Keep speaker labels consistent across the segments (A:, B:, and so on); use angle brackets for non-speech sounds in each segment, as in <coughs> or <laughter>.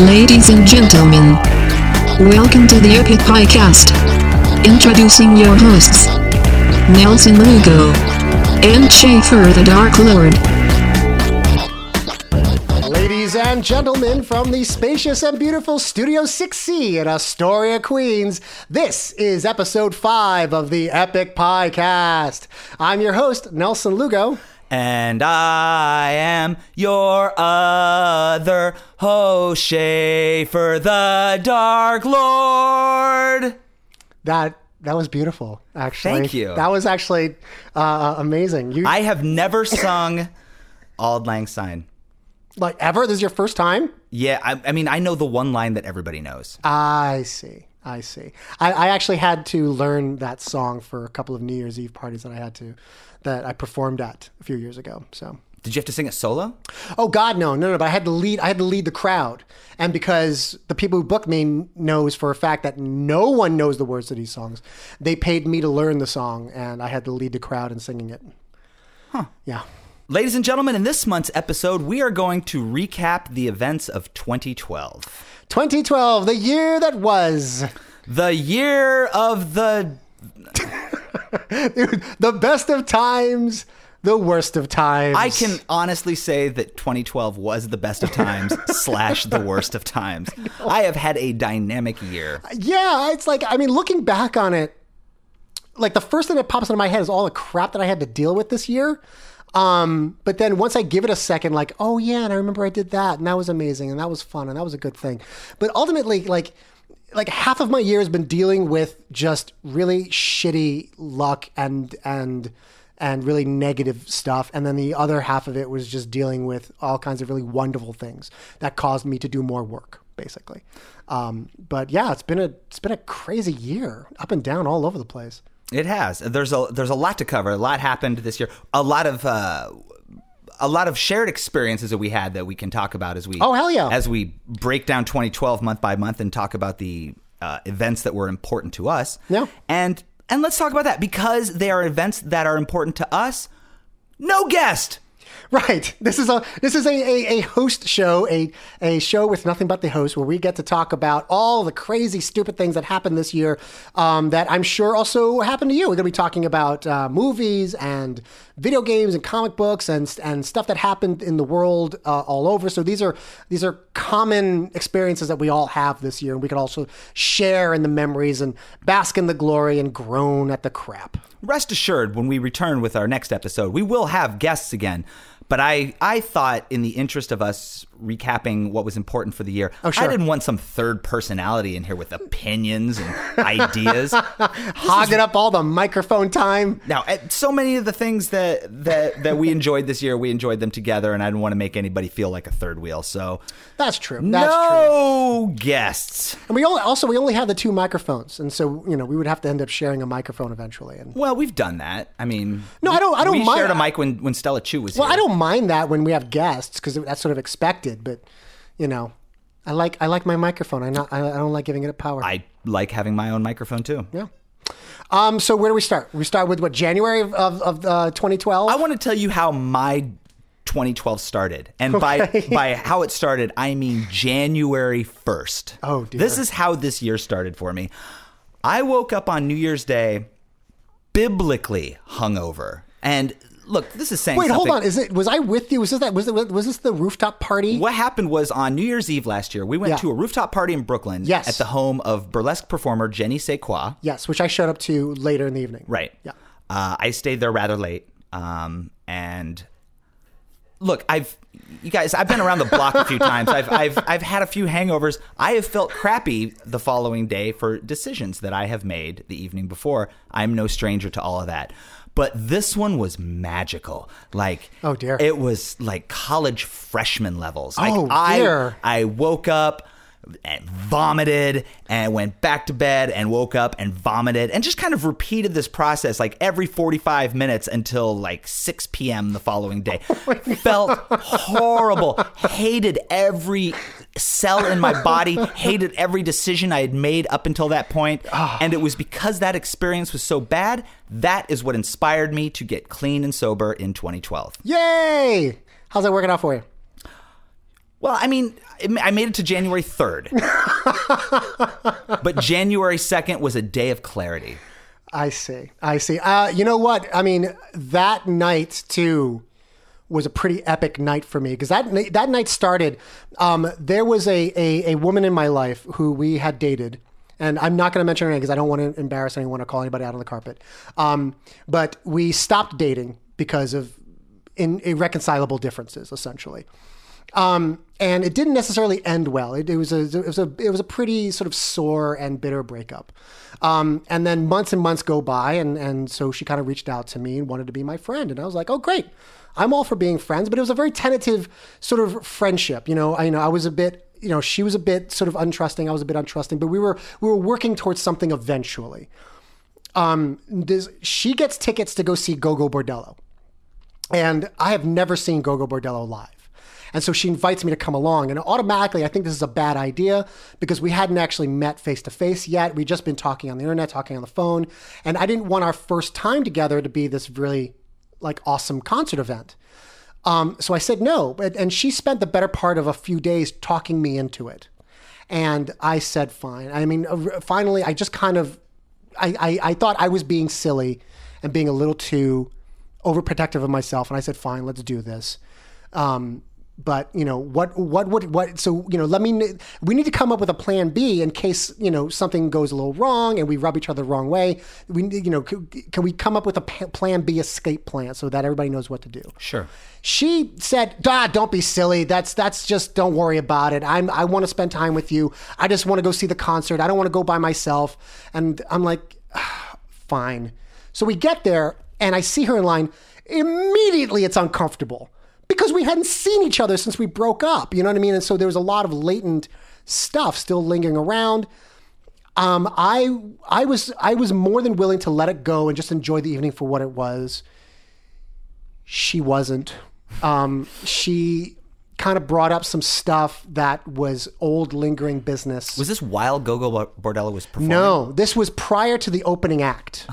A: Ladies and gentlemen, welcome to the Epic Podcast. Introducing your hosts, Nelson Lugo and Schaefer the Dark Lord.
B: Ladies and gentlemen, from the spacious and beautiful Studio 6C in Astoria, Queens, this is episode 5 of the Epic Podcast. I'm your host, Nelson Lugo.
C: And I am your other host, Schaefer the Dark Lord.
B: That that was beautiful, actually.
C: Thank you.
B: That was actually uh, amazing. You
C: I have never sung Auld Lang Syne.
B: like ever? This is your first time?
C: Yeah, I, I mean, I know the one line that everybody knows.
B: I see. I see. I, I actually had to learn that song for a couple of New Year's Eve parties that I had to that I performed at a few years ago. So
C: Did you have to sing it solo?
B: Oh God, no, no, no! But I had to lead. I had to lead the crowd, and because the people who booked me knows for a fact that no one knows the words to these songs, they paid me to learn the song, and I had to lead the crowd in singing it. Huh? Yeah.
C: Ladies and gentlemen, in this month's episode, we are going to recap the events of 2012.
B: 2012, the year that was
C: The year of the.
B: the best of times, the worst of times.
C: I can honestly say that 2012 was the best of
B: <laughs>
C: times, slash, the worst of times. I have had a dynamic year.
B: Yeah, it's like I mean, looking back on it, like the first thing that pops into my head is all the crap that I had to deal with this year. Um, but then once I give it a second, like, oh yeah, and I remember I did that, and that was amazing, and that was fun, and that was a good thing. But ultimately, like, like half of my year has been dealing with just really shitty luck and and and really negative stuff, and then the other half of it was just dealing with all kinds of really wonderful things that caused me to do more work, basically. Um, but yeah, it's been a it's been a crazy year, up and down, all over the place.
C: It has. There's a there's a lot to cover. A lot happened this year. A lot of uh, a lot of shared experiences that we had that we can talk about as we
B: Oh, hell yeah.
C: as we break down 2012 month by month and talk about the uh, events that were important to us.
B: Yeah.
C: and and let's talk about that because they are events that are important to us. No guest.
B: Right. <laughs> This is a this is a, a, a host show, a a show with nothing but the host, where we get to talk about all the crazy, stupid things that happened this year. Um, that I'm sure also happened to you. We're going to be talking about uh, movies and video games and comic books and and stuff that happened in the world uh, all over. So these are these are common experiences that we all have this year, and we can also share in the memories and bask in the glory and groan at the crap.
C: Rest assured, when we return with our next episode, we will have guests again. But I, I thought, in the interest of us recapping what was important for the year, I
B: Oh, sure.
C: didn't want some third personality in here with opinions and
B: <laughs>
C: ideas.
B: Hogging up all the microphone time.
C: Now, eh, so many of the things that, that, that we enjoyed this year, we enjoyed them together, and I didn't want to make anybody feel like a third wheel. So,
B: That's true. That's true.
C: no guests.
B: And we only, also we only had the two microphones, and so you know we would have to end up sharing a microphone eventually. And
C: Well, we've done that. I mean,
B: No, I don't- I don't
C: we
B: mind-
C: shared a mic when, when Stella Chu was
B: well,
C: here.
B: I don't mind that when we have guests because that's sort of expected. But you know, I like I like my microphone. I not I, I don't like giving it a power.
C: I like having my own microphone too.
B: yeah. Um. So where do we start? We start with what January of of, of uh, 2012.
C: I want to tell you how my 2012 started, and by by how it started, I mean January 1st.
B: Oh, dear.
C: This is how this year started for me. I woke up on New Year's Day biblically hungover, and look, this is saying
B: Wait, hold
C: something.
B: on. Is it was I with you? Was this that was it, was this the rooftop party?
C: What happened was on New Year's Eve last year, we went
B: Yeah.
C: to a rooftop party in Brooklyn
B: Yes.
C: at the home of burlesque performer Jenny Sequa.
B: Yes, which I showed up to later in the evening.
C: Right.
B: Yeah.
C: Uh, I stayed there rather late. Um, and look, I've you guys, I've been around the block a few times. I've I've I've had a few hangovers. I have felt crappy the following day for decisions that I have made the evening before. I'm no stranger to all of that. But this one was magical. Like
B: Oh, dear.
C: It was like college freshman levels. Like
B: Oh,
C: I
B: dear.
C: I woke up and vomited and went back to bed and woke up and vomited and just kind of repeated this process like every 45 minutes until like 6 p.m. the
B: <laughs>
C: following day.
B: Oh
C: Felt horrible, hated every cell in
B: <laughs>
C: my body, hated every decision I had made up until that point.
B: Ah.
C: And it was because that experience was so bad, that is what inspired me to get clean and sober in 2012.
B: Yay! How's that working out for you?
C: Well, I mean, I ma- I made it to January 3rd. but January 2nd was a day of clarity.
B: I see. I see. Uh, you know what? I mean, that night too was a pretty epic night for me because that ni- that night started. Um, there was a, a a woman in my life who we had dated, and I'm not going to mention her name because I don't want to embarrass anyone or call anybody out on the carpet. Um, but we stopped dating because of in, irreconcilable differences, essentially. Um, and it didn't necessarily end well. It, it was a it was a it was a pretty sort of sore and bitter breakup. Um, and then months and months go by, and and so she kind of reached out to me and wanted to be my friend, and I was like, oh great, I'm all for being friends. But it was a very tentative sort of friendship. You know, I you know I was a bit you know she was a bit sort of untrusting, I was a bit untrusting, but we were we were working towards something eventually. Um, does, she gets tickets to go see Gogo Bordello and I have never seen Gogo Bordello live. And so she invites me to come along, and automatically I think this is a bad idea because we hadn't actually met face to face yet. We'd just been talking on the internet, talking on the phone, and I didn't want our first time together to be this really like awesome concert event. Um, so I said no, but, and she spent the better part of a few days talking me into it, and I said fine. I mean, uh, finally, I just kind of I, I, I thought I was being silly and being a little too overprotective of myself, and I said, "Fine, let's do this." Um, but you know what? What would what? So you know, let me. We need to come up with a plan B in case you know something goes a little wrong and we rub each other the wrong way. We need- you know can, can we come up with a pa- plan B escape plan so that everybody knows what to do?
C: Sure.
B: she said, "Ah, don't be silly. That's that's just don't worry about it. I'm I want to spend time with you. I just want to go see the concert. I don't want to go by myself." And I'm like, "Ah, "Fine." So we get there, and I see her in line. Immediately, it's uncomfortable because we hadn't seen each other since we broke up. You know what I mean? And so there was a lot of latent stuff still lingering around um, I I was I was more than willing to let it go and just enjoy the evening for what it was. She wasn't. Um, she kind of brought up some stuff that was old lingering business.
C: Was this while Gogo Bo- Bordello was performing?
B: No, this was prior to the opening act.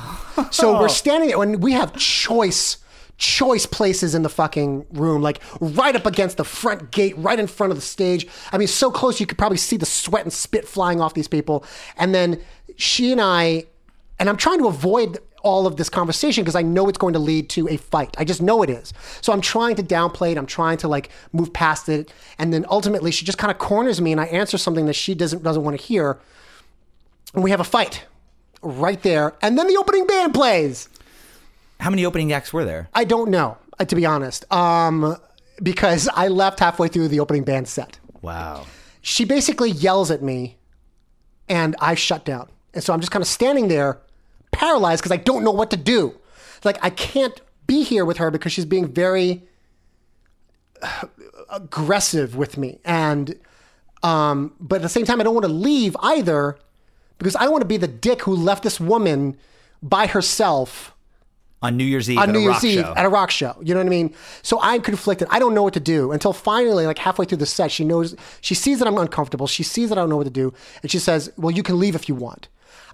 B: So we're standing there and we have choice choice places in the fucking room like right up against the front gate right in front of the stage i mean so close you could probably see the sweat and spit flying off these people and then she and i and i'm trying to avoid all of this conversation because i know it's going to lead to a fight i just know it is so i'm trying to downplay it i'm trying to like move past it and then ultimately she just kind of corners me and i answer something that she doesn't doesn't want to hear and we have a fight right there. And then the opening band plays.
C: How many opening acts were there?
B: I don't know, uh, to be honest, um, because I left halfway through the opening band set.
C: Wow.
B: She basically yells at me, and I shut down. And so I'm just kind of standing there, paralyzed, because I don't know what to do. Like, I can't be here with her because she's being very <sighs> aggressive with me. And, um, but at the same time, I don't want to leave either because I don't want to be the dick who left this woman by herself
C: On New Year's Eve
B: on
C: at
B: New
C: a rock
B: Year's Eve
C: show.
B: at a rock show. You know what I mean? So I'm conflicted. I don't know what to do until finally, like halfway through the set, she knows she sees that I'm uncomfortable. She sees that I don't know what to do, and she says, "Well, you can leave if you want."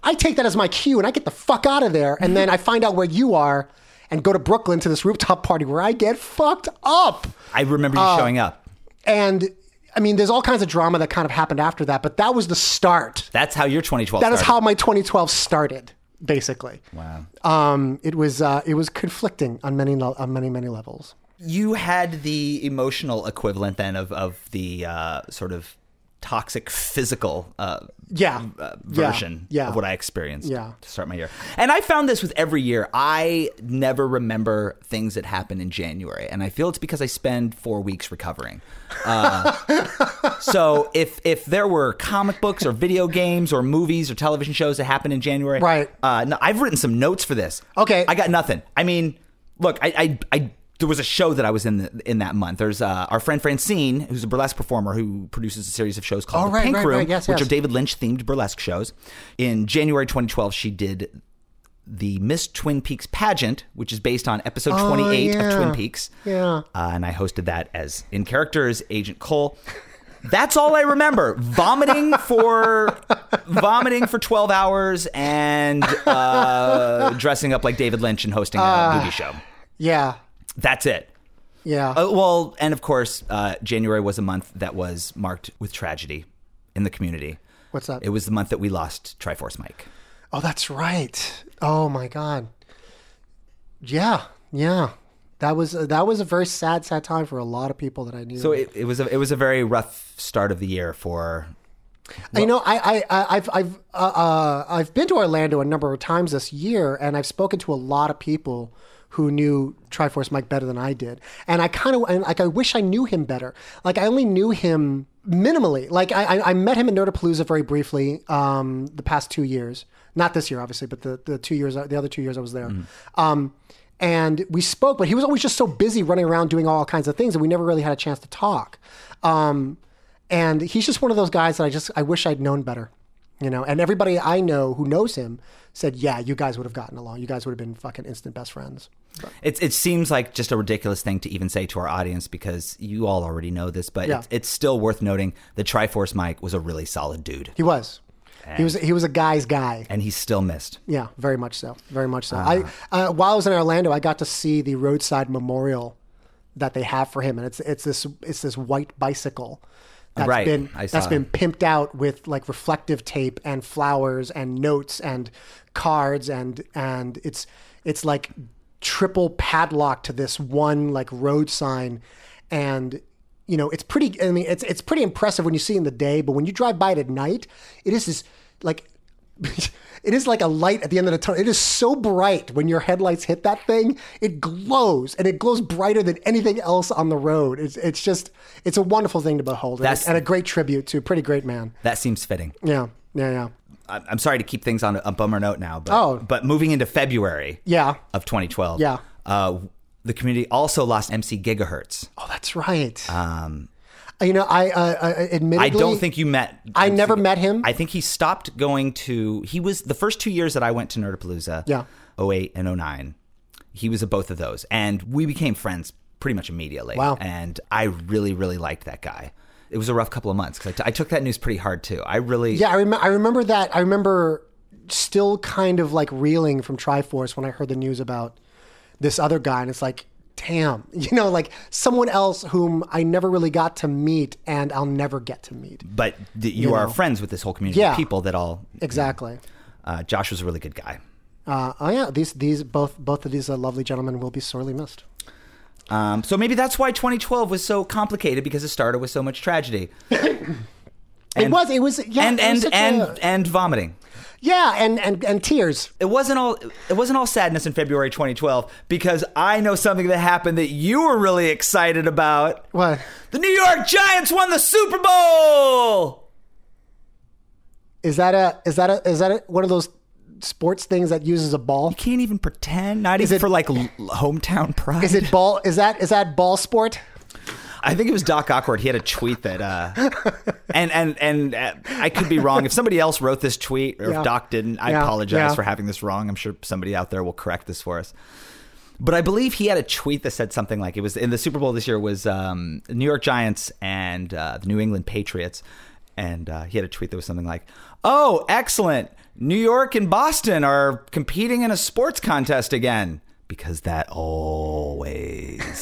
B: I take that as my cue, and I get the fuck out of there. And then I find out where you are, and go to Brooklyn to this rooftop party where I get fucked up.
C: I remember you
B: Oh.
C: showing up.
B: And I mean, there's all kinds of drama that kind of happened after that, but that was the start.
C: That's how your 2012
B: That is
C: started.
B: how my 2012 started, basically.
C: Wow.
B: Um, it was uh, it was conflicting on many le- on many many levels.
C: You had the emotional equivalent then of, of the uh, sort of toxic physical uh,
B: yeah Yeah.
C: uh, version
B: yeah.
C: of what I experienced
B: Yeah.
C: to start my year. And I found this with every year. I never remember things that happen in January, and I feel it's because I spend four weeks recovering. Uh, <laughs> so if if there were comic books or video games or movies or television shows that happened in January,
B: Right.
C: Uh, no, I've written some notes for this.
B: Okay.
C: I got nothing. I mean, look, I, I, I there was a show that I was in the, in that month. There's uh, our friend Francine, who's a burlesque performer who produces a series of shows called
B: Oh,
C: The
B: right,
C: Pink
B: right,
C: Room,
B: right. Yes,
C: which
B: yes.
C: are David Lynch themed burlesque shows. In January 2012, she did the Miss Twin Peaks pageant, which is based on episode 28 of
B: Oh, yeah.
C: Twin Peaks.
B: Yeah.
C: Uh, and I hosted that as in characters, Agent Cole. That's all I remember. Vomiting
B: <laughs>
C: for vomiting for twelve hours and
B: Ah.
C: uh, dressing up like David Lynch and hosting a boogie show.
B: yeah
C: That's it.
B: Yeah.
C: Uh, well, and of course, uh, January was a month that was marked with tragedy in the community.
B: What's that?
C: It was the month that we lost Triforce Mike.
B: Oh, that's right. Oh my God. Yeah, yeah. That was uh, that was a very sad, sad time for a lot of people that I knew.
C: So it, it was a, it was a very rough start of the year for
B: you know, I, I, I I've, I've, uh, uh, I've been to Orlando a number of times this year, and I've spoken to a lot of people who knew Triforce Mike better than I did, and I kind of, and like, I wish I knew him better. Like, I only knew him minimally. Like, I, I, I met him at Nerdapalooza very briefly, um, the past two years, not this year, obviously, but the, the two years, the other two years I was there. Um, and we spoke, but he was always just so busy running around doing all kinds of things, and we never really had a chance to talk. Um, and he's just one of those guys that I just I wish I'd known better, you know. And everybody I know who knows him said, "Yeah, you guys would have gotten along. You guys would have been fucking instant best friends."
C: It, it seems like just a ridiculous thing to even say to our audience because you all already know this, but
B: Yeah.
C: it's, it's still worth noting that Triforce Mike was a really solid dude,
B: He was, he was, he was a guy's guy.
C: and he's still missed.
B: Yeah, very much so. Very much so.
C: Uh-huh.
B: I uh, while I was in Orlando, I got to see the roadside memorial that they have for him, and it's it's this it's this white bicycle that's
C: Right,
B: been
C: I
B: that's
C: saw
B: been pimped out with like reflective tape and flowers and notes and cards and and it's it's like triple padlock to this one like road sign and you know it's pretty i mean it's it's pretty impressive when you see it in the day but when you drive by it at night it is this like <laughs> it is like a light at the end of the tunnel it is so bright when your headlights hit that thing it glows and it glows brighter than anything else on the road it's it's just it's a wonderful thing to behold and,
C: That's-
B: and a great tribute to a pretty great man
C: That seems fitting.
B: yeah yeah yeah
C: I- I'm sorry to keep things on a- a bummer note now, but
B: Oh.
C: but moving into February
B: yeah
C: of 2012,
B: Yeah.
C: uh, the community also lost MC Gigahertz.
B: oh that's right um you know i uh, uh, admittedly
C: I don't think you met.
B: I never met him.
C: I think he stopped going to. He was the first two years that I went to Nerdapalooza.
B: Yeah.
C: 08 and 09. He was at both of those, and we became friends pretty much immediately.
B: Wow.
C: And I really, really liked that guy. It was a rough couple of months because I, t- I took that news pretty hard too. I really,
B: Yeah, I, rem- I remember that. I remember still kind of like reeling from Triforce when I heard the news about this other guy, and it's like, damn, <laughs> you know, like someone else whom I never really got to meet, and I'll never get to meet.
C: But th- you, are
B: know.
C: friends with this whole community
B: Yeah.
C: of people that all.
B: Exactly.
C: Uh, Josh was a really good guy.
B: Uh, oh yeah, these these both both of these uh, lovely gentlemen will be sorely missed.
C: Um, so maybe that's why 2012 was so complicated because it started with so much tragedy.
B: it
C: And-
B: was <coughs> it was yeah
C: and
B: it was
C: and
B: such
C: and
B: a-
C: and vomiting.
B: yeah and and and tears.
C: It wasn't all it wasn't all sadness in February 2012 because I know something that happened that you were really excited about.
B: What
C: The New York Giants won the Super Bowl.
B: is that a is that a is that a, one of those sports things that uses a ball?
C: Can't even pretend. Not even
B: it-
C: for like l- hometown pride.
B: Is it ball? Is that is that ball sport?
C: I think it was Doc Awkward. He had a tweet that, uh, and and and uh, I could be wrong. If somebody else wrote this tweet or
B: Yeah.
C: if Doc didn't, I
B: Yeah,
C: apologize
B: yeah.
C: for having this wrong. I'm sure somebody out there will correct this for us. But I believe he had a tweet that said something like it was in the Super Bowl this year was um, New York Giants and uh, the New England Patriots, and uh, he had a tweet that was something like, "Oh, excellent! New York and Boston are competing in a sports contest again." Because that always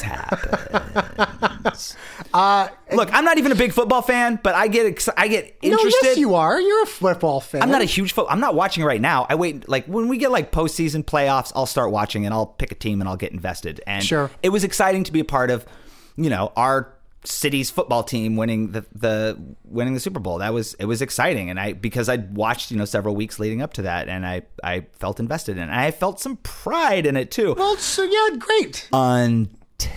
B: <laughs>
C: happens. Look, I'm not even a big football fan, but I get ex- I get interested.
B: Uh, No, yes, you are. You're a football fan.
C: I'm not a huge football. I'm not watching right now. I wait like when we get like postseason playoffs, I'll start watching and I'll pick a team and I'll get invested. And
B: Sure.
C: it was exciting to be a part of, you know, our city's football team winning the the winning the Super Bowl. That was it was exciting, and I because I'd watched you know several weeks leading up to that, and I I felt invested in, it. and I felt some pride in it too.
B: Well, so yeah, great.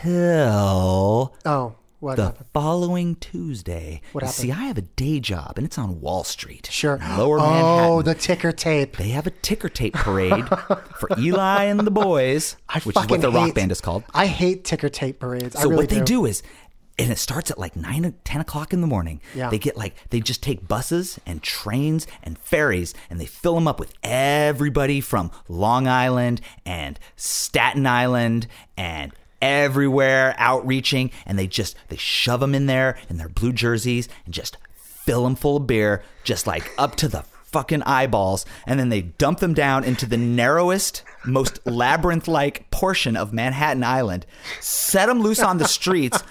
C: Until
B: Oh, what?
C: the
B: happened?
C: following Tuesday.
B: What
C: You
B: happened?
C: See, I have a day job, and it's on Wall Street.
B: Sure.
C: Lower
B: oh,
C: Manhattan.
B: the ticker tape.
C: they have a ticker tape parade for Eli and the boys,
B: <laughs> I
C: which is
B: fucking
C: what their rock
B: hate-
C: band is called.
B: I hate ticker tape parades. I
C: So
B: really
C: what they do is, and it starts at like nine or ten o'clock in the morning.
B: Yeah.
C: They get like they just take buses and trains and ferries, and they fill them up with everybody from Long Island and Staten Island and everywhere outreaching, and they just they shove them in there in their blue jerseys and just fill them full of beer, just like up to the fucking eyeballs, and then they dump them down into the narrowest, most labyrinth-like portion of Manhattan Island, set them loose on the
B: <laughs>
C: streets,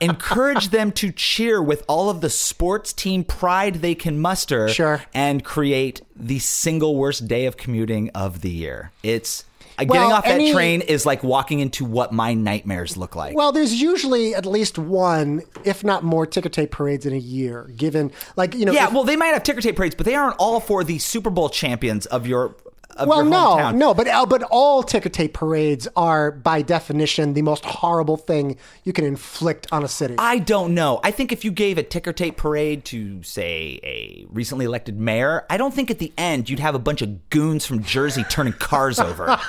C: encourage them to cheer with all of the sports team pride they can muster,
B: Sure.
C: and create the single worst day of commuting of the year. It's uh, getting
B: Well,
C: off that
B: any-
C: train is like walking into what my nightmares look like.
B: Well, there's usually at least one, if not more, ticker tape parades in a year. Given, like you know,
C: Yeah,
B: if-
C: well, they might have ticker tape parades, but they aren't all for the Super Bowl champions of your of
B: well,
C: your
B: no,
C: hometown.
B: no, but uh, but all ticker tape parades are by definition the most horrible thing you can inflict on a city.
C: I don't know. I think if you gave a ticker tape parade to, say, a recently elected mayor, I don't think at the end you'd have a bunch of goons from Jersey
B: <laughs>
C: turning cars over.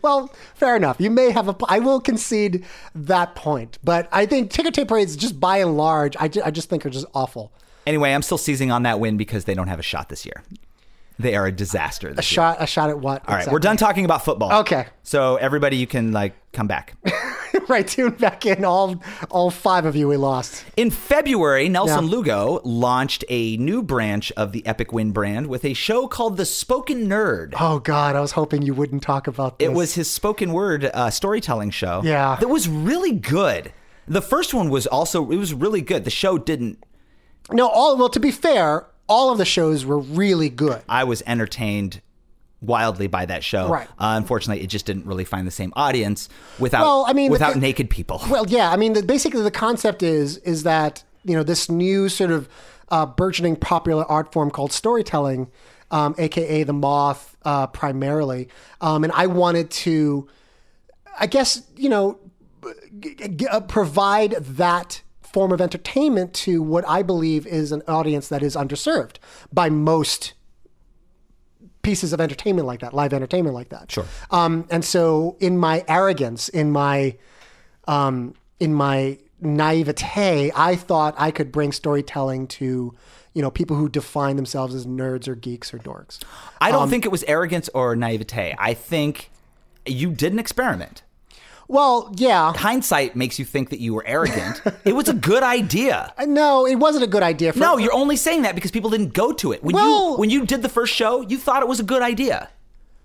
B: well, fair enough. You may have a. p- I will concede that point, but I think ticker tape parades, just by and large, I, ju- I just think are just awful.
C: anyway, I'm still seizing on that win because they don't have a shot this year. They are a disaster this year.
B: Shot a shot at what?
C: All right, we're done talking about football.
B: Okay.
C: So everybody, you can like come back.
B: <laughs> right, tune back in. All all five of you we lost.
C: In February, Nelson
B: Yeah.
C: Lugo launched a new branch of the Epic Win brand with a show called The Spoken Nerd.
B: Oh God, I was hoping you wouldn't talk about this.
C: It was his spoken word uh, storytelling show.
B: Yeah.
C: That was really good. The first one was also, it was really good. The show didn't,
B: No, all well to be fair, all of the shows were really good.
C: I was entertained wildly by that show.
B: Right.
C: Uh, unfortunately, it just didn't really find the same audience without,
B: Well, I mean, with
C: without
B: the-
C: naked people.
B: Well, yeah, I mean, the, basically the concept is is that you know this new sort of uh, burgeoning popular art form called storytelling, um, aka the moth, uh, primarily, um, and I wanted to, I guess you know, g- g- uh, provide that form of entertainment to what I believe is an audience that is underserved by most pieces of entertainment like that, live entertainment like that. Sure. Um, and so, in my arrogance, in my um, in my naivete, I thought I could bring storytelling to you know people who define themselves as nerds or geeks or dorks.
C: I
B: um,
C: don't think it was arrogance or naivete. I think you did an experiment.
B: Well, yeah.
C: Hindsight makes you think that you were
B: <laughs>
C: arrogant. it was a good idea.
B: Uh, No, it wasn't a good idea. For,
C: No, you're only saying that because people didn't go to it. When you
B: Oh. Well-
C: when you did the first show, you thought it was a good idea.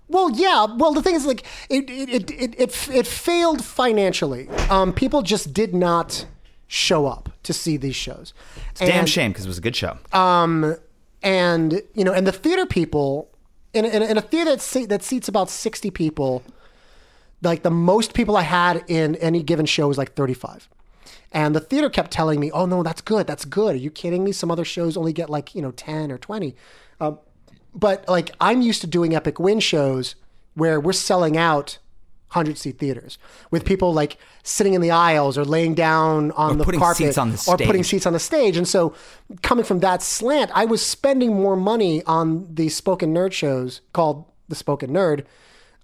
B: Well, yeah. Well, the thing is, like, it it it it, it, it failed financially. Um, people just did not show up to see these shows.
C: Damn
B: And- Uh,
C: shame because it was a good show.
B: and you know, and the theater people in in, in a theater that seat, that seats about sixty people, like the most people I had in any given show was like thirty five. And the theater kept telling me, "Oh no, that's good. That's good. Are you kidding me? Some other shows only get like you know ten or twenty, um, but like I'm used to doing Epic Win shows where we're selling out." 100 seat theaters with people like sitting in the aisles or laying down on the
C: putting
B: carpet
C: seats on the
B: or putting
C: stage.
B: seats on the stage. And so, coming from that slant, I was spending more money on the spoken nerd shows called The Spoken Nerd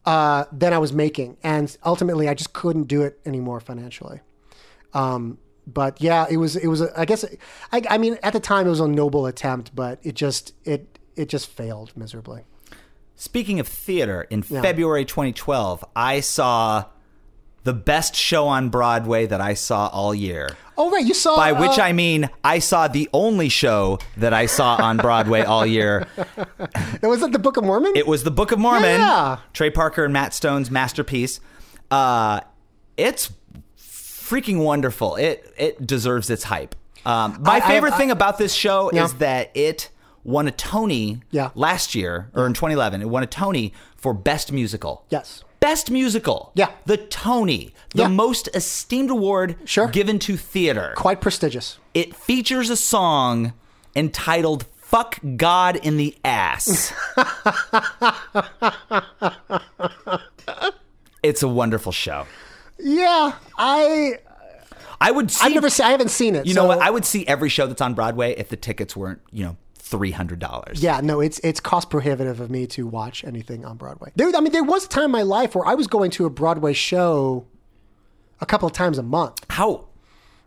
B: uh, than I was making. And ultimately, I just couldn't do it anymore financially. Um, but yeah, it was, it was, a, I guess, I, I mean, at the time it was a noble attempt, but it just, it, it just failed miserably.
C: Speaking of theater, in February 2012, I saw the best show on Broadway that I saw all year.
B: Oh, right. You saw,
C: By which
B: uh,
C: I mean, I saw the only show that I saw on Broadway all
B: <laughs>
C: year.
B: was it the Book of Mormon?
C: It was the Book of Mormon.
B: Yeah.
C: Trey Parker and Matt Stone's masterpiece. Uh, it's freaking wonderful. It it deserves its hype. Um, my
B: I- I-
C: favorite
B: I-
C: thing about this show
B: Yeah.
C: is that it won a Tony
B: Yeah.
C: last year or in 2011. It won a Tony for best musical.
B: yes.
C: Best musical.
B: Yeah.
C: The Tony, the
B: Yeah.
C: most esteemed award
B: Sure.
C: given to theater
B: Quite prestigious.
C: it features a song entitled Fuck God in the
B: <laughs>
C: Ass. it's a wonderful show.
B: Yeah. I,
C: I would see
B: I've never seen, I haven't seen it.
C: You know
B: so-
C: what? I would see every show that's on Broadway if the tickets weren't, you know, $300.
B: Yeah, no, it's it's cost prohibitive of me to watch anything on Broadway. There, I mean, there was a time in my life where I was going to a Broadway show a couple of times a month,
C: How?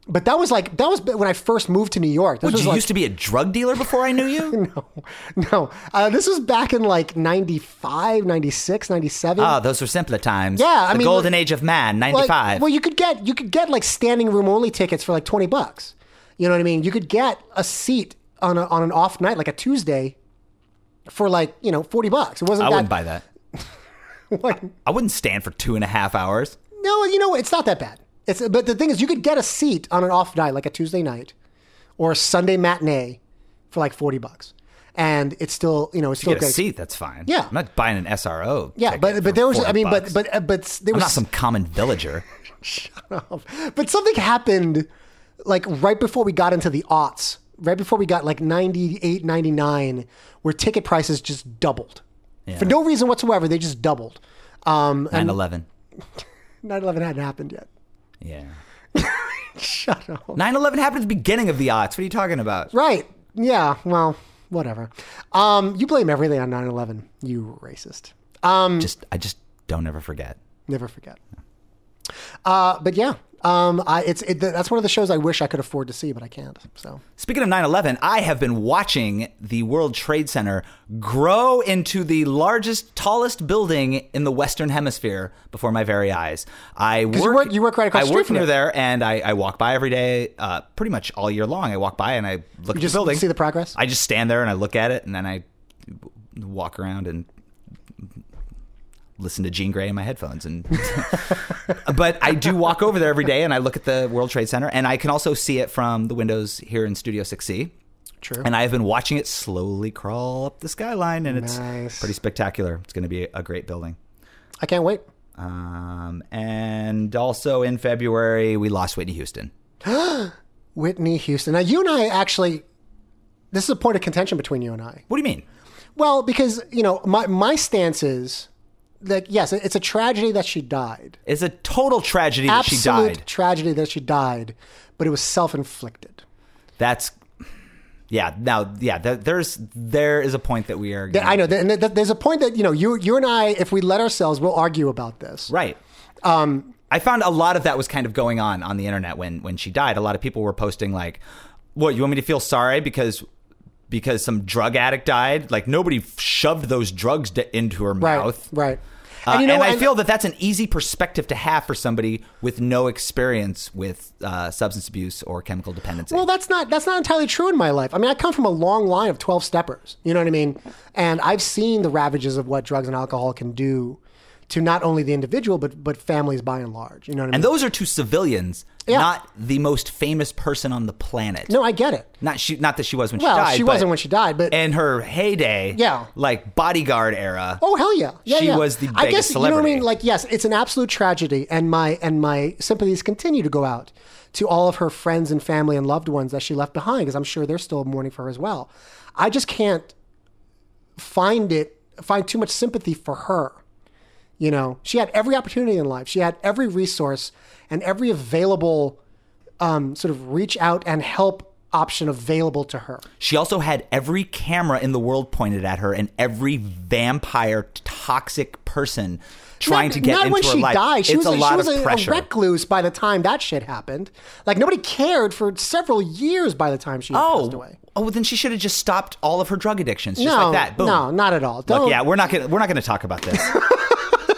B: but that was like that was when I first moved to New York. This
C: What,
B: was
C: you
B: like,
C: used to be a drug dealer before I knew you?
B: <laughs> no, uh, this was back in like 95, 96, 97.
C: Ah, those were simpler times.
B: Yeah, I
C: the
B: mean,
C: golden
B: like-
C: age of man,
B: like,
C: 95.
B: well, you could get you could get like standing room only tickets for like twenty bucks. You know what I mean? You could get a seat on a, on an off night, like a Tuesday, for like you know forty bucks. It wasn't.
C: I
B: that,
C: wouldn't buy that.
B: <laughs> like,
C: I wouldn't stand for two and a half hours.
B: no, you know it's not that bad. It's but the thing is, you could get a seat on an off night, like a Tuesday night, or a Sunday matinee, for like forty bucks, and it's still you know it's still
C: Get a
B: great.
C: seat. That's fine.
B: Yeah.
C: I'm not buying an SRO.
B: Yeah,
C: ticket
B: but
C: for
B: but there was I
C: 40
B: mean
C: bucks.
B: but but uh, but s- there
C: I'm
B: was <laughs>
C: not some common villager.
B: but something happened like right before we got into the aughts, right before we got like 98, 99, where ticket prices just doubled. For no reason whatsoever, they just doubled. Um, and
C: 9 11.
B: 9 11 hadn't happened yet.
C: Yeah.
B: <laughs> Shut up.
C: 9 11 happened at the beginning of the odds. What are you talking about?
B: Right. Yeah, well, whatever. Um, you blame everything on 9 11, you racist. Mm.
C: Just, I just don't ever forget.
B: Never forget. Uh, but yeah, um, I, it's it, that's one of the shows I wish I could afford to see, but I can't. So
C: Speaking of 9 11, I have been watching the World Trade Center grow into the largest, tallest building in the Western Hemisphere before my very eyes. I work,
B: you work- you work right across
C: I
B: the street
C: work
B: from
C: near
B: it.
C: there, and I, I walk by every day, uh, pretty much all year long. I walk by and I look at
B: just
C: the building.
B: see the progress?
C: I just stand there and I look at it, and then I walk around and listen to Gene Gray in my headphones and <laughs> but I do walk over there every day and I look at the World Trade Center and I can also see it from the windows here in Studio 6C.
B: true.
C: And I have been watching it slowly crawl up the skyline and it's
B: Nice.
C: pretty spectacular. It's going to be a great building.
B: I can't wait.
C: Um, and also in February we lost Whitney Houston.
B: Whitney Houston. Now, you and I actually, this is a point of contention between you and I.
C: What do you mean?
B: Well, because, you know, my, my stance is that, yes, it's a tragedy that she died.
C: It's a total tragedy that she
B: Absolute
C: died.
B: tragedy that she died, but it was self inflicted.
C: That's yeah. Now, yeah. There, there's there is a point that we are. Gonna,
B: I know. th- And th- th- there's a point that, you know, you, you and I, if we let ourselves, we'll argue about this.
C: Right. Um, I found a lot of that was kind of going on on the internet when when she died. A lot of people were posting like, "What you want me to feel sorry because because some drug addict died? Like nobody f- shoved those drugs d- into her
B: Right.
C: mouth."
B: Right.
C: Uh, and,
B: what?
C: I feel that that's an easy perspective to have for somebody with no experience with uh, substance abuse or chemical dependency.
B: Well, that's not that's not entirely true in my life. I mean, I come from a long line of twelve steppers. You know what I mean? And I've seen the ravages of what drugs and alcohol can do to not only the individual but but families by and large. You know what I
C: and
B: mean?
C: those are two civilians, not the most famous person on the planet.
B: no, I get it.
C: Not she. Not that she was when
B: Well,
C: she died.
B: she
C: but
B: wasn't when she died, but
C: in her heyday.
B: Yeah.
C: Like bodyguard era.
B: oh hell yeah, yeah
C: She
B: yeah.
C: was the
B: I guess you
C: biggest
B: know what I mean.
C: celebrity.
B: Like yes, it's an absolute tragedy, and my and my sympathies continue to go out to all of her friends and family and loved ones that she left behind because I'm sure they're still mourning for her as well. I just can't find it find too much sympathy for her. You know, she had every opportunity in life. She had every resource and every available um, sort of reach out and help option available to her.
C: She also had every camera in the world pointed at her and every vampire toxic person trying
B: not,
C: to get
B: not
C: into
B: when
C: her
B: she
C: life.
B: died. She
C: it's
B: was
C: a lot
B: she was
C: of
B: a,
C: pressure.
B: a recluse by the time that shit happened. Like nobody cared for several years by the time she passed
C: oh.
B: away.
C: Oh, well, then she should have just stopped all of her drug addictions, just
B: no,
C: like that. Boom.
B: no, not at all. Don't.
C: Look, yeah, we're not gonna we're not gonna talk about this.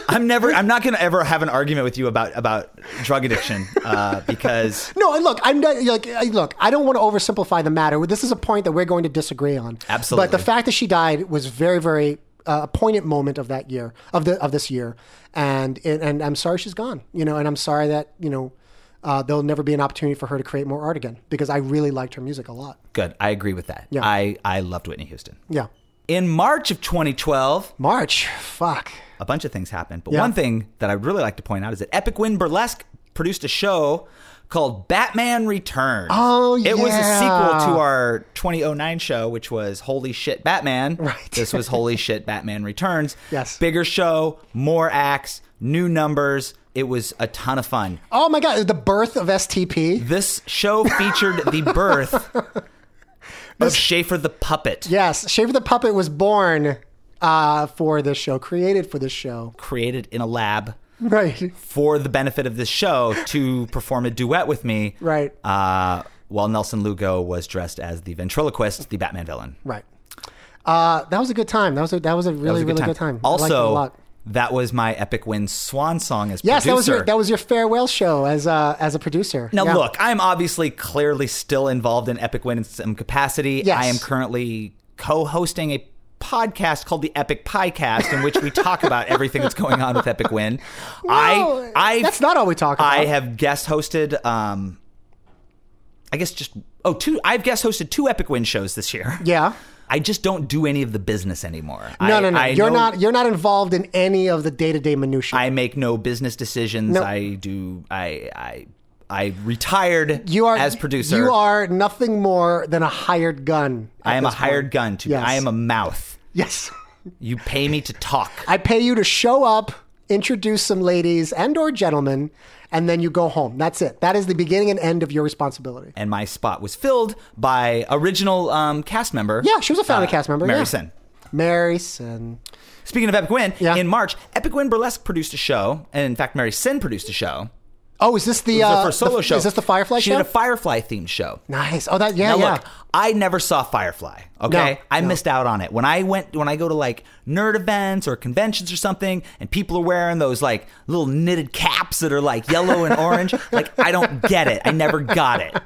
C: I'm never. I'm not gonna ever have an argument with you about about drug addiction uh, because
B: no, and look, I'm not, like, I- look, I don't want to oversimplify the matter. This is a point that we're going to disagree on.
C: Absolutely.
B: But the fact that she died was very, very uh, a poignant moment of that year, of the of this year, and and, and I'm sorry she's gone. You know, and I'm sorry that you know. Uh, there'll never be an opportunity for her to create more art again because I really liked her music a lot.
C: good. I agree with that.
B: Yeah.
C: I I loved Whitney Houston.
B: Yeah.
C: In March of 2012,
B: March. Fuck.
C: a bunch of things happened. But
B: Yeah.
C: one thing that I'd really like to point out is that Epic Win Burlesque produced a show called Batman Return.
B: Oh,
C: It was a
B: yeah.
C: sequel to our 2009 show, which was Holy Shit Batman. Right. this
B: <laughs>
C: was Holy Shit Batman Returns.
B: Yes.
C: Bigger show, more acts, new numbers. It was a ton of fun.
B: Oh my God, the birth of STP.
C: This
B: <laughs>
C: show featured the birth of Schaefer the Puppet,
B: Yes, Shaver the Puppet was born uh, for this show, created for this show. <laughs>
C: created in a lab
B: Right.
C: for the benefit of this show to perform a duet with me.
B: Right.
C: Uh, while Nelson Lugo was dressed as the ventriloquist, the Batman villain.
B: Right. Uh, that was a good time. That was a, that was a really,
C: It was a
B: really good time. I liked it a
C: Also,
B: lot.
C: That was my Epic Win swan song as
B: Yes,
C: producer.
B: that was your that was your farewell show as a as a producer.
C: Now,
B: Yeah.
C: look, I'm obviously clearly still involved in Epic Win in some capacity.
B: Yes.
C: I am currently co hosting a podcast called the Epic Piecast, in which we talk about everything that's going on with
B: <laughs>
C: Epic Win. I, I,
B: that's not all we talk about.
C: I have guest hosted, um, I guess just, oh, two, I've guest hosted two Epic Win shows this year.
B: yeah.
C: <laughs> I just don't do any of the business anymore.
B: No,
C: I,
B: no, no.
C: I
B: you're
C: know
B: not you're not involved in any of the day to day minutiae.
C: I make no business decisions.
B: No.
C: I do. I. I. I retired.
B: you are
C: as producer.
B: You are nothing more than a hired gun.
C: I
B: at
C: am a
B: this
C: hired
B: point.
C: gun. To
B: Yes.
C: I am a mouth.
B: Yes.
C: You pay me to talk.
B: I pay you to show up, introduce some ladies and or gentlemen, and then you go home. That's it. That is the beginning and end of your responsibility.
C: And my spot was filled by original um, cast member. Uh,
B: Yeah, she was a founding cast member,
C: Mary
B: yeah.
C: Sin.
B: Maryson.
C: Speaking of Epic Win,
B: Yeah.
C: in March, Epic Win Burlesque produced a show, and in fact, Mary Sin produced a show.
B: Oh, is this the
C: It was
B: uh,
C: her first solo
B: the-
C: show.
B: Is this the Firefly
C: she
B: show?
C: did a Firefly themed show.
B: nice. Oh, that yeah,
C: Now
B: yeah.
C: look, I never saw Firefly. Okay,
B: No,
C: I
B: no.
C: missed out on it when I went when I go to like nerd events or conventions or something, and people are wearing those like little knitted caps that are like yellow and
B: <laughs>
C: orange. like I don't get it. I never got it.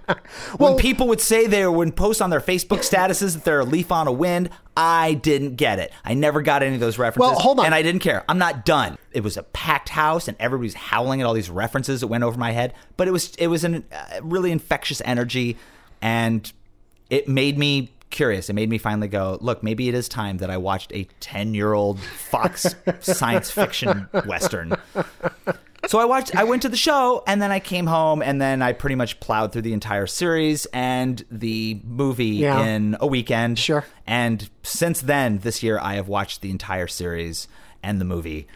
C: when people would say they would post on their Facebook statuses that they're a leaf on a wind, I didn't get it. I never got any of those references.
B: Well, hold on.
C: and I didn't care. I'm not done. It was a packed house, and everybody's howling at all these references that went over my head. But it was it was an uh, really infectious energy, and it made me curious. It made me finally go, look, maybe it is time that I watched a 10 year
B: <laughs>
C: old Fox science fiction western. So I watched. I went to the show, and then I came home, and then I pretty much plowed through the entire series and the movie
B: Yeah.
C: in a weekend.
B: Sure.
C: And since then, this year, I have watched the entire series and the movie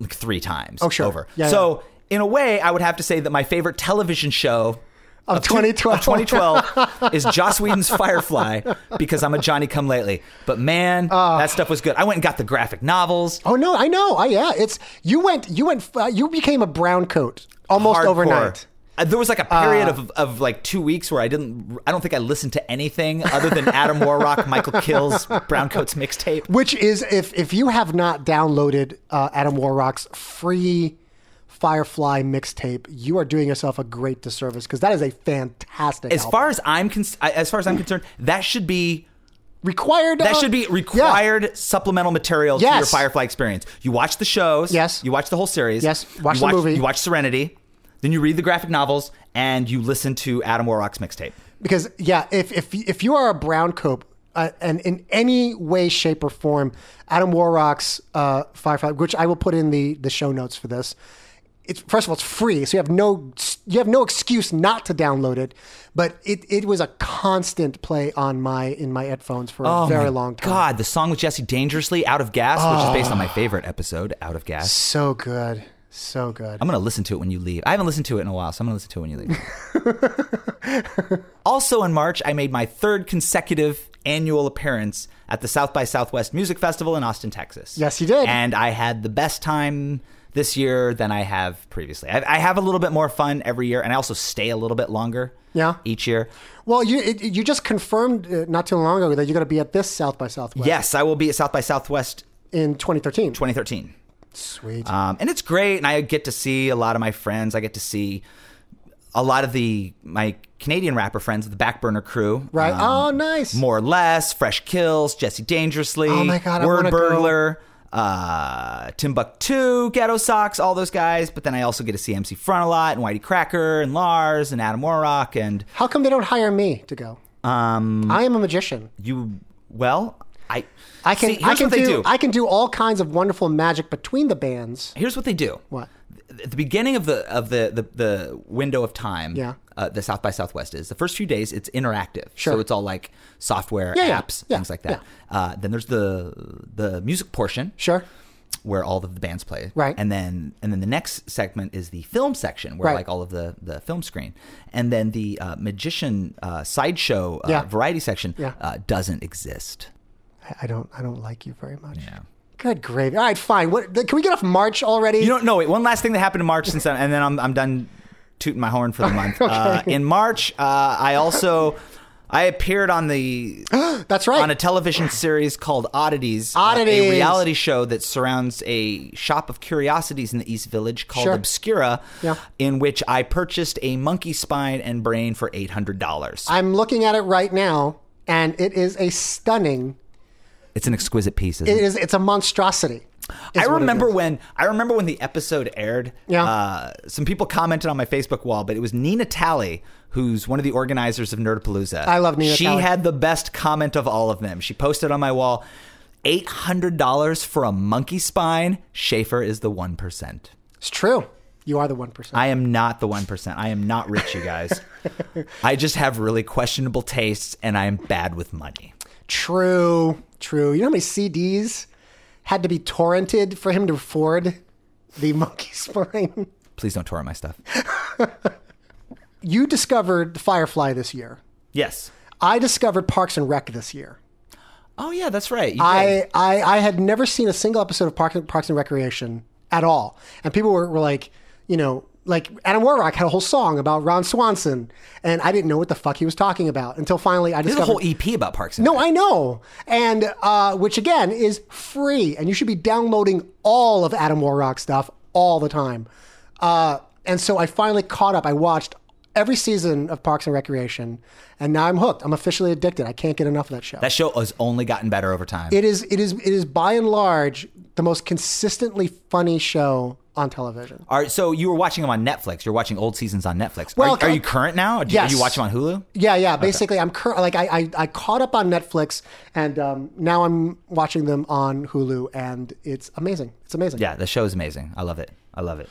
C: like three times.
B: Oh, sure.
C: Over.
B: Yeah,
C: so in a way, I would have to say that my favorite television show
B: Of
C: two-
B: 2012.
C: <laughs> of 2012 is Joss Whedon's Firefly because I'm a Johnny Come Lately. But man,
B: Ah.
C: that stuff was good. I went and got the graphic novels.
B: Oh no, I know. I yeah, it's you went you went uh, you became a brown coat almost
C: hardcore.
B: overnight. Ah.
C: Uh, There was like a period of, of like two weeks where I didn't, I don't think I listened to anything other than Adam Warrock, Michael Kill's Browncoats mixtape.
B: Which is if if you have not downloaded uh, Adam Warrock's free Firefly mixtape, you are doing yourself a great disservice because that is a fantastic.
C: As
B: album.
C: far as I'm con- as far as I'm concerned, that should be
B: required,
C: that
B: uh,
C: should be
B: yeah.
C: required supplemental material to
B: Yes.
C: your Firefly experience. You watch the shows,
B: Yes.
C: You watch the whole series,
B: Yes. Watch
C: you
B: the movie.
C: You watch Serenity, then you read the graphic novels, and you listen to Adam Warrock's mixtape.
B: Because yeah, if if if you are a brown coat uh, and in any way, shape, or form, Adam Warrock's uh, Firefly, which I will put in the the show notes for this. It's first of all, it's free, so you have no you have no excuse not to download it. But it it was a constant play on my in my headphones for a very
C: Oh my
B: long time. Ah.
C: God, the song with Jesse Dangerously, Out of Gas, which is based on my favorite episode, Out of Gas.
B: So good, so good.
C: I'm gonna listen to it when you leave. I haven't listened to it in a while, so I'm gonna listen to it when you leave.
B: <laughs>
C: also in March, I made my third consecutive annual appearance at the South by Southwest Music Festival in Austin, Texas.
B: Yes, you did.
C: And I had the best time this year than I have previously. I, I have a little bit more fun every year, and I also stay a little bit longer.
B: Yeah.
C: Each year.
B: Well, you it, you just confirmed uh, not too long ago that you're going to be at this South by Southwest
C: Yes, I will be at South by Southwest
B: in 2013.
C: 2013.
B: Sweet.
C: um, and it's great. And I get to see a lot of my friends. I get to see a lot of the my Canadian rapper friends, the Backburner Crew,
B: right.
C: Um,
B: oh, nice.
C: more or less, Fresh Kills, Jesse Dangerously,
B: Oh my God, I
C: Word
B: wanna go.
C: Burglar, uh, Timbuktu, Ghetto Socks, all those guys. But then I also get to see MC Front a lot, and Whitey Cracker, and Lars, and Adam Warrock, and
B: How come they don't hire me to go? Um, I am a magician.
C: you. Well, I
B: I can
C: See,
B: I
C: here's
B: can
C: what they do.
B: I can do all kinds of wonderful magic between the bands.
C: here's what they do.
B: What?
C: At the beginning of the of the the, the window of time,
B: Yeah.
C: uh, the South by Southwest is the first few days. It's interactive, so
B: Sure.
C: it's all like software
B: Yeah, yeah,
C: apps,
B: yeah,
C: things like that. Uh, then there's the the music portion,
B: Sure.
C: where all of the bands play,
B: Right.
C: And then and then the next segment is the film section, where
B: Right.
C: like all of the the film screen, and then the uh, magician uh, sideshow uh,
B: Yeah.
C: variety section
B: Yeah.
C: uh, doesn't exist.
B: I, I don't I don't like you very much. Good gravy. All right, fine. What can we get off March already?
C: You don't know. Wait, one last thing that happened in March, since I'm, and
B: <laughs>
C: then I'm I'm done tooting my horn for the month. uh, in March, uh, I also I appeared on
B: <gasps>
C: the
B: That's right.
C: on a television series called Oddities, uh,
B: Oddities.
C: a reality show that surrounds a shop of curiosities in the East Village called
B: Sure.
C: Obscura,
B: Yeah.
C: in which I purchased a monkey spine and brain for eight hundred dollars.
B: I'm looking at it right now, and it is a stunning.
C: It's an exquisite piece. Isn't
B: It
C: it?
B: is. It's a monstrosity.
C: I
B: is what it
C: remember
B: is.
C: when I remember when the episode aired.
B: Yeah.
C: Uh, some people commented on my Facebook wall, but it was Nina Talley, who's one of the organizers of Nerdapalooza.
B: I love Nina
C: She
B: Talley.
C: had the best comment of all of them. She posted on my wall, eight hundred dollars for a monkey spine. Schaefer is the one percent.
B: It's true. You are the one percent.
C: I am not the one percent. I am not rich, you
B: <laughs>
C: guys. I just have really questionable tastes, and I am bad with money.
B: True. True. You know how many CDs had to be torrented for him to afford the <laughs> monkey spine?
C: Please don't torrent my stuff.
B: You discovered the Firefly this year.
C: Yes.
B: I discovered Parks and Rec this year.
C: Oh yeah, that's right. You did.
B: I, I, I had never seen a single episode of Parks, Parks and Recreation at all. And people were, were like, you know, like Adam Warrock had a whole song about Ron Swanson, and I didn't know what the fuck he was talking about until finally I
C: There's a
B: discovered.
C: whole EP about Parks and
B: no, I know, and uh, which again is free, and you should be downloading all of Adam Warrock stuff all the time. Uh, and so I finally caught up. I watched every season of Parks and Recreation, and now I'm hooked. I'm officially addicted. I can't get enough of that show.
C: That show has only gotten better over time.
B: It is it is it is by and large the most consistently funny show on television.
C: Are, so you were watching them on Netflix. You're watching old seasons on Netflix. Are-
B: Well,
C: are, you current now? Or do,
B: yes.
C: Are you watching on Hulu?
B: Yeah, yeah. Basically, I'm cur- like I, I I caught up on Netflix and um, now I'm watching them on Hulu and it's amazing. It's amazing.
C: Yeah, the show is amazing. I love it. I love it.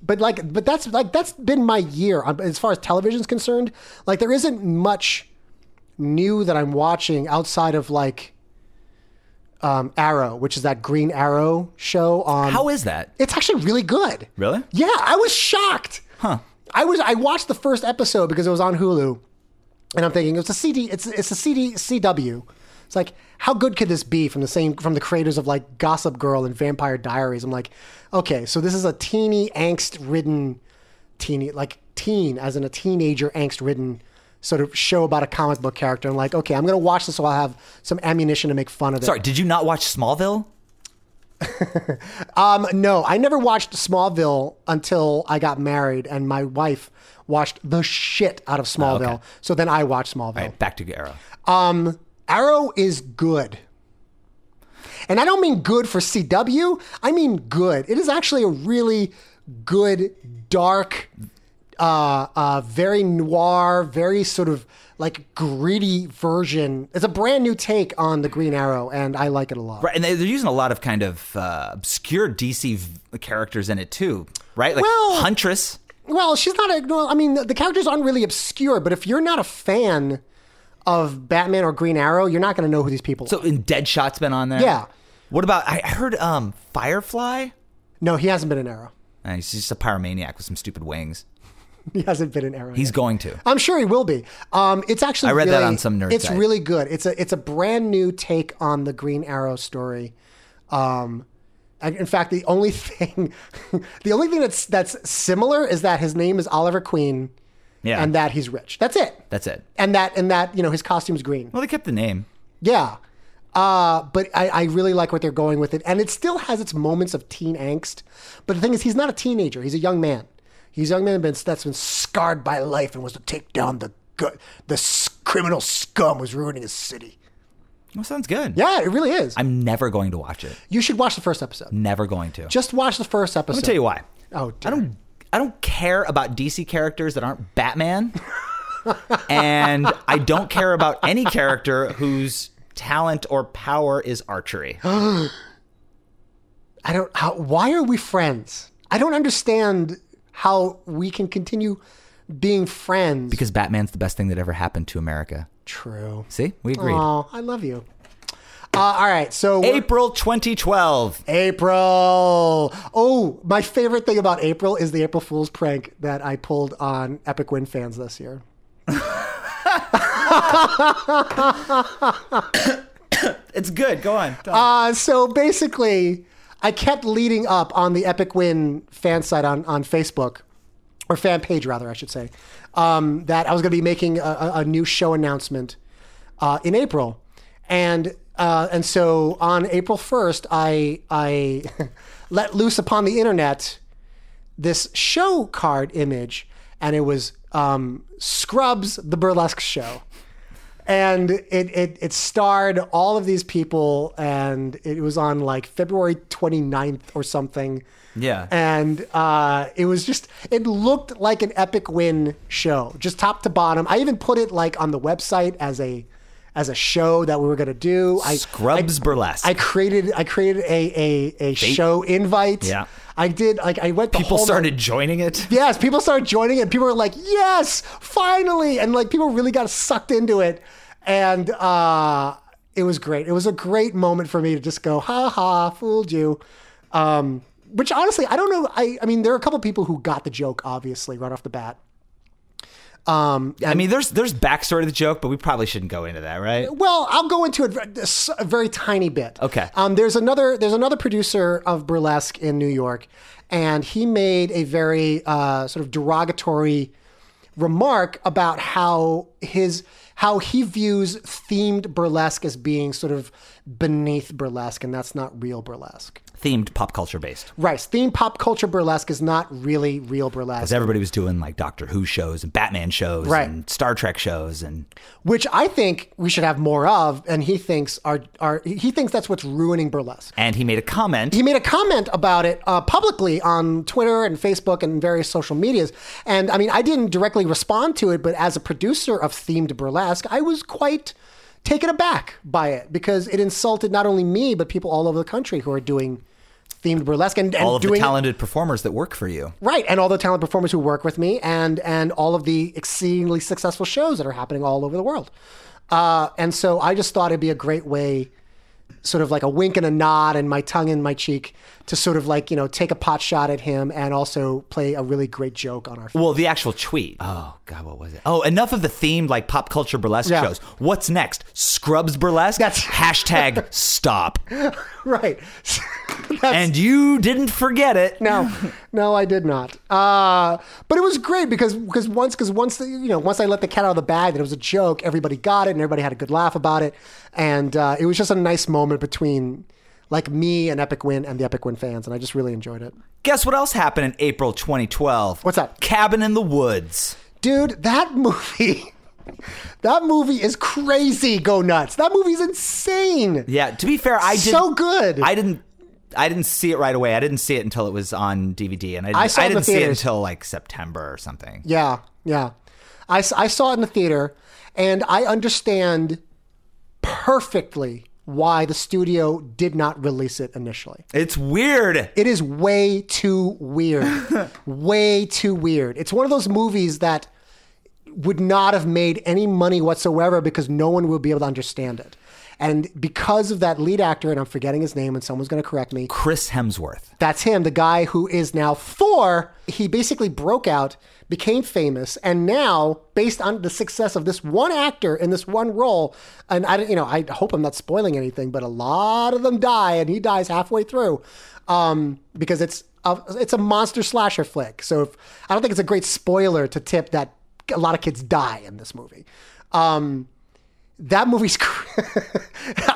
B: But like, but that's like that's been my year um, as far as television's concerned. Like there isn't much new that I'm watching outside of like um, Arrow, which is that Green Arrow show on.
C: How is that?
B: It's actually really good.
C: Really?
B: Yeah, I was shocked. Huh. I was I watched the first episode because it was on Hulu. And I'm thinking it's a CD it's it's a CD CW. It's like how good could this be from the same from the creators of like Gossip Girl and Vampire Diaries? I'm like, okay, so this is a teeny angst-ridden teeny like teen as in a teenager angst-ridden sort of show about a comic book character. I'm like, okay, I'm going to watch this so I'll have some ammunition to make fun of it.
C: Sorry, did you not watch Smallville?
B: No, I never watched Smallville until I got married, and my wife watched the shit out of Smallville.
C: Oh, okay.
B: So then I watched Smallville.
C: All right, back to Arrow.
B: Arrow is good. And I don't mean good for CW, I mean good. It is actually a really good, dark, uh, uh, very noir, very sort of like gritty version. It's a brand new take on the Green Arrow, and I like it a lot.
C: Right, and they- they're using a lot of kind of uh, obscure DC v- characters in it too, right? Like
B: Well-
C: Huntress.
B: Well, she's not a. Well, I mean, the, the characters aren't really obscure, but if you're not a fan of Batman or Green Arrow, you're not going to know who these people. are.
C: So and Deadshot's been on there.
B: Yeah.
C: What about I I heard um, Firefly?
B: No, he hasn't been an Arrow. <laughs>
C: Uh, he's just a pyromaniac with some stupid wings.
B: He hasn't been an Arrow.
C: He's
B: yet.
C: going to.
B: I'm sure he will be. Um, it's actually.
C: I read that
B: really-
C: on some nerd
B: It's
C: site.
B: really good. It's a it's a brand new take on the Green Arrow story. Um, and in fact, the only <laughs> thing, the only thing that's that's similar is that his name is Oliver Queen,
C: Yeah,
B: and that he's rich. That's it.
C: that's it.
B: And that and that you know his costume's green.
C: Well, they kept the name.
B: Yeah. Uh, but I, I really like what they're going with it. And it still has its moments of teen angst. But the thing is, he's not a teenager. He's a young man. He's a young man been- that's been scarred by life and wants to take down the gu- the s- criminal scum who's ruining his city.
C: Well, sounds good.
B: Yeah, it really is.
C: I'm never going to watch it.
B: you should watch the first episode.
C: Never going to.
B: Just watch the first episode.
C: Let me tell you why.
B: Oh,
C: I don't. I don't care about DC characters that aren't <laughs> Batman, and I don't care about any character whose talent or power is <gasps> archery.
B: I don't. How, why are we friends? I don't understand how we can continue being friends.
C: Because Batman's the best thing that ever happened to America.
B: True.
C: See, we agreed.
B: Oh, I love you. Uh, all right. So we're-
C: April 2012.
B: April. Oh, my favorite thing about April is the April Fool's prank that I pulled on Epic Win fans this year.
C: It's good. Go on.
B: Uh, so basically, I kept leading up on the Epic Win fan site on, on Facebook or fan page rather, I should say, um, that I was going to be making a, a, a new show announcement uh, in April, and uh, and so on April first, I I <laughs> let loose upon the internet this show card image, and it was um, Scrubs, the burlesque show. And it, it it starred all of these people, and it was on like February 29th or something
C: Yeah.
B: and uh, it was just it looked like an epic win show just top to bottom i even put it like on the website as a as a show that we were going to do i
C: Scrubs burlesque.
B: i created i created a a, a show invite
C: Yeah.
B: i did like i went the
C: People
B: whole
C: started joining it.
B: yes people started joining it people were like yes finally and like people really got sucked into it and uh it was great it was a great moment for me to just go ha ha fooled you um which honestly i don't know i i mean there are a couple people who got the joke obviously right off the bat um
C: I mean, there's there's backstory to the joke, but we probably shouldn't go into that, right?
B: Well, I'll go into it a s- a very tiny bit.
C: Okay.
B: Um, there's another there's another producer of burlesque in New York, and he made a very uh, sort of derogatory remark about how his how he views themed burlesque as being sort of beneath burlesque, and that's not real burlesque.
C: Themed pop culture based.
B: Right. Themed pop culture burlesque is not really real burlesque.
C: Because everybody was doing like Doctor Who shows and Batman shows
B: Right.
C: and Star Trek shows and
B: which I think we should have more of, and he thinks are are he thinks that's what's ruining burlesque.
C: and he made a comment.
B: he made a comment about it uh, publicly on Twitter and Facebook and various social medias. And I mean, I didn't directly respond to it, but as a producer of themed burlesque, I was quite taken aback by it because it insulted not only me but people all over the country who are doing themed burlesque and, and
C: all of the
B: doing it-
C: talented performers that work for you.
B: right and all the talent performers who work with me and and all of the exceedingly successful shows that are happening all over the world uh, and so i just thought it'd be a great way sort of like a wink and a nod and my tongue in my cheek to sort of like you know take a pot shot at him and also play a really great joke on our <laughs>
C: Well, the actual tweet. Oh God, what was it? Oh, enough of the themed like pop culture burlesque
B: Yeah.
C: shows. What's next? Scrubs burlesque.
B: That's- <laughs>
C: hashtag stop.
B: right That's-
C: And you didn't forget it.
B: no, <laughs> no, I did not. Uh, but it was great because because once because once the, you know once I let the cat out of the bag that it was a joke, everybody got it and everybody had a good laugh about it, and uh, it was just a nice moment between like me and Epic Win and the Epic Win fans, and I just really enjoyed it.
C: Guess what else happened in April 2012?
B: What's that?
C: Cabin in the Woods.
B: Dude, that <laughs> movie, that movie is crazy. Go nuts! That movie's insane.
C: Yeah. To be fair, I did
B: so good.
C: I didn't. I didn't see it right away. I didn't see it until it was on DVD, and I, didn't-
B: saw it in the
C: didn't see it
B: theaters.
C: until like September or something.
B: Yeah, yeah. I, s- I saw it in the theater, and I understand perfectly why the studio did not release it initially.
C: It's weird.
B: It is way too weird. way too weird. It's one of those movies that would not have made any money whatsoever because no one will be able to understand it. And because of that lead actor, and I'm forgetting his name, and someone's going to correct me,
C: Chris Hemsworth.
B: that's him, the guy who is now Thor. He basically broke out, became famous, and now, based on the success of this one actor in this one role, and I, don't- you know, I hope I'm not spoiling anything, but a lot of them die, and he dies halfway through, um, because it's a, it's a monster slasher flick. So if, I don't think it's a great spoiler to tip that a lot of kids die in this movie. Um, that movie's cr- <laughs>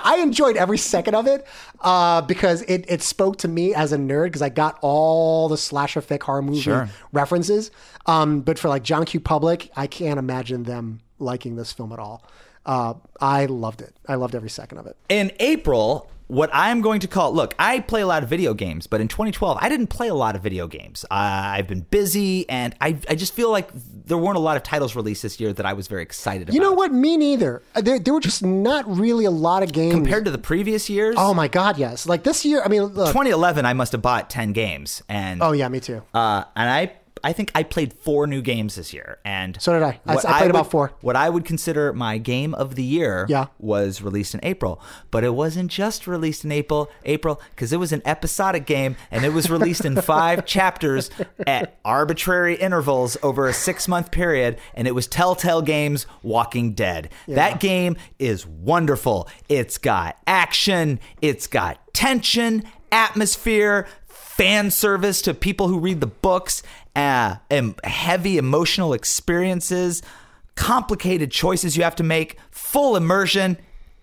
B: i enjoyed every second of it uh, because it, it spoke to me as a nerd because i got all the slasher fic horror movie
C: Sure.
B: references um, but for like john q public i can't imagine them liking this film at all uh, i loved it i loved every second of it
C: In April, what I'm going to call look, I play a lot of video games, but in 2012, I didn't play a lot of video games. Uh, I've been busy, and I, I just feel like there weren't a lot of titles released this year that I was very excited about.
B: you know what me neither Uh, there, there were just not really a lot of games
C: Compared to the previous years,
B: oh my god yes like this year i mean look,
C: 2011, I must have bought 10 games, and
B: oh yeah me too
C: Uh, and I I think I played four new games this year, and
B: So did I. I-
C: what
B: I played
C: would-
B: about four.
C: What I would consider my game of the year,
B: Yeah.
C: was released in April, but it wasn't just released in April, April because it was an episodic game, and it was released in
B: <laughs>
C: five chapters at arbitrary intervals over a six month period, and it was Telltale Games Walking Dead. That game is wonderful. It's got action. It's got tension. Atmosphere, fan service to people who read the books uh, em- heavy emotional experiences, complicated choices you have to make, full immersion.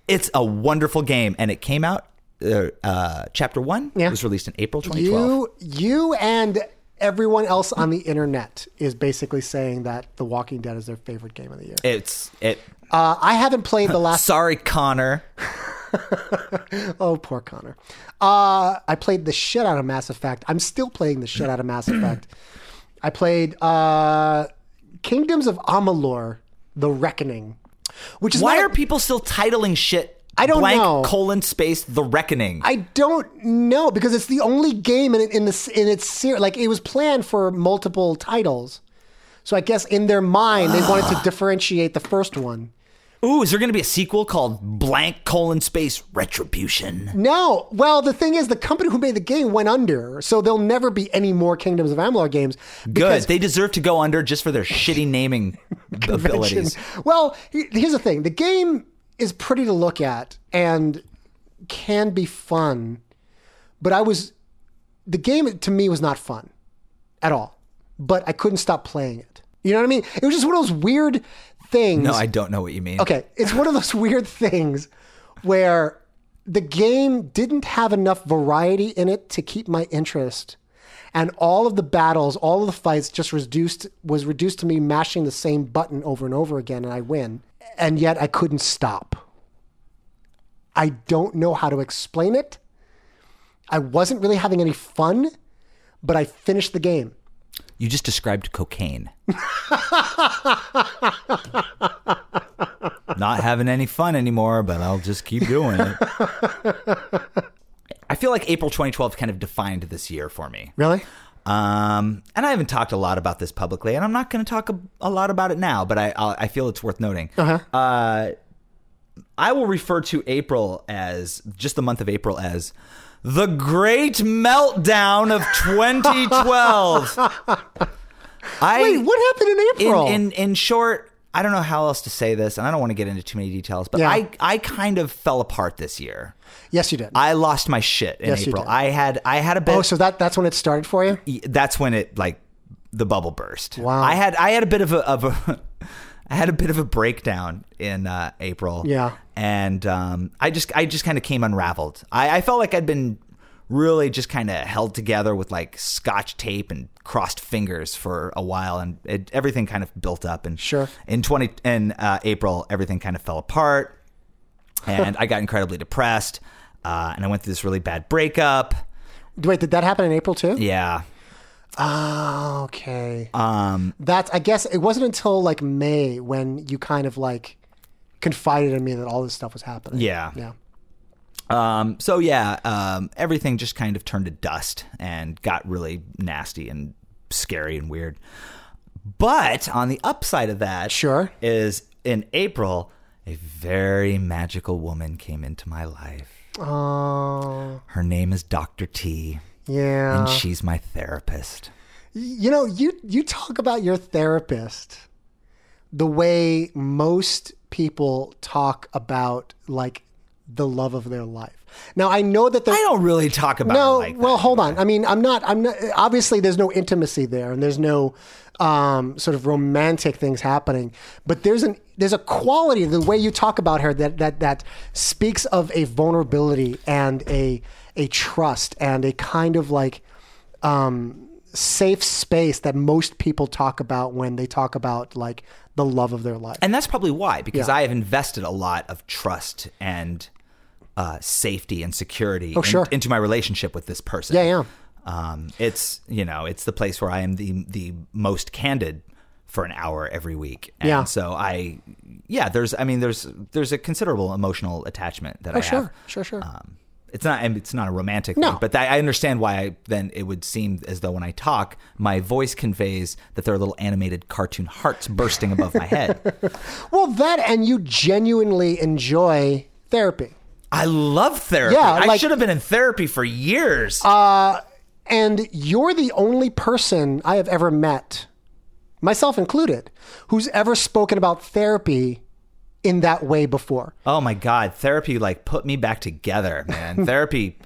C: It's a wonderful game, and it came out. Uh, uh, chapter one
B: Yeah.
C: was released in April 2012.
B: You, you and everyone else on the internet is basically saying that The Walking Dead is their favorite game of the year.
C: It's it.
B: Uh, I haven't played the
C: <laughs>
B: last.
C: Sorry, Connor.
B: Oh, poor Connor. Uh, I played the shit out of Mass Effect. I'm still playing the shit out of Mass Effect. I played uh, Kingdoms of Amalur: The Reckoning, which is
C: Why
B: not-
C: are people still titling shit?
B: I don't
C: blank,
B: know.
C: Colon space the reckoning.
B: I don't know because it's the only game in in this in its series. Like it was planned for multiple titles, so I guess in their mind they wanted to differentiate the first one.
C: Ooh, is there going to be a sequel called blank colon space retribution?
B: No, well the thing is the company who made the game went under, so there'll never be any more Kingdoms of Amalur games.
C: Good.
B: because-
C: They deserve to go under just for their shitty
B: <laughs>
C: naming abilities.
B: Well, he- here's the thing: the game is pretty to look at and can be fun, but I was the game to me was not fun at all. But I couldn't stop playing it. You know what I mean? It was just one of those weird things.
C: No, I don't know what you mean.
B: okay, it's one of those <laughs> weird things where the game didn't have enough variety in it to keep my interest. And all of the battles, all of the fights just reduced was reduced to me mashing the same button over and over again and I win. And yet I couldn't stop. I don't know how to explain it. I wasn't really having any fun, but I finished the game.
C: You just
B: <laughs>
C: described cocaine. Not having any fun anymore, but I'll just keep
B: <laughs>
C: doing it. I feel like April 2012 kind of defined this year for me.
B: Really?
C: Um, and I haven't talked a lot about this publicly, and I'm not going to talk a, a lot about it now, but I I'll, I feel it's worth noting. Uh-huh. I will refer to April as just the month of April as the great meltdown of
B: <laughs>
C: 2012. I
B: Wait, what happened in
C: in,
B: April?
C: in in short, I don't know how else to say this, and I don't want to get into too many details, but
B: Yeah.
C: I I kind of fell apart this year.
B: yes, you did.
C: I lost my shit in
B: Yes, you
C: April.
B: did.
C: I had I had a bit
B: oh, so that that's when it started for you?
C: that's when it like the bubble burst.
B: Wow.
C: I had I had a bit of a of a <laughs> I had a bit of a breakdown in uh, April.
B: Yeah.
C: And um, I just I just kind of came unraveled. I, I felt like I'd been really just kind of held together with like scotch tape and crossed fingers for a while and it, everything kind of built up and
B: Sure.
C: in 20 in uh, April everything kind of fell apart and I got incredibly depressed uh, and I went through this really bad breakup
B: Wait, did that happen in April too?
C: yeah
B: Oh, okay. Um, that's. I guess it wasn't until like May when you kind of like confided in me that all this stuff was happening.
C: Yeah.
B: Yeah.
C: Um, so yeah, um, everything just kind of turned to dust and got really nasty and scary and weird. But on the upside of that,
B: Sure.
C: is in April, a very magical woman came into my life.
B: Oh,
C: Her name is Doctor T,
B: yeah.
C: and she's my therapist.
B: you know, you you talk about your therapist the way most people talk about like the love of their life. Now I know that there.
C: I don't really talk about
B: no
C: it like
B: well
C: that.
B: hold on i mean i'm not i'm not obviously there's no intimacy there and there's no um, sort of romantic things happening but there's an there's a quality the way you talk about her that that that speaks of a vulnerability and a a trust and a kind of like um, safe space that most people talk about when they talk about like the love of their life
C: And that's probably why, because
B: Yeah.
C: I have invested a lot of trust and uh, safety and security in-
B: Oh, sure.
C: into my relationship with this person.
B: Yeah, yeah.
C: Um, it's you know, it's the place where I am the the most candid for an hour every week. And
B: Yeah.
C: So I, yeah, there's, I mean, there's there's a considerable emotional attachment that I have.
B: Oh, sure sure sure
C: Um, it's not, and it's not a romantic
B: No.
C: thing, but that, I understand why. I, then it would seem as though when I talk, my voice conveys that there are little animated cartoon hearts bursting above my
B: <laughs>
C: head.
B: well that and you genuinely enjoy therapy
C: I love therapy.
B: Yeah,
C: I
B: like- Uh,
C: should have been in therapy for years.
B: And you're the only person I have ever met, myself included, who's ever spoken about therapy in that way before. <laughs>
C: oh my god, therapy like put me back together, man. therapy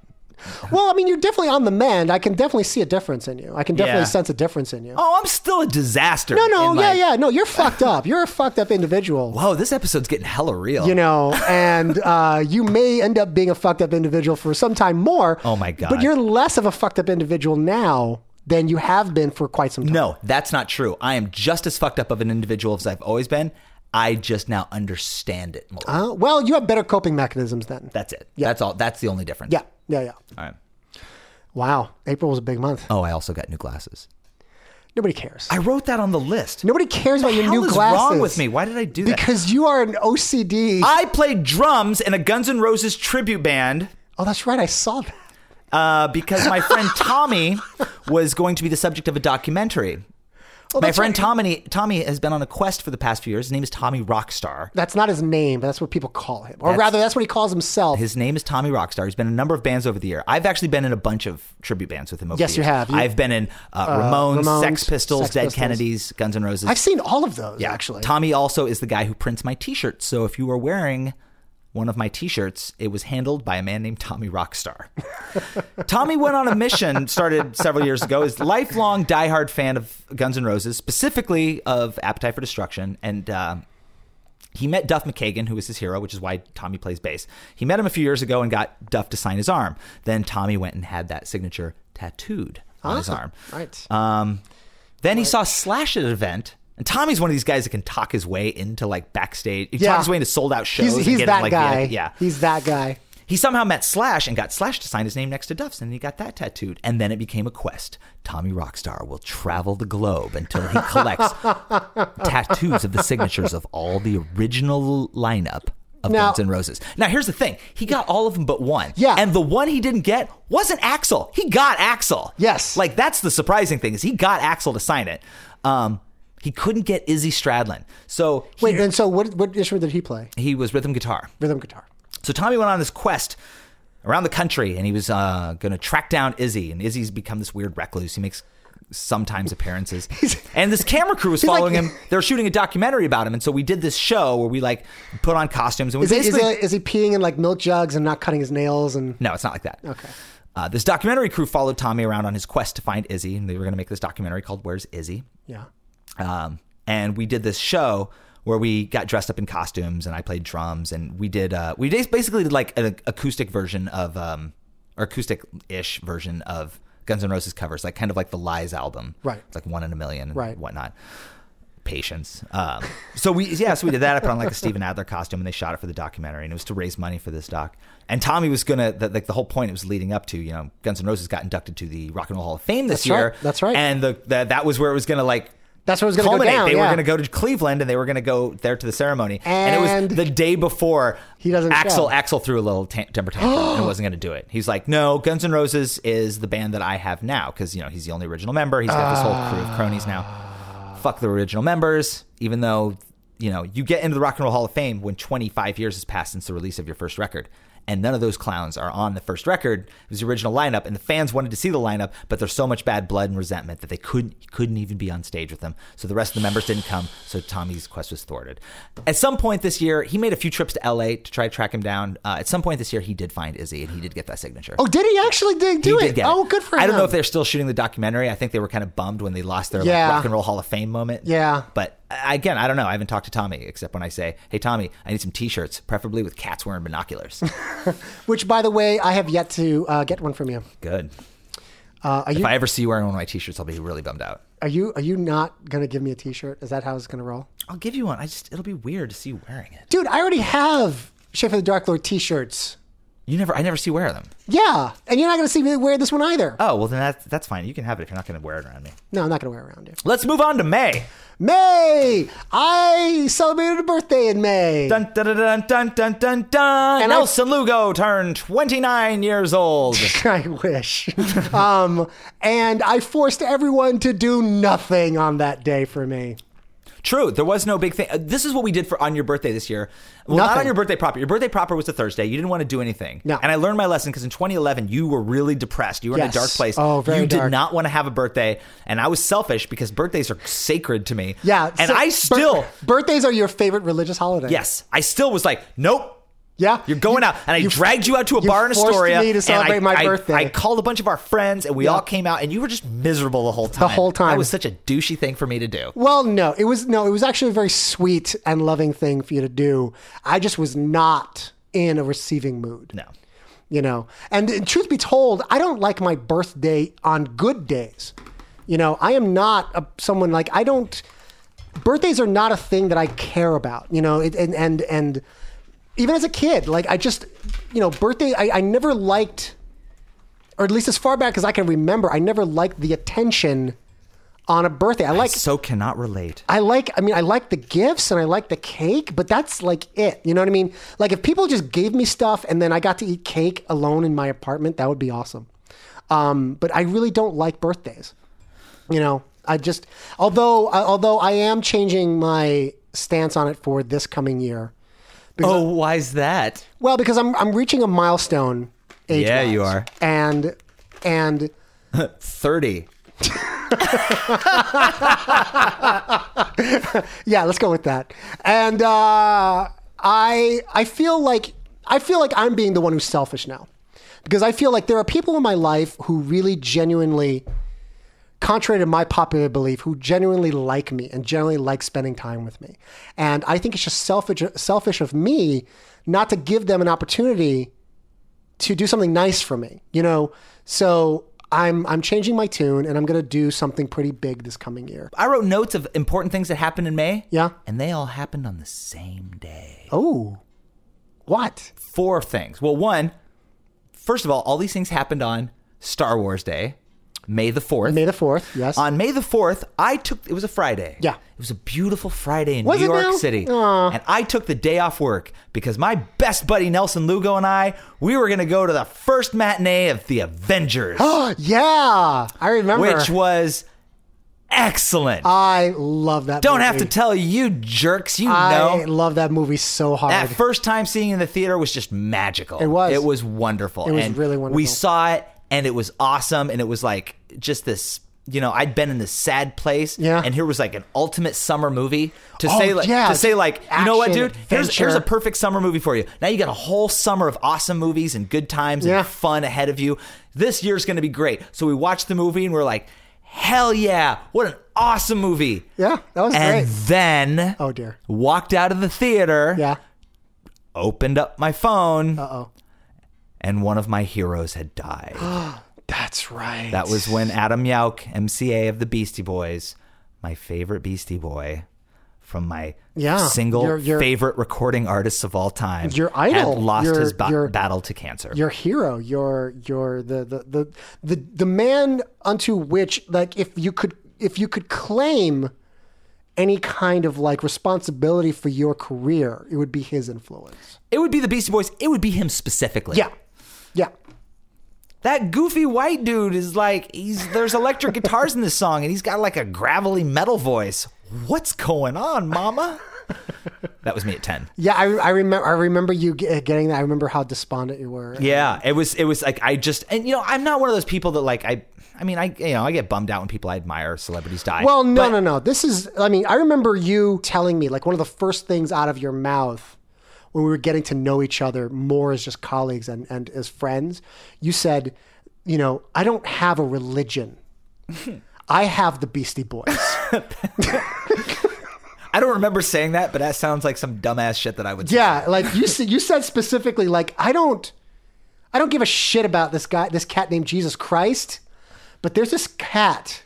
B: Well, I mean, you're definitely on the mend. I can definitely see a difference in you. I can definitely
C: Yeah.
B: sense a difference in you.
C: Oh, I'm still a disaster.
B: no, no,
C: in,
B: yeah,
C: like-
B: yeah. No, you're fucked up. You're a fucked up individual.
C: Whoa, this episode's getting hella real.
B: You know, and uh, you may end up being a fucked up individual for some time more.
C: Oh my God.
B: But you're less of a fucked up individual now than you have been for quite some time.
C: No, that's not true. I am just as fucked up of an individual as I've always been. I just now understand it more.
B: Uh, well, you have better coping mechanisms then.
C: that's it. That's all. That's the only difference.
B: yeah, yeah, yeah.
C: All right.
B: Wow, April was a big month.
C: Oh, I also got new glasses.
B: Nobody cares.
C: I wrote that on the list.
B: Nobody cares about your
C: hell
B: new
C: is
B: glasses.
C: wrong with me? Why did I do that?
B: Because you are an OCD.
C: I played drums in a Guns N' Roses tribute band
B: oh, that's right. I saw that.
C: uh, because
B: <laughs>
C: my friend Tommy was going to be the subject of a documentary.
B: Oh,
C: my
B: that's
C: friend
B: right.
C: Tommy Tommy has been on a quest for the past few years. His name is Tommy Rockstar.
B: That's not his name, but that's what people call him. Or
C: That's-
B: rather, that's what he calls himself.
C: His name is Tommy Rockstar. He's been in a number of bands over the year. I've actually been in a bunch of tribute bands with him over
B: Yes, you
C: the years.
B: have. You-
C: I've been in uh, Ramones,
B: Ramones,
C: Sex Pistols,
B: Sex
C: Dead
B: Pistols.
C: Kennedys, Guns N' Roses.
B: I've seen all of those, actually.
C: Tommy also is the guy who prints my t-shirts. So if you were wearing one of my t-shirts, it was handled by a man named Tommy Rockstar. <laughs> Tommy went on a mission started several years ago. Is lifelong diehard fan of Guns N' Roses, specifically of Appetite for Destruction, and uh, he met Duff McKagan, who was his hero, which is why Tommy plays bass. He met him a few years ago and got Duff to sign his arm. Then Tommy went and had that signature tattooed on his
B: Ah,
C: arm. Um,
B: Right.
C: Then he saw Slash at an event. And Tommy's one of these guys that can talk his way into like backstage. He
B: Yeah.
C: talks his way into sold out shows.
B: he's
C: and
B: he's
C: get him,
B: that
C: like,
B: guy.
C: VIP. yeah.
B: He's that guy.
C: He somehow met Slash and got Slash to sign his name next to Duff's, and he got that tattooed. And then it became a quest. Tommy Rockstar will travel the globe until he
B: <laughs>
C: collects tattoos of the signatures of all the original lineup of
B: Now-
C: Guns N' Roses. Now, here's the thing he got all of them but one.
B: Yeah.
C: And the one he didn't get wasn't Axel. He got Axel.
B: Yes.
C: Like, that's the surprising thing is he got Axel to sign it. Um, he couldn't get Izzy Stradlin. So he,
B: Wait, and so what, what instrument did he play?
C: he was rhythm guitar.
B: Rhythm guitar.
C: So Tommy went on this quest around the country, and he was uh, going to track down Izzy. And Izzy's become this weird recluse. He makes
B: <laughs>
C: sometimes appearances, and this camera crew was
B: he's like-
C: following him. They were shooting a documentary about him, and so we did this show where we like put on costumes and we
B: Is he, is,
C: basically.
B: he, is he peeing in like milk jugs and not cutting his nails? And
C: no, it's not like that. Okay. Uh, this documentary crew followed Tommy around on his quest to find Izzy, and they were going to make this documentary called "Where's Izzy."
B: yeah.
C: um, and we did this show where we got dressed up in costumes and I played drums and we did uh, we just basically did like an acoustic version of um, or acoustic ish version of Guns N' Roses covers, like kind of like the Lies album,
B: Right.
C: It's like one in a million, and
B: Right.
C: Whatnot. Patience. Um, so we yeah, so we did that. I put on like a Steven Adler costume and they shot it for the documentary, and it was to raise money for this doc. And Tommy was gonna the, like the whole point it was leading up to. You know, Guns N' Roses got inducted to the Rock and Roll Hall of Fame this
B: That's right.
C: year.
B: That's right.
C: And the, the that was where it was gonna like
B: That's where it was going to go
C: culminate.
B: down.
C: They
B: yeah.
C: were going to go to Cleveland and they were going to go there to the ceremony. And,
B: And-
C: it was the day before.
B: He doesn't
C: Axel
B: show.
C: Axel threw a little t- temper tantrum
B: <gasps>
C: and wasn't going to do it. He's like, "No, Guns N' Roses is the band that I have now because you know he's the only original member. He's got this whole crew of cronies now. Fuck the original members, even though." You know, you get into the Rock and Roll Hall of Fame when 25 years has passed since the release of your first record, and none of those clowns are on the first record. It was the original lineup, and the fans wanted to see the lineup, but there's so much bad blood and resentment that they couldn't couldn't even be on stage with them. So the rest of the members didn't come. So Tommy's quest was thwarted. At some point this year, he made a few trips to L.A. to try to track him down. Uh, at some point this year, he did find Izzy, and he did get that signature.
B: Oh, did he actually did,
C: He
B: do
C: did
B: it?
C: get
B: Oh, good for him.
C: I don't know if they're still shooting the documentary. I think they were kind of bummed when they lost their like,
B: Yeah.
C: rock and roll Hall of Fame moment.
B: Yeah.
C: But uh, again, I don't know. I haven't talked to Tommy except when I say, "Hey, Tommy, I need some T-shirts, preferably with cats wearing <laughs> binoculars."
B: Which, by the way, I have yet to uh, get one from you.
C: Good.
B: Uh, are you
C: If I ever see you wearing one of my T-shirts, I'll be really bummed out.
B: are you are you not going to give me a T-shirt? Is that how it's going to roll?
C: I'll give you one. I just it'll be weird to see you wearing it.
B: Dude, I already have Shape of the Dark Lord T-shirts.
C: You never. I never see you wear them.
B: Yeah, and you're not going to see me wear this one either. Uh,
C: Oh well, then that's that's fine. You can have it if you're not going to wear it around me.
B: No, I'm not going to wear it around you.
C: Let's move on to May.
B: May, I celebrated a birthday in May.
C: Dun dun dun dun dun dun dun. dun.
B: And I-
C: Nelson Lugo turned 29 years old.
B: <laughs> I wish. <laughs> um, and I forced everyone to do nothing on that day for me.
C: True. There was no big thing. Uh, This is what we did for on your birthday this year. Well, not
B: Nothing.
C: on your birthday proper. Your birthday proper was a Thursday. You didn't want to do anything.
B: No.
C: And I learned my lesson because in 2011 you were really depressed. You were
B: Yes.
C: in a dark place.
B: Oh, very
C: You
B: dark.
C: did not want to have a birthday, and I was selfish because birthdays are sacred to me.
B: Yeah,
C: And
B: so-
C: I still
B: bir- birthdays are your favorite religious holiday.
C: yes, I still was like, nope.
B: Yeah.
C: You're going out, and I dragged you out to a
B: you
C: bar in
B: forced
C: Astoria.
B: me to
C: and
B: celebrate
C: I,
B: my
C: I-
B: birthday.
C: I called a bunch of our friends, and we all came out, and you were just miserable the whole time.
B: whole time.
C: That was such a douchey thing for me to do.
B: Well, no, it was no, it was actually a very sweet and loving thing for you to do. I just was not in a receiving mood.
C: No.
B: You know, and uh, truth be told, I don't like my birthday on good days. You know, I am not a, someone like I don't. Birthdays are not a thing that I care about. You know, it, and and and even as a kid, like I just, you know, birthday. I, I never liked, or at least as far back as I can remember, I never liked the attention on a birthday. I like
C: So cannot relate.
B: I like, I mean, I like the gifts and I like the cake, but that's like it. You know what I mean? Like if people just gave me stuff and then I got to eat cake alone in my apartment, that would be awesome. Um, but I really don't like birthdays. You know, I just, although, I- although I am changing my stance on it for this coming year.
C: Oh, why's that?
B: Well, because I'm, I'm reaching a milestone. Age
C: Yeah, you are.
B: And, and
C: 30.
B: yeah, let's go with that. And uh, I I feel like I feel like I'm being the one who's selfish now, because I feel like there are people in my life who really genuinely, contrary to my popular belief, who genuinely like me and generally like spending time with me, and I think it's just selfish selfish of me not to give them an opportunity to do something nice for me, you know. So. I'm, I'm changing my tune and I'm going to do something pretty big this coming year.
C: I wrote notes of important things that happened in May.
B: Yeah.
C: And they all happened on the same day.
B: Oh, what?
C: Four things. Well, one, first of all, all these things happened on Star Wars Day, May the 4th.
B: May the fourth. Yes.
C: on May the 4th, I took it was a Friday.
B: Yeah.
C: It was a beautiful Friday in
B: Was
C: New
B: it
C: York
B: now?
C: City.
B: Aw.
C: And I took the day off work because my best buddy Nelson Lugo and I, we were going to go to the first matinee of
B: <gasps>
C: The Avengers,
B: oh yeah, I remember.
C: which was excellent.
B: I love that.
C: Don't
B: movie.
C: have to tell you jerks, you know.
B: I love that movie so hard.
C: That first time seeing it in the theater was just magical. It
B: was.
C: It was wonderful. It
B: was
C: and
B: really
C: We
B: wonderful.
C: saw it and it was awesome. And it was like just this, you know, I'd been in this sad place.
B: Yeah.
C: And here was like an ultimate summer movie to
B: Oh,
C: say like
B: yeah.
C: to say like, you know what,
B: Action,
C: dude? Here's, here's a
B: adventure.
C: perfect summer movie for you. Now you got a whole summer of awesome movies and good times
B: Yeah.
C: and fun ahead of you. This year's gonna be great. So we watched the movie and we're like, hell yeah, what an awesome movie.
B: yeah, that was
C: And
B: great.
C: then
B: Oh dear.
C: walked out of the theater
B: Yeah.
C: opened up my phone
B: Uh oh.
C: and one of my heroes had died.
B: <gasps> That's right.
C: that was when Adam Yauch, MCA of the Beastie Boys, my favorite Beastie Boy from my
B: Yeah,
C: single
B: your- your-
C: favorite recording artists of all time,
B: Your idol,
C: had lost
B: your-
C: his ba-
B: your-
C: battle to cancer.
B: your hero. Your your the the the the the man unto which like if you could if you could claim any kind of like responsibility for your career, it would be his influence.
C: it would be the Beastie Boys. It would be him specifically.
B: Yeah. Yeah.
C: That goofy white dude is like he's there's electric guitars in this song and he's got like a gravelly metal voice. What's going on, mama? that was me at 10.
B: Yeah, I, I remember. I remember you ge- getting that. I remember how despondent you were.
C: Yeah, it was it was like I just and you know I'm not one of those people that like I I mean I you know I get bummed out when people I admire celebrities die.
B: Well, no,
C: But-
B: no, no. This is, I mean, I remember you telling me, like, one of the first things out of your mouth when we were getting to know each other more as just colleagues and, and as friends, you said, you know, I don't have a
C: <laughs>
B: religion. I have the Beastie Boys.
C: I don't remember saying that, but that sounds like some dumbass shit that I would. say.
B: yeah, like
C: <laughs>
B: you said, you said specifically, like I don't, I don't give a shit about this guy, this cat named Jesus Christ, but there's this cat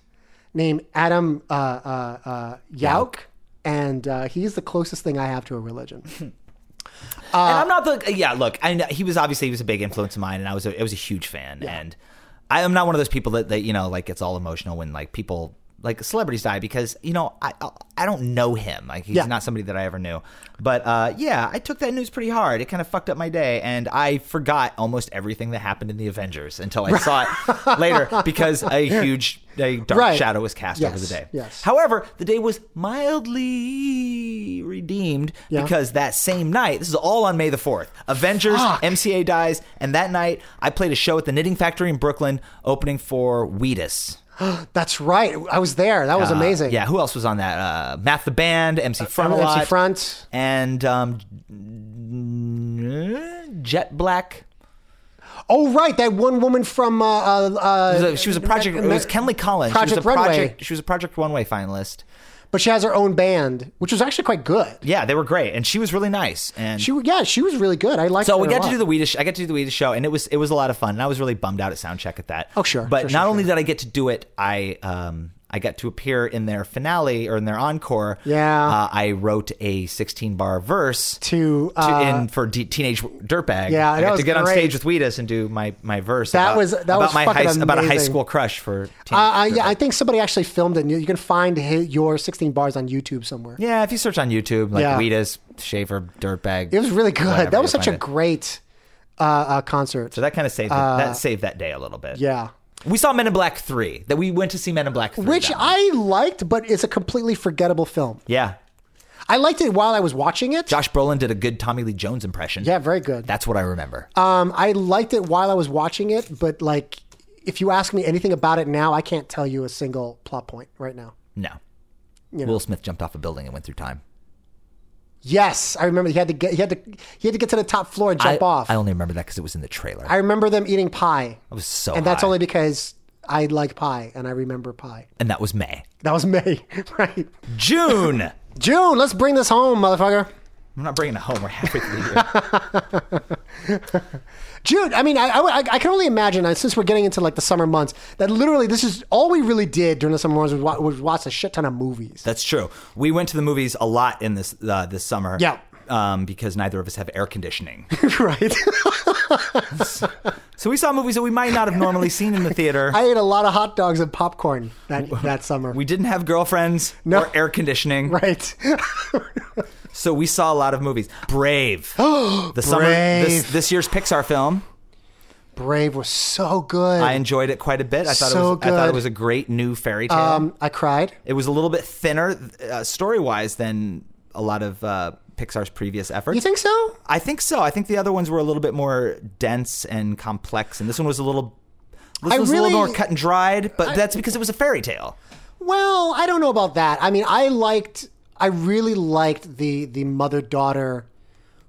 B: named Adam uh, uh, uh, Yauk, and uh, he's the closest thing I have to a religion.
C: Hmm.
B: Uh,
C: and I'm not the yeah. Look, I know, he was obviously he was a big influence of mine, and I was a, I was a huge fan. And I am not one of those people that that you know like gets all emotional when like people like celebrities die because you know I I- I don't know him. Like he's
B: Yeah.
C: not somebody that I ever knew. But uh, yeah, I took that news pretty hard. It kind of fucked up my day, and I forgot almost everything that happened in the Avengers until I saw
B: <laughs>
C: it later because a huge a dark
B: Right.
C: shadow was cast over the
B: Yes,
C: day.
B: yes.
C: However, the day was mildly redeemed
B: Yeah.
C: because that same night, this is all on May the 4th, Avengers, MCA dies, and that night I played a show at the Knitting Factory in Brooklyn opening for Wheatus.
B: That's right. I was there. That was
C: Uh,
B: amazing. Uh,
C: yeah, who else was on that? Uh, Math the Band, MC Front.
B: MC Front.
C: And um, uh, jet black.
B: Oh, right, that one woman from uh, uh,
C: It was
B: uh,
C: a- she was a project. It was Kenley Collins. she was
B: Project
C: a
B: Runway.
C: project. She was a Project Runway finalist.
B: but she has her own band, which was actually quite good.
C: Yeah, they were great, and she was really nice. And
B: She, yeah, she was really good. I liked.
C: So
B: her
C: we
B: a
C: got to
B: lot.
C: do the Weedish. I got to do the Weedish show, and it was it was a lot of fun. And I was really bummed out at soundcheck at that.
B: Oh, sure.
C: But
B: Sure,
C: not
B: sure,
C: only did I get to do it, I um I got to appear in their finale or in their encore.
B: Yeah.
C: Uh, I wrote a 16 bar verse
B: to
C: to-
B: uh,
C: in for D- teenage dirtbag.
B: Yeah,
C: I
B: that
C: got
B: was
C: to get on
B: great.
C: stage with Weedus and do my my verse.
B: That
C: about,
B: was- that
C: about
B: was
C: my high,
B: fucking
C: about a high
B: amazing.
C: school crush for. Teenage
B: uh, uh, yeah,
C: Dirtbag.
B: I think somebody actually filmed it. and You you can find his, your 16 bars on YouTube somewhere.
C: yeah. If you search on YouTube, like
B: Yeah.
C: Weedus Shaver Dirtbag,
B: It was really good.
C: Whatever,
B: that was
C: you'll
B: such a
C: find it.
B: great uh, uh, concert.
C: So that kind of saved
B: Uh,
C: that saved that day a little bit.
B: yeah.
C: We saw Men in Black Three. That we went to see Men in Black Three.
B: Which
C: that-
B: I liked, but it's a completely forgettable film.
C: yeah,
B: I liked it while I was watching it.
C: Josh Brolin did a good Tommy Lee Jones impression.
B: Yeah, very good.
C: that's what I remember.
B: Um, I liked it while I was watching it, but like, if you ask me anything about it now, I can't tell you a single plot point right now.
C: no, Will Smith jumped off a building and went through time.
B: Yes, I remember he had to get he had to he had to get to the top floor and jump
C: I,
B: off.
C: I
B: I,
C: only remember that because it was in the trailer. I
B: remember them eating pie,
C: was so.
B: and that's
C: high.
B: only because I like pie and I remember pie.
C: And that was May,
B: That was <laughs> May, right?
C: June. <laughs> I'm
B: June, let's bring this home, motherfucker.
C: not bringing it home. We're halfway through
B: <laughs>
C: the year.
B: June. I mean, I, I, I- I can only imagine uh, since we're getting into like the summer months that literally this is all we really did during the summer months was, wa- was watch a shit ton of movies. <laughs>
C: That's true. We went to the movies a lot in this uh, this summer.
B: Yeah.
C: Um, because neither of us have air conditioning, <laughs>
B: right. <laughs>
C: so we saw movies that we might not have normally seen in the theater.
B: <laughs> I ate a lot of hot dogs and popcorn
C: <laughs>
B: that that summer.
C: we didn't have girlfriends
B: No.
C: or air
B: <laughs>
C: conditioning.
B: right.
C: So we saw a lot of movies.
B: <gasps>
C: Brave. the summer this,
B: Brave.
C: this year's Pixar film.
B: Brave was so good.
C: I enjoyed it quite a bit. I thought
B: So
C: it was I thought it
B: good.
C: was a great new fairy tale.
B: um, I cried.
C: it was a little bit thinner uh, story-wise than a lot of uh, Pixar's previous efforts.
B: You think so?
C: I think so. I think the other ones were a little bit more dense and complex and this one was a little this
B: I
C: was a little
B: really-
C: more cut and dried, but that's because it was a fairy tale.
B: Well, I don't know about that. I mean, I liked, I really liked the the mother daughter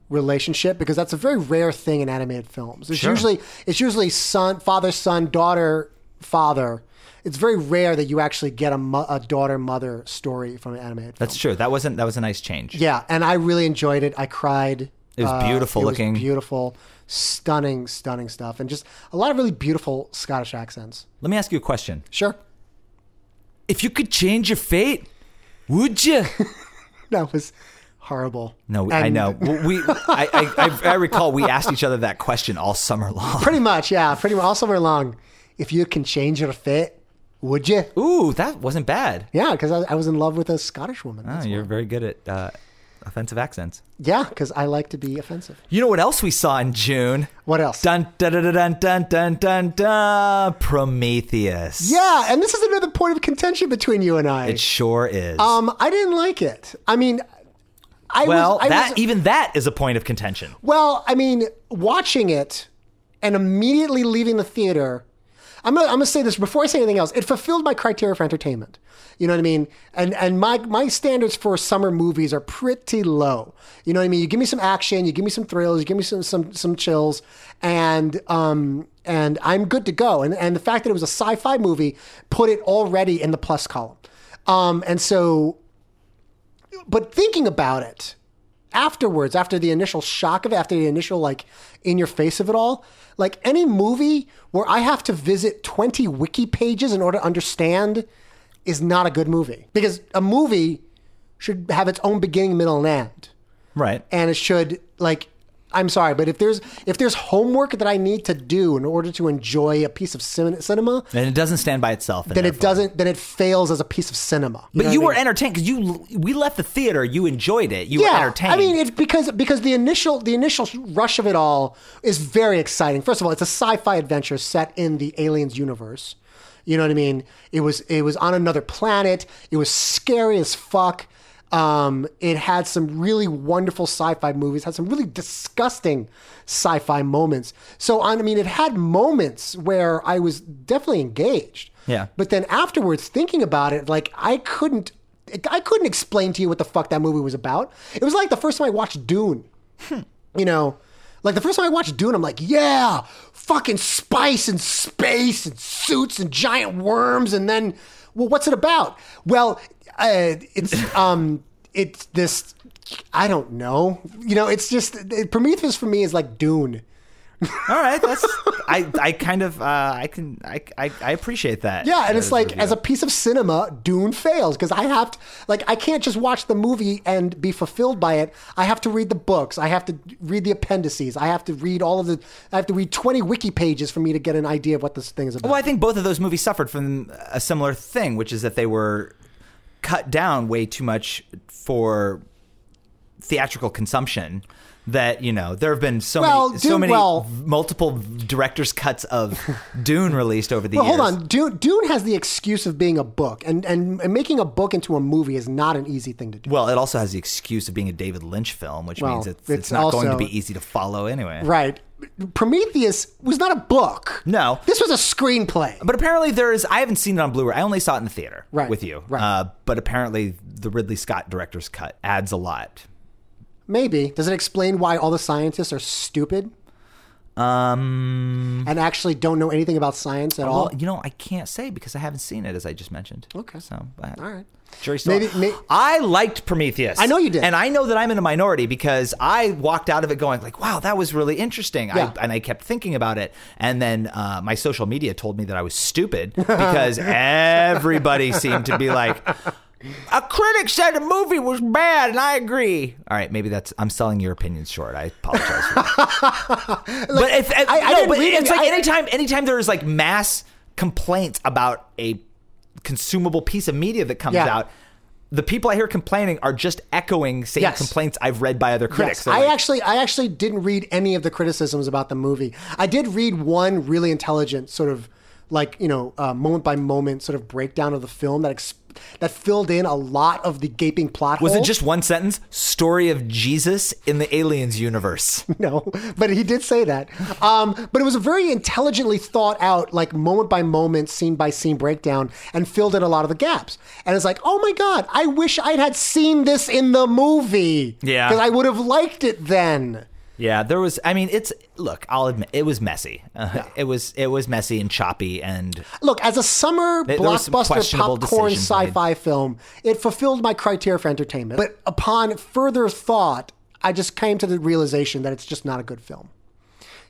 B: relationship because that's a very rare thing in animated films. It's
C: Sure.
B: usually it's usually son, father, son, daughter, father. It's very rare that you actually get a, mo- a daughter mother story from an animated film.
C: That's true. That wasn't that was a nice change.
B: yeah, and I really enjoyed it. I cried. Uh,
C: It was beautiful
B: it
C: looking.
B: Was beautiful, stunning, stunning stuff, and just a lot of really beautiful Scottish accents.
C: Let me ask you a question.
B: Sure. <laughs>
C: If you could change your fate, would you?
B: That was horrible.
C: No, I
B: And
C: know. Well, We, I, I, I, I recall we asked each other that question all summer long.
B: Pretty much, yeah. Pretty much all summer long. If you can change your fit, would you?
C: Ooh, that wasn't bad.
B: Yeah, because I, I was in love with a Scottish woman.
C: Oh,
B: That's
C: you're
B: why.
C: very good at uh, offensive accents.
B: Yeah, because I like to be offensive.
C: You know what else we saw in June?
B: What else?
C: Dun dun dun dun dun dun dun dun. Prometheus.
B: Yeah, and this is another point of contention between you and I.
C: it sure is.
B: um, I didn't like it. I mean, I
C: well,
B: was, I
C: that
B: was,
C: even that is a point of contention.
B: well, I mean, watching it and immediately leaving the theater. I'm gonna, I'm gonna say this before I say anything else. It fulfilled my criteria for entertainment. You know what I mean? And and my my standards for summer movies are pretty low. You know what I mean? You give me some action, you give me some thrills, you give me some some some chills, and um and I'm good to go. And and the fact that it was a sci-fi movie put it already in the plus column. Um and so, but thinking about it, afterwards, after the initial shock of it, after the initial like in your face of it all, like any movie where I have to visit 20 wiki pages in order to understand is not a good movie because a movie should have its own beginning, middle, and end.
C: Right.
B: And it should like I'm sorry, but if there's if there's homework that I need to do in order to enjoy a piece of cin- cinema,
C: And it doesn't stand by itself.
B: then it doesn't then it fails as a piece of cinema.
C: But
B: know
C: you
B: what I
C: were
B: mean?
C: entertained because you we left the theater. You enjoyed it. You were entertained.
B: I mean, it's because because the initial the initial rush of it all is very exciting. First of all, it's a sci-fi adventure set in the aliens universe. You know what I mean? It was it was on another planet. It was scary as fuck. Um, it had some really wonderful sci-fi movies. Had some really disgusting sci-fi moments. So I mean, it had moments where I was definitely engaged.
C: Yeah.
B: But then afterwards, thinking about it, like I couldn't, I couldn't explain to you what the fuck that movie was about. It was like the first time I watched Dune. You know, Like the first time I watched Dune, I'm like, yeah, fucking spice and space and suits and giant worms. And then, well, what's it about? Well, uh, it's um, it's this. I don't know. You know, it's just Prometheus for me is like Dune.
C: All right, that's I. I kind of uh, I can I, I I appreciate that.
B: Yeah, and
C: as
B: it's like
C: review.
B: as a piece of cinema, Dune fails because I have to like I can't just watch the movie and be fulfilled by it. I have to read the books. I have to read the appendices. I have to read all of the. I have to read twenty wiki pages for me to get an idea of what this thing is about.
C: Well, I think both of those movies suffered from a similar thing, which is that they were cut down way too much for theatrical consumption. That you know, there have been so
B: Well,
C: many, so
B: Dune-
C: many
B: well-
C: multiple directors'
B: <laughs>
C: cuts of Dune released over the
B: But
C: years.
B: hold on, Dune, Dune has the excuse of being a book, and, and and making a book into a movie is not an easy thing to do.
C: Well, it also has the excuse of being a David Lynch film, which
B: Well,
C: means it's, it's,
B: it's
C: not going to
B: also-
C: be easy to follow anyway.
B: Right? Prometheus was not a book.
C: No.
B: this was a screenplay.
C: But apparently there is. I haven't seen it on Blu-ray. I only saw it in the theater
B: Right,
C: with you.
B: right.
C: Uh, but apparently the Ridley Scott director's cut adds a lot.
B: Maybe does it explain why all the scientists are stupid?
C: Um,
B: and actually don't know anything about science at all.
C: well, you know, I can't say because I haven't seen it, as I just mentioned.
B: Okay.
C: So, but,
B: All right.
C: Jury's still.
B: Maybe, may-
C: I liked Prometheus.
B: I know you did.
C: and I know that I'm in a minority because I walked out of it going like, "Wow, that was really interesting,"
B: Yeah.
C: I, and I kept thinking about it. And then uh, my social media told me that I was stupid
B: <laughs>
C: because everybody seemed to be like, "A critic said the movie was bad," and I agree. All right, maybe that's I'm selling your opinions short. I apologize. For that.
B: <laughs>
C: but if, if-
B: I- I
C: no,
B: didn't
C: but
B: read
C: it's
B: any-
C: like
B: I-
C: anytime anytime there is like mass complaints about a consumable piece of media that comes
B: Yeah.
C: out, the people I hear complaining are just echoing same
B: Yes.
C: complaints I've read by other critics.
B: yes,
C: They're
B: I
C: like,
B: actually, I actually didn't read any of the criticisms about the movie. I did read one really intelligent sort of like you know uh, moment by moment sort of breakdown of the film that ex- that filled in a lot of the gaping plot.
C: was it
B: holes.
C: just one sentence? Story of Jesus in the aliens
B: <laughs>
C: universe.
B: no, but he did say that. Um, but it was a very intelligently thought out, like moment by moment, scene by scene breakdown, and filled in a lot of the gaps. And it's like, oh my god, I wish I'd had seen this in the movie.
C: Yeah.
B: because I would have liked it then.
C: Yeah, there was. I mean, it's look. I'll admit it was messy. Uh, It was it was messy and choppy and
B: Look, as a summer
C: There- there was some
B: blockbuster
C: questionable
B: popcorn
C: decisions made.
B: sci fi film, it fulfilled my criteria for entertainment. But upon further thought, I just came to the realization that it's just not a good film.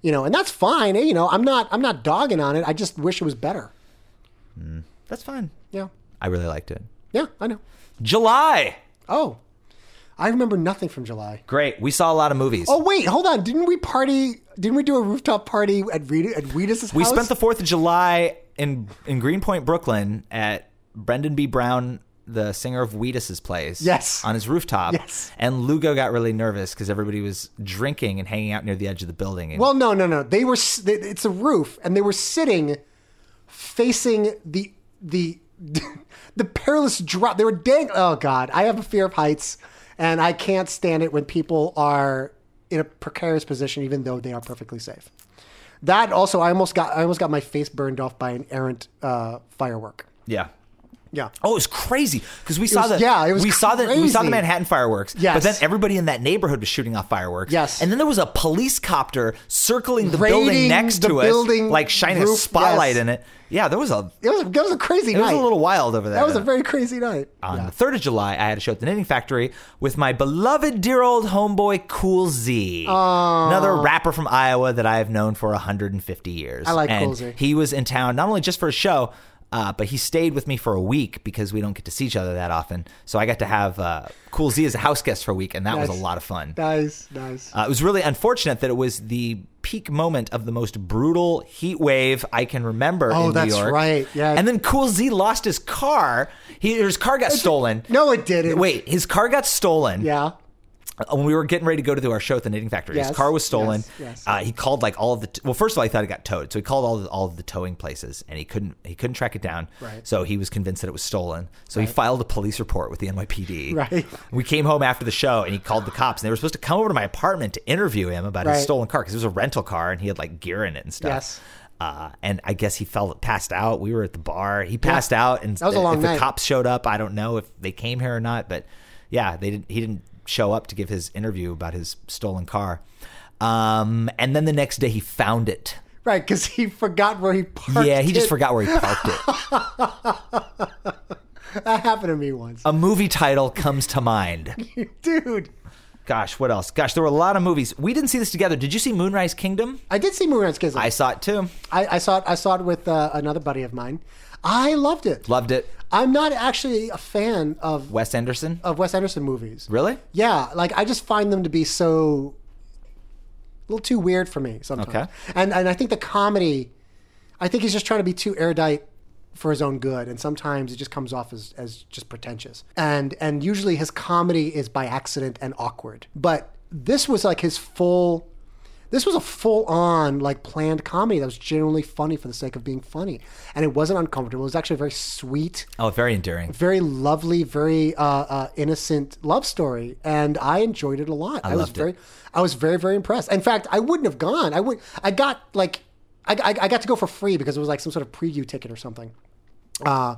B: You know, and that's fine. eh, You know, I'm not I'm not dogging on it. I just wish it was better.
C: that's fine.
B: Yeah.
C: I really liked it.
B: Yeah, I know.
C: July,
B: Oh. I remember nothing from July.
C: great. We saw a lot of movies.
B: Oh wait, hold on. Didn't we party didn't we do a rooftop party at Rita at Rita's
C: We
B: house?
C: spent the Fourth of July in in Greenpoint, Brooklyn, at Brendan B. Brown, the singer of Wheatus's place.
B: Yes.
C: on his rooftop.
B: Yes.
C: and Lugo got really nervous because everybody was drinking and hanging out near the edge of the building. And
B: Well, no, no, no. They were. s- they- It's a roof, and they were sitting facing the the <laughs> the perilous drop. They were dang. Oh God, I have a fear of heights, and I can't stand it when people are in a precarious position, even though they are perfectly safe. That also, I almost got. I almost got my face burned off by an errant uh, firework.
C: yeah.
B: Yeah.
C: Oh, it was crazy because we saw
B: was-
C: the
B: yeah, it was
C: we saw the we saw
B: crazy.
C: the Manhattan fireworks.
B: Yes.
C: but then everybody in that neighborhood was shooting off fireworks.
B: Yes.
C: and then there was a police copter circling the building
B: Raiding
C: next
B: the
C: to
B: building
C: us, like shining a
B: roof, yes.
C: spotlight in it. Yeah, there was a
B: It was. That was a crazy
C: it
B: night.
C: was a little wild over there.
B: That was a very crazy night.
C: on the 3rd of July, I had a show at the Knitting Factory with my beloved dear old homeboy Cool Z. Another rapper from Iowa that I have known for 150 years. I
B: like
C: and
B: Cool Z.
C: He was in town not only just for a show, uh, but he stayed with me for a week because we don't get to see each other that often. So I got to have uh, Cool Z as a house guest for a week, and that was
B: Nice.
C: a lot of fun.
B: Nice, nice.
C: Uh, it was really unfortunate that it was the peak moment of the most brutal heat wave I can remember.
B: Oh,
C: in
B: that's
C: New York.
B: right, yeah.
C: And then Cool Z lost his car. He, his car got stolen.
B: no, it didn't.
C: Wait, his car got stolen.
B: Yeah.
C: Uh, When we were getting ready to go to do our show at the Knitting Factory,
B: Yes,
C: his car was stolen.
B: yes, yes.
C: Uh, he called like all of the t- well, first of all, he thought it got towed, so he called all the, all of the towing places, and he couldn't he couldn't track it down.
B: Right.
C: So he was convinced that it was stolen. So he filed a police report with the
B: <laughs>
C: NYPD.
B: Right.
C: We came home after the show, and he called the cops, and they were supposed to come over to my apartment to interview him about
B: Right.
C: his stolen car because it was a rental car and he had like gear in it and stuff.
B: Yes.
C: Uh, and I guess he fell passed out. We were at the bar. He passed out, and
B: That was a long
C: if
B: night.
C: the cops showed up. I don't know if they came here or not, but yeah, they didn't. He didn't show up to give his interview about his stolen car. Um, and then the next day he found it.
B: Right, because he forgot where he parked.
C: Yeah, he just
B: it.
C: forgot where he parked it.
B: That happened to me once,
C: A movie title comes to mind.
B: <laughs> dude.
C: Gosh, what else? Gosh, there were a lot of movies. We didn't see this together. Did you see Moonrise Kingdom?
B: I did see Moonrise Schism.
C: I
B: I,
C: saw it too.
B: I, saw it. I saw it with uh, another buddy of mine. I loved it.
C: Loved it.
B: I'm not actually a fan of
C: Wes Anderson.
B: of Wes Anderson movies.
C: Really?
B: Yeah, like I just find them to be so a little too weird for me sometimes.
C: Okay.
B: And and I think the comedy I think he's just trying to be too erudite for his own good and sometimes it just comes off as, as just pretentious. And and usually his comedy is by accident and awkward. But this was like his full this was a full on like planned comedy that was genuinely funny for the sake of being funny. And it wasn't uncomfortable. It was actually very sweet
C: Oh, very endearing.
B: very lovely, very uh, uh, innocent love story, and I enjoyed it a lot. I, was
C: loved it.
B: very, I was very, very impressed. In fact, I wouldn't have gone. I would. I got like, I, I, I got to go for free because it was like some sort of preview ticket or something. Uh,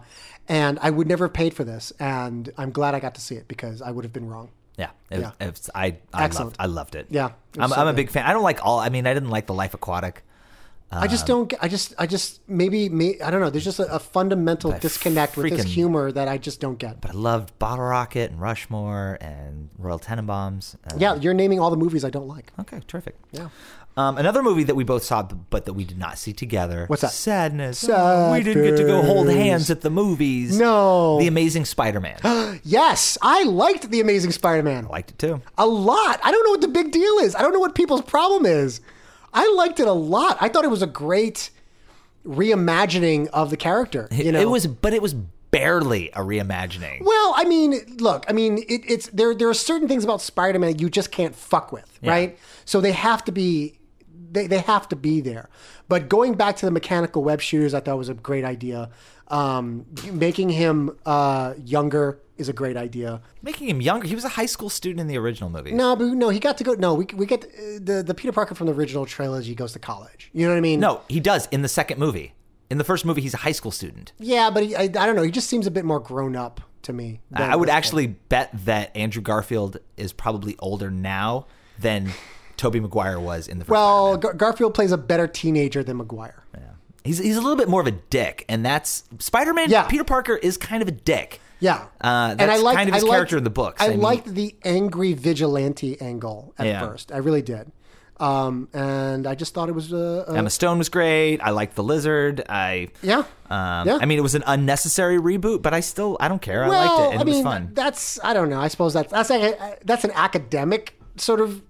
B: and I would never have paid for this, and I'm glad I got to see it because I would have been wrong.
C: Yeah. It,
B: Yeah.
C: It's, I, I,
B: Excellent.
C: loved, I loved it.
B: Yeah, it was
C: I'm,
B: so
C: I'm a
B: good.
C: big fan. I don't like all, I mean, I didn't like The Life Aquatic.
B: I just
C: Um,
B: don't. get- I just. I just. Maybe. May, I don't know. There's just a, a fundamental disconnect with his
C: freaking-
B: humor that I just don't get.
C: I loved Bottle Rocket and Rushmore and Royal Tenenbaums. And,
B: Yeah, you're naming all the movies I don't like.
C: Okay, terrific.
B: Yeah.
C: Um, another movie that we both saw, but that we did not see together.
B: What's that?
C: Sadness. Oh, We didn't get to go hold
B: Sadness.
C: hands at the movies.
B: No.
C: The Amazing Spider-Man. I
B: Yes, I liked The Amazing Spider-Man.
C: liked it too.
B: a lot. I don't know what the big deal is. I don't know what people's problem is. I liked it a lot. I thought it was a great reimagining of the character. You know,
C: it was, but it was barely a reimagining.
B: Well, I mean, look, I mean, it, it's there. There are certain things about Spider-Man you just can't fuck with, right? So they have to be, they, they have to be there. But going back to the mechanical web shooters, I thought was a great idea. Um, making him uh, younger is a great idea.
C: Making him younger. He was a high school student in the original movie.
B: No, but no, he got to go. No, we we get uh, the the Peter Parker from the original trilogy goes to college. You know what I mean?
C: No, he does in the second movie. In the first movie, he's a high school student.
B: Yeah, but he, I, I don't know. He just seems a bit more grown up to me. than
C: I would
B: this
C: actually bet that Andrew Garfield is probably older now than Toby Maguire was in the first
B: Well, Gar- Garfield plays a better teenager than Maguire.
C: Spider-Man. He's, he's a little bit more of a dick, and that's Spider-Man.
B: Yeah.
C: Peter Parker is kind of a dick.
B: Yeah,
C: Uh, that's kind of his character in the books.
B: I,
C: I mean-
B: liked the angry vigilante angle at
C: Yeah.
B: first. I really did, um, and I just thought it was a, a
C: Emma Stone was great. I liked the Lizard. I
B: yeah.
C: Um,
B: Yeah.
C: I mean, it was an unnecessary reboot, but I still I don't care. I liked it, and it was fun.
B: That's I don't know. I suppose that's that's like a, that's an academic sort of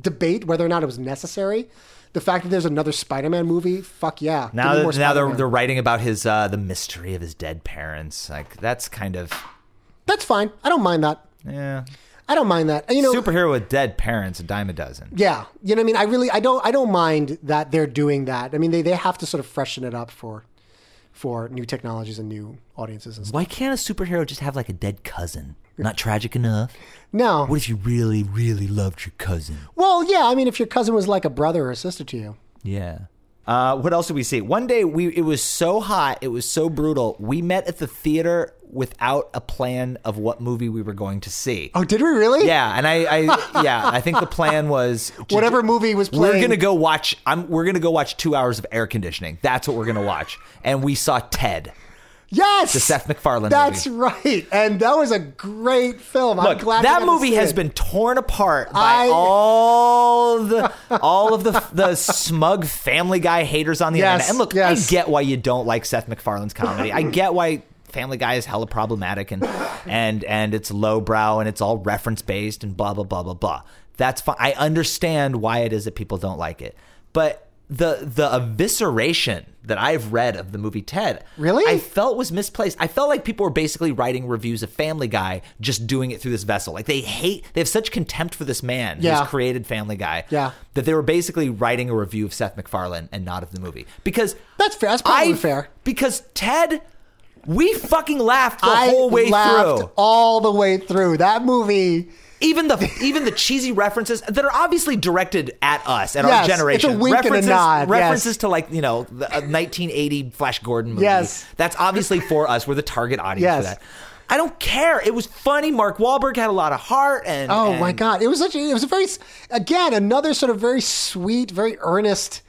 B: debate whether or not it was necessary. The fact that there's another Spider-Man movie, fuck yeah. Give
C: now
B: me
C: that,
B: more
C: now they're,
B: Spider-Man.
C: they're writing about his uh, the mystery of his dead parents. Like that's kind of
B: that's fine. I don't mind that.
C: yeah.
B: I don't mind that. You know,
C: Superhero with dead parents, a dime a dozen.
B: yeah. You know what I mean? I really I don't I don't mind that they're doing that. I mean, they they have to sort of freshen it up for for new technologies and new audiences and stuff.
C: Why can't a superhero just have like a dead cousin? Not tragic enough.
B: No.
C: What if you really, really loved your cousin?
B: Well, yeah, I mean if your cousin was like a brother or a sister to you.
C: Yeah. Uh, what else did we see? One day we it was so hot, it was so brutal. We met at the theater without a plan of what movie we were going to see.
B: Oh, did we really?
C: Yeah, and I, I yeah, I think the plan <laughs> was
B: Whatever movie was playing.
C: We're gonna go watch. I'm. We're gonna go watch two hours of air conditioning. That's what we're gonna watch. And we saw Ted.
B: Yes, the
C: Seth MacFarlane
B: That's
C: movie.
B: right, and that was a great film. I'm
C: Look,
B: glad we got
C: that
B: to
C: movie
B: see
C: has
B: it.
C: been torn apart by
B: I-
C: all the all of the the smug Family Guy haters on the
B: Yes,
C: internet. And look,
B: yes.
C: I get why you don't like Seth MacFarlane's comedy. I get why Family Guy is hella problematic and and and it's lowbrow and it's all reference based and blah blah blah blah blah. That's fine. I understand why it is that people don't like it, but the the evisceration that I've read of the movie Ted
B: Really?
C: I felt was misplaced. I felt like people were basically writing reviews of Family Guy, just doing it through this vessel. Like they hate, they have such contempt for this man
B: Yeah.
C: who's created Family Guy,
B: Yeah.
C: that they were basically writing a review of Seth MacFarlane and not of the movie. Because
B: That's fair. That's probably
C: I-
B: fair.
C: Because Ted, we fucking laughed the
B: I
C: whole way
B: laughed
C: through.
B: all the way through that movie.
C: Even the even the cheesy references that are obviously directed at us at
B: Yes,
C: our
B: it's a
C: generation.
B: wink and a
C: references,
B: nod,
C: References
B: yes.
C: to like you know the uh, 1980 Flash Gordon movie.
B: Yes.
C: that's obviously for us. We're the target audience
B: Yes.
C: for that. I don't care. It was funny. Mark Wahlberg had a lot of heart, and
B: Oh
C: and-
B: my god, it was such. A, it was a very again another sort of very sweet, very earnest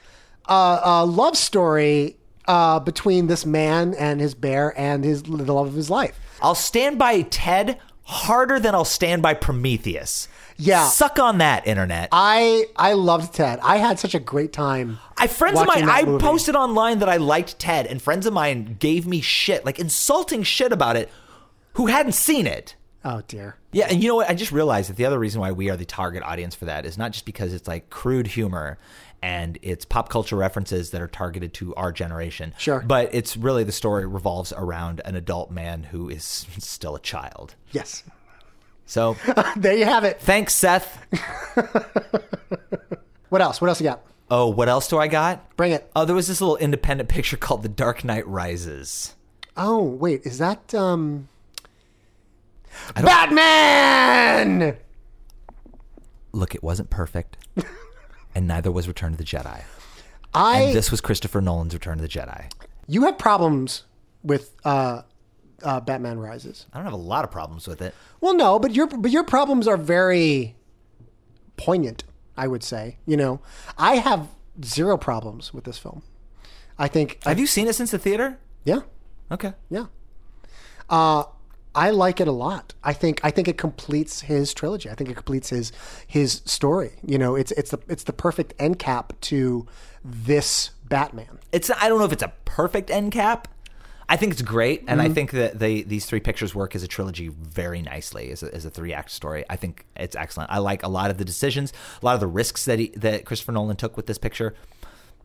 B: uh, uh, love story uh, between this man and his bear and his the love of his life.
C: I'll stand by Ted harder than I'll stand by Prometheus.
B: Yeah.
C: Suck on that, internet.
B: I I loved Ted. I had such a great time.
C: I friends of
B: watching
C: mine.
B: that
C: I
B: movie.
C: posted online that I liked Ted, and friends of mine gave me shit, like insulting shit about it, who hadn't seen it.
B: Oh dear.
C: Yeah, and you know what? I just realized that the other reason why we are the target audience for that is not just because it's like crude humor and it's pop culture references that are targeted to our generation.
B: Sure.
C: But it's really the story revolves around an adult man who is <laughs> still a child.
B: Yes.
C: So <laughs>
B: There you have it.
C: thanks, Seth.
B: What else? What else you got?
C: Oh, what else do I got?
B: Bring it.
C: Oh, there was this little independent picture called The Dark Knight Rises.
B: Oh wait, is that um? Batman.
C: Look, it
B: <laughs>
C: wasn't perfect, and neither was Return of the Jedi.
B: I
C: And this was Christopher Nolan's Return of the Jedi.
B: you have problems with uh, uh, Batman Rises.
C: I don't have a lot of problems with it.
B: Well, no, but your but your problems are very poignant. I would say, you know, I have zero problems with this film. I think, I,
C: Have you seen it since the theater?
B: yeah,
C: Okay.
B: yeah. Uh, I like it a lot. I think I think it completes his trilogy. I think it completes his his story. You know, it's it's the it's the perfect end cap to this Batman.
C: It's I don't know if it's a perfect end cap. I think it's great, and I think that they these three pictures work as a trilogy very nicely as a, as a three act story. I think it's excellent. I like a lot of the decisions, a lot of the risks that he, that Christopher Nolan took with this picture.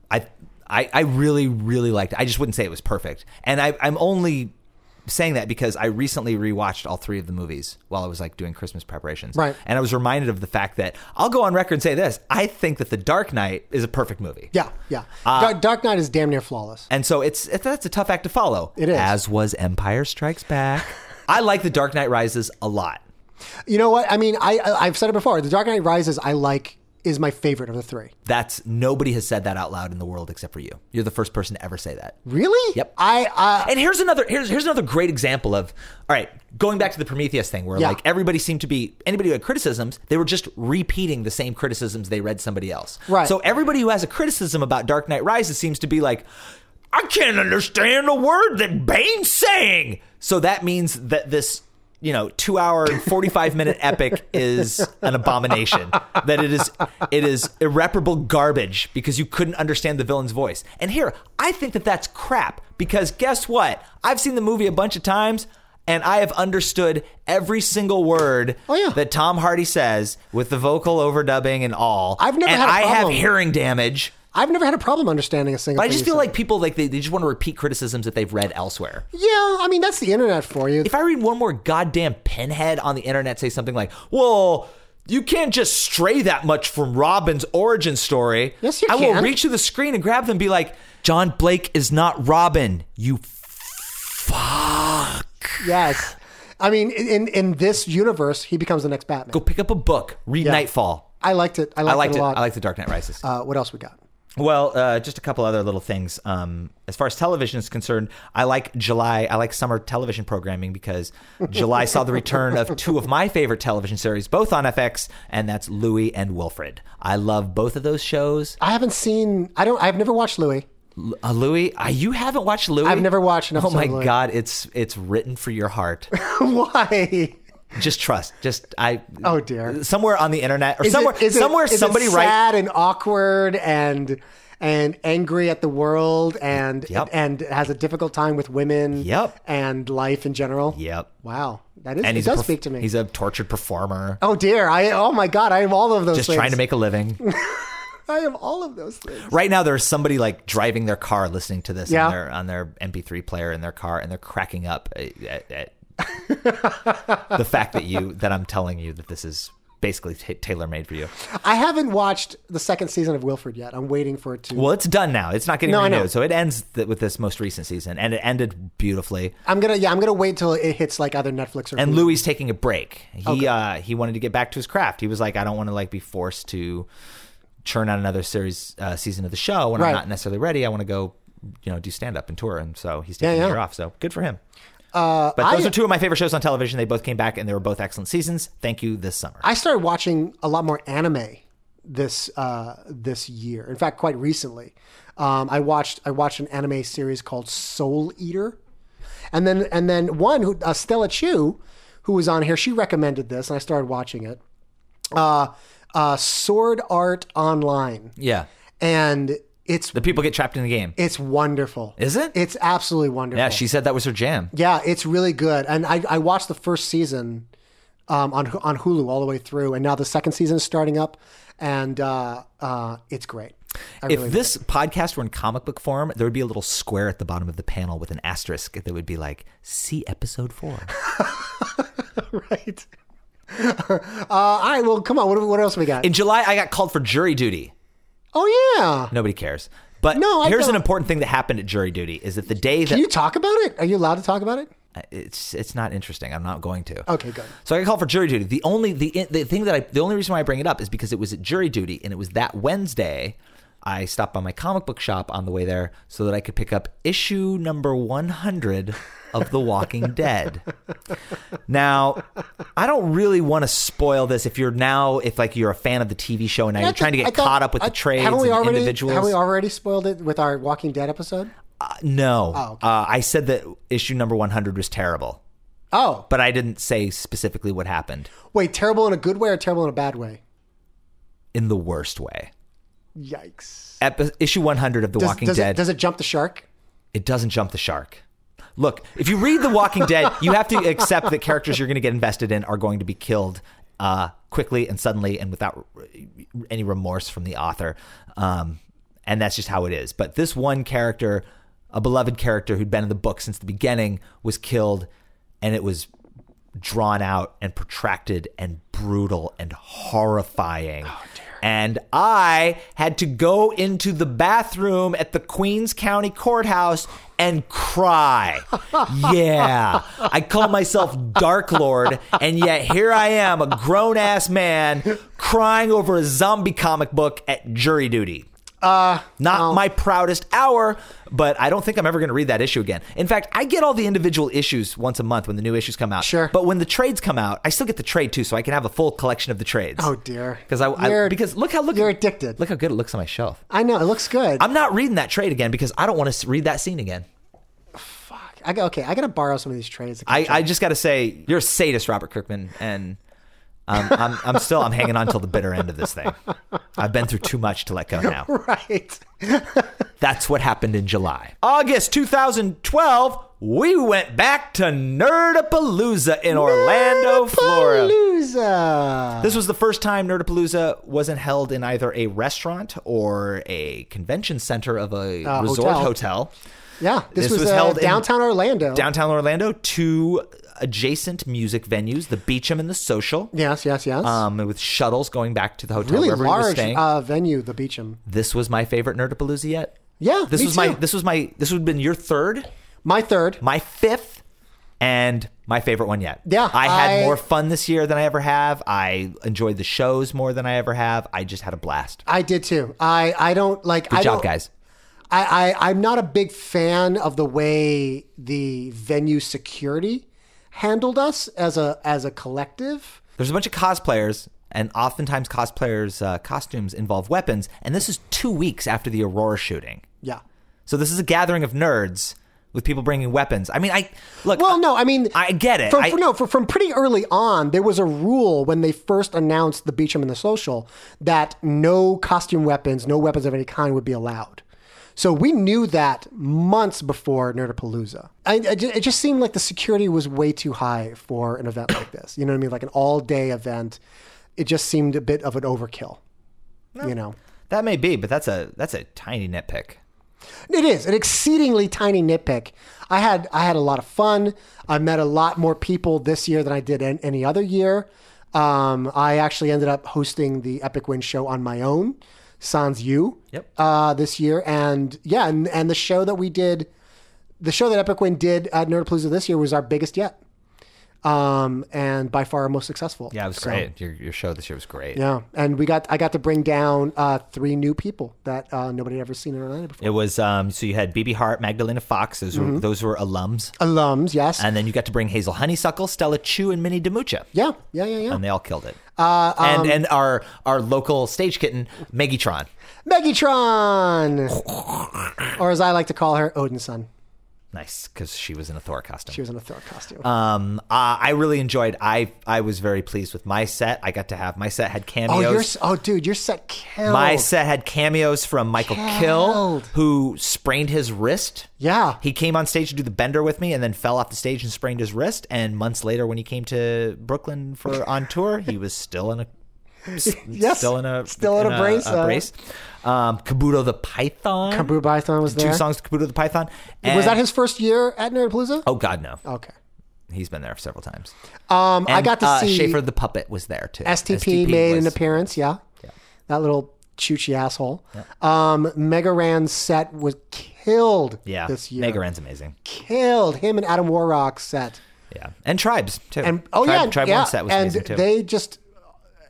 C: I I, I really really liked. it. I just wouldn't say it was perfect, and I, I'm only saying that because I recently rewatched all three of the movies while I was like doing Christmas preparations,
B: Right.
C: And I was reminded of the fact that I'll go on record and say this: I think that The Dark Knight is a perfect movie.
B: Yeah, yeah.
C: Uh,
B: Dark, Dark Knight is damn near flawless.
C: And so it's it- that's a tough act to follow.
B: It is.
C: As was Empire Strikes Back. <laughs> I like The Dark Knight Rises a lot.
B: You know what? I mean, I, I I've said it before. The Dark Knight Rises, I like, is my favorite of the three.
C: That's nobody has said that out loud in the world except for you. You're the first person to ever say that.
B: Really?
C: Yep.
B: I uh,
C: And here's another here's here's another great example of all right, going back to the Prometheus thing where
B: Yeah.
C: like everybody seemed to be anybody who had criticisms, they were just repeating the same criticisms they read somebody else.
B: Right.
C: So everybody who has a criticism about Dark Knight Rises seems to be like I can't understand a word that Bane's saying. So that means that this you know, two hour and forty five minute epic is an abomination. That it is it is irreparable garbage because you couldn't understand the villain's voice. And here, I think that that's crap because guess what? I've seen the movie a bunch of times. And I have understood every single word
B: Oh, yeah.
C: that Tom Hardy says with the vocal overdubbing and all.
B: I've never
C: and
B: had a
C: I have
B: problem.
C: hearing damage.
B: I've never had a problem understanding a single.
C: But I
B: thing
C: just
B: you
C: feel
B: said.
C: like people like they, they just want to repeat criticisms that they've read elsewhere.
B: yeah. I mean, that's the internet for you.
C: If I read one more goddamn pinhead on the internet say something like, "Well, you can't just stray that much from Robin's origin story,"
B: Yes, you
C: I will
B: can.
C: reach to the screen and grab them and be like, "John Blake is not Robin, you
B: yes. I mean, in in this universe, he becomes the next Batman.
C: Go pick up a book. Read Nightfall.
B: I liked it. I liked,
C: I liked
B: it a
C: it.
B: lot.
C: I liked The Dark Knight Rises.
B: uh, what else we got?
C: well, uh, just a couple other little things. Um, as far as television is concerned, I like July. I like summer television programming because July saw the return of two of my favorite television series, both on FX, and that's Louie and Wilfred. I love both of those shows.
B: I haven't seen. I don't. I've never watched Louis. <laughs>
C: Uh, Louis, uh, you haven't watched Louis?
B: I've never watched an
C: Oh
B: episode
C: my
B: of Louis.
C: god, it's it's written for your heart.
B: Why?
C: just trust. Just I.
B: Oh, dear.
C: Somewhere on the internet or
B: Is it-
C: somewhere
B: is it-
C: somewhere
B: is it
C: somebody right.
B: sad and awkward and and angry at the world and
C: Yep.
B: and has a difficult time with women.
C: Yep.
B: And life in general.
C: Yep.
B: Wow. That is. it
C: And he's
B: does
C: a perf-
B: speak to me.
C: He's a tortured performer.
B: Oh dear! I oh my god! I am all of those.
C: Just
B: things.
C: trying to make a living.
B: I am all of those things.
C: Right now, there's somebody like driving their car, listening to this
B: Yeah.
C: on, their, on their MP3 player in their car, and they're cracking up at, at,
B: <laughs>
C: at the fact that you that I'm telling you that this is basically t- tailor made for you.
B: I haven't watched the second season of Wilfred yet. I'm waiting for it to.
C: Well, it's done now. It's not getting
B: No, I know.
C: renewed, so it ends th- with this most recent season, and it ended beautifully.
B: I'm gonna yeah. I'm gonna wait till it hits like either Netflix or.
C: And
B: Hulu.
C: Louis is taking a break. He uh, he wanted to get back to his craft. He was like, I don't want to like be forced to churn out another series uh, season of the show when
B: Right.
C: I'm not necessarily ready. I want to go, you know, do stand up and tour. And so he's taking
B: Yeah,
C: a
B: yeah.
C: year off. So good for him. but those
B: I-
C: are two of my favorite shows on television. They both came back and they were both excellent seasons. Thank you this summer.
B: I started watching a lot more anime this uh, this year. In fact, quite recently, um, I watched I watched an anime series called Soul Eater, and then and then one who uh, Stella Chu, who was on here, she recommended this, and I started watching it. Uh, uh, Sword Art Online,
C: yeah.
B: and it's
C: The people get trapped in the game.
B: it's wonderful.
C: Is it?
B: It's absolutely wonderful.
C: yeah, she said that was her jam.
B: Yeah, it's really good. And I, I watched the first season um, on on Hulu all the way through, and now the second season is starting up, and uh, uh, it's great. I
C: If
B: really
C: this podcast were in comic book form, there would be a little square at the bottom of the panel with an asterisk that would be like, see episode four.
B: <laughs> right. uh, all right, well, come on. What, what else we got?
C: in July, I got called for jury duty.
B: oh yeah,
C: Nobody cares. But
B: No, I
C: here's an
B: don't-
C: important thing that happened at jury duty is that the day that
B: can you talk about it? Are you allowed to talk about it?
C: it's it's not interesting. I'm not going to.
B: Okay, good.
C: So I got called for jury duty. The only the the thing that I the only reason why I bring it up is because it was at jury duty and it was that Wednesday. I stopped by my comic book shop on the way there so that I could pick up issue number 100 of
B: <laughs>
C: The Walking Dead. Now, I don't really want to spoil this if you're now if like you're a fan of the TV show and now you're
B: I
C: trying to
B: think-
C: get
B: I thought-
C: caught up with
B: I-
C: the trades and
B: haven't we
C: the
B: already,
C: individuals.
B: Have we already spoiled it with our Walking Dead episode?
C: Uh, no.
B: Oh, okay.
C: uh, I said that issue number 100 was terrible,
B: Oh,
C: but I didn't say specifically what happened
B: wait, terrible in a good way or terrible in a bad way?
C: in the worst way.
B: Yikes!
C: Epi- issue 100 of The
B: Does,
C: Walking
B: does
C: Dead,
B: it, does it jump the shark?
C: it doesn't jump the shark. Look, if you read The Walking Dead, you have to accept that characters you're going to get invested in are going to be killed uh, quickly and suddenly and without r- any remorse from the author. Um, and that's just how it is. But this one character, a beloved character who'd been in the book since the beginning, was killed, and it was drawn out and protracted and brutal and horrifying. And I had to go into the bathroom at the Queens County Courthouse and cry. yeah. I call myself Dark Lord, and yet here I am, a grown ass man, crying over a zombie comic book at jury duty. Not my proudest hour, but I don't think I'm ever going to read that issue again. In fact, I get all the individual issues once a month when the new issues come out.
B: Sure.
C: But when the trades come out, I still get the trade too, so I can have a full collection of the trades.
B: Oh, dear.
C: Because I, I-
B: You're-
C: because look how look
B: you're addicted.
C: Look how good it looks on my shelf.
B: I know it looks good.
C: I'm not reading that trade again because I don't want to read that scene again.
B: I got okay. I gotta borrow some of these trades.
C: I, I just got to say, you're a sadist, Robert Kirkman, and um, I'm I'm still I'm hanging on till the bitter end of this thing. I've been through too much to let go now.
B: <laughs> right.
C: That's what happened in July. August 2012, we went back to Nerdapalooza in Orlando, Florida.
B: Palooza.
C: This was the first time Nerdapalooza wasn't held in either a restaurant or a convention center of a
B: Uh,
C: resort hotel.
B: hotel. Yeah, this, was, uh, held
C: in-
B: downtown Orlando.
C: Downtown Orlando, two adjacent music venues, the Beecham and the Social,
B: yes, yes, yes.
C: um, with shuttles going back to the hotel
B: really
C: wherever you were
B: large
C: staying.
B: uh, venue, the Beecham.
C: this was my favorite Nerdapalooza yet.
B: Yeah,
C: This
B: me
C: was my
B: too.
C: this was my this would have been your third.
B: My third.
C: my fifth and my favorite one yet.
B: Yeah,
C: I had
B: I-
C: more fun this year than I ever have. I enjoyed the shows more than I ever have. I just had a blast.
B: I did too. I I don't like. I
C: Good job,
B: don't-
C: guys.
B: I, I I'm not a big fan of the way the venue security handled us as a as a collective.
C: There's a bunch of cosplayers, and oftentimes cosplayers' uh, costumes involve weapons. And this is two weeks after the Aurora shooting,
B: Yeah.
C: so this is a gathering of nerds with people bringing weapons. I mean, I look. uh,
B: Well, no, I mean,
C: I get it.
B: From,
C: I-
B: no, from, from pretty early on, there was a rule when they first announced the Beecham and the Social that no costume weapons, no weapons of any kind would be allowed. So we knew that months before Nerdapalooza. I, I ju- it just seemed like the security was way too high for an event
C: <coughs>
B: like this. You know what I mean? Like an all day event. It just seemed a bit of an overkill. You know?
C: that may be, but that's a that's a tiny nitpick.
B: It is an exceedingly tiny nitpick. I had I had a lot of fun. I met a lot more people this year than I did an- any other year. Um, I actually ended up hosting the Epic Win show on my own, Sans You,
C: Yep.
B: uh, this year, and yeah, and, and the show that we did, the show that Epic Win did at Nerdapalooza this year was our biggest yet. um, and by far our most successful.
C: Yeah, it was
B: So,
C: great. Your, your show this year was great.
B: Yeah, and we got I got to bring down uh, three new people that uh, nobody had ever seen in Orlando before.
C: It was um, so you had BB Hart, Magdalena Fox. Those were those were alums,
B: Alums, yes.
C: and then you got to bring Hazel Honeysuckle, Stella Chu, and Minnie DiMuccia.
B: yeah, yeah, yeah, yeah.
C: and they all killed it. Uh, and and our our local stage kitten, Megatron.
B: Megatron, or as I like to call her, Odin's son.
C: Nice, because she was in a Thor costume.
B: She was in a Thor costume.
C: um, uh, I really enjoyed. I I was very pleased with my set. I got to have my set had
B: oh,
C: cameos.
B: you're s- oh, dude, your set killed.
C: my set had cameos from Michael Kill,
B: Killed.
C: who sprained his wrist.
B: Yeah.
C: He came on stage to do the bender with me and then fell off the stage and sprained his wrist. And months later, when he came to Brooklyn for on tour, he was still in a s-
B: <laughs> Yes.
C: still in a
B: Still in a brace,
C: a
B: uh,
C: brace. Um, Kabuto the Python.
B: Brew Python was
C: two
B: there.
C: songs to Kabuto the Python.
B: was
C: and-
B: that his first year at Nerdpalooza?
C: Oh God, no.
B: Okay.
C: He's been there several times.
B: Um, I
C: And,
B: got to
C: uh,
B: see
C: Schaefer the Puppet was there too.
B: STP, made
C: was-
B: an appearance. Yeah. That little choochy asshole. Um, Megaran's set was killed
C: Yeah,
B: this year.
C: Megaran's amazing.
B: Killed him and Adam Warrock's set.
C: Yeah, and Tribes too.
B: And oh
C: Tribe,
B: yeah,
C: Tribe
B: yeah.
C: One set was
B: and
C: amazing too.
B: they just,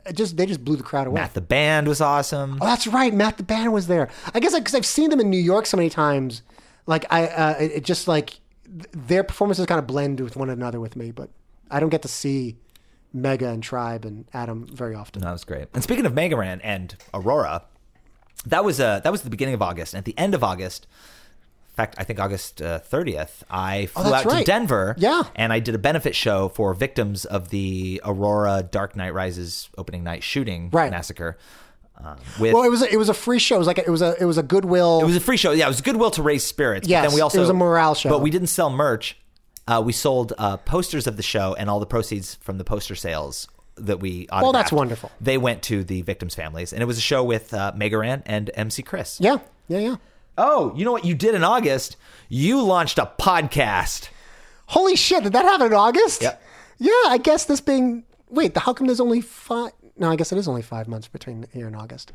B: it just they just blew the crowd away.
C: Matt the Band was awesome.
B: Oh, that's right. Matt the Band was there. I guess because I've seen them in New York so many times, like I, uh, it, it just like th- their performances kind of blend with one another with me. But I don't get to see Mega and Tribe and Adam very often.
C: That was great. And speaking of Megaran and Aurora, that was uh, that was the beginning of August. And at the end of August, in fact, I think August uh, thirtieth, I flew
B: Oh, that's
C: out to
B: right.
C: Denver.
B: Yeah.
C: and I did a benefit show for victims of the Aurora Dark Knight Rises opening night shooting
B: Right.
C: massacre. Um, with
B: Well, it was a, it was a free show. It was like a, it was a it was a goodwill.
C: It was a free show. Yeah, it was goodwill to raise spirits.
B: Yes,
C: but then we also
B: it was a morale show.
C: But we didn't sell merch. Uh, we sold uh, posters of the show, and all the proceeds from the poster sales that we autographed,
B: that's wonderful.
C: They went to the victims' families, and it was a show with uh, Megaran and MC Chris.
B: yeah, yeah, yeah.
C: Oh, you know what you did in August? You launched a podcast.
B: Holy shit! Did that happen in August?
C: Yep.
B: Yeah, I guess this being wait, how come there's only five? No, I guess it is only five months between here and August.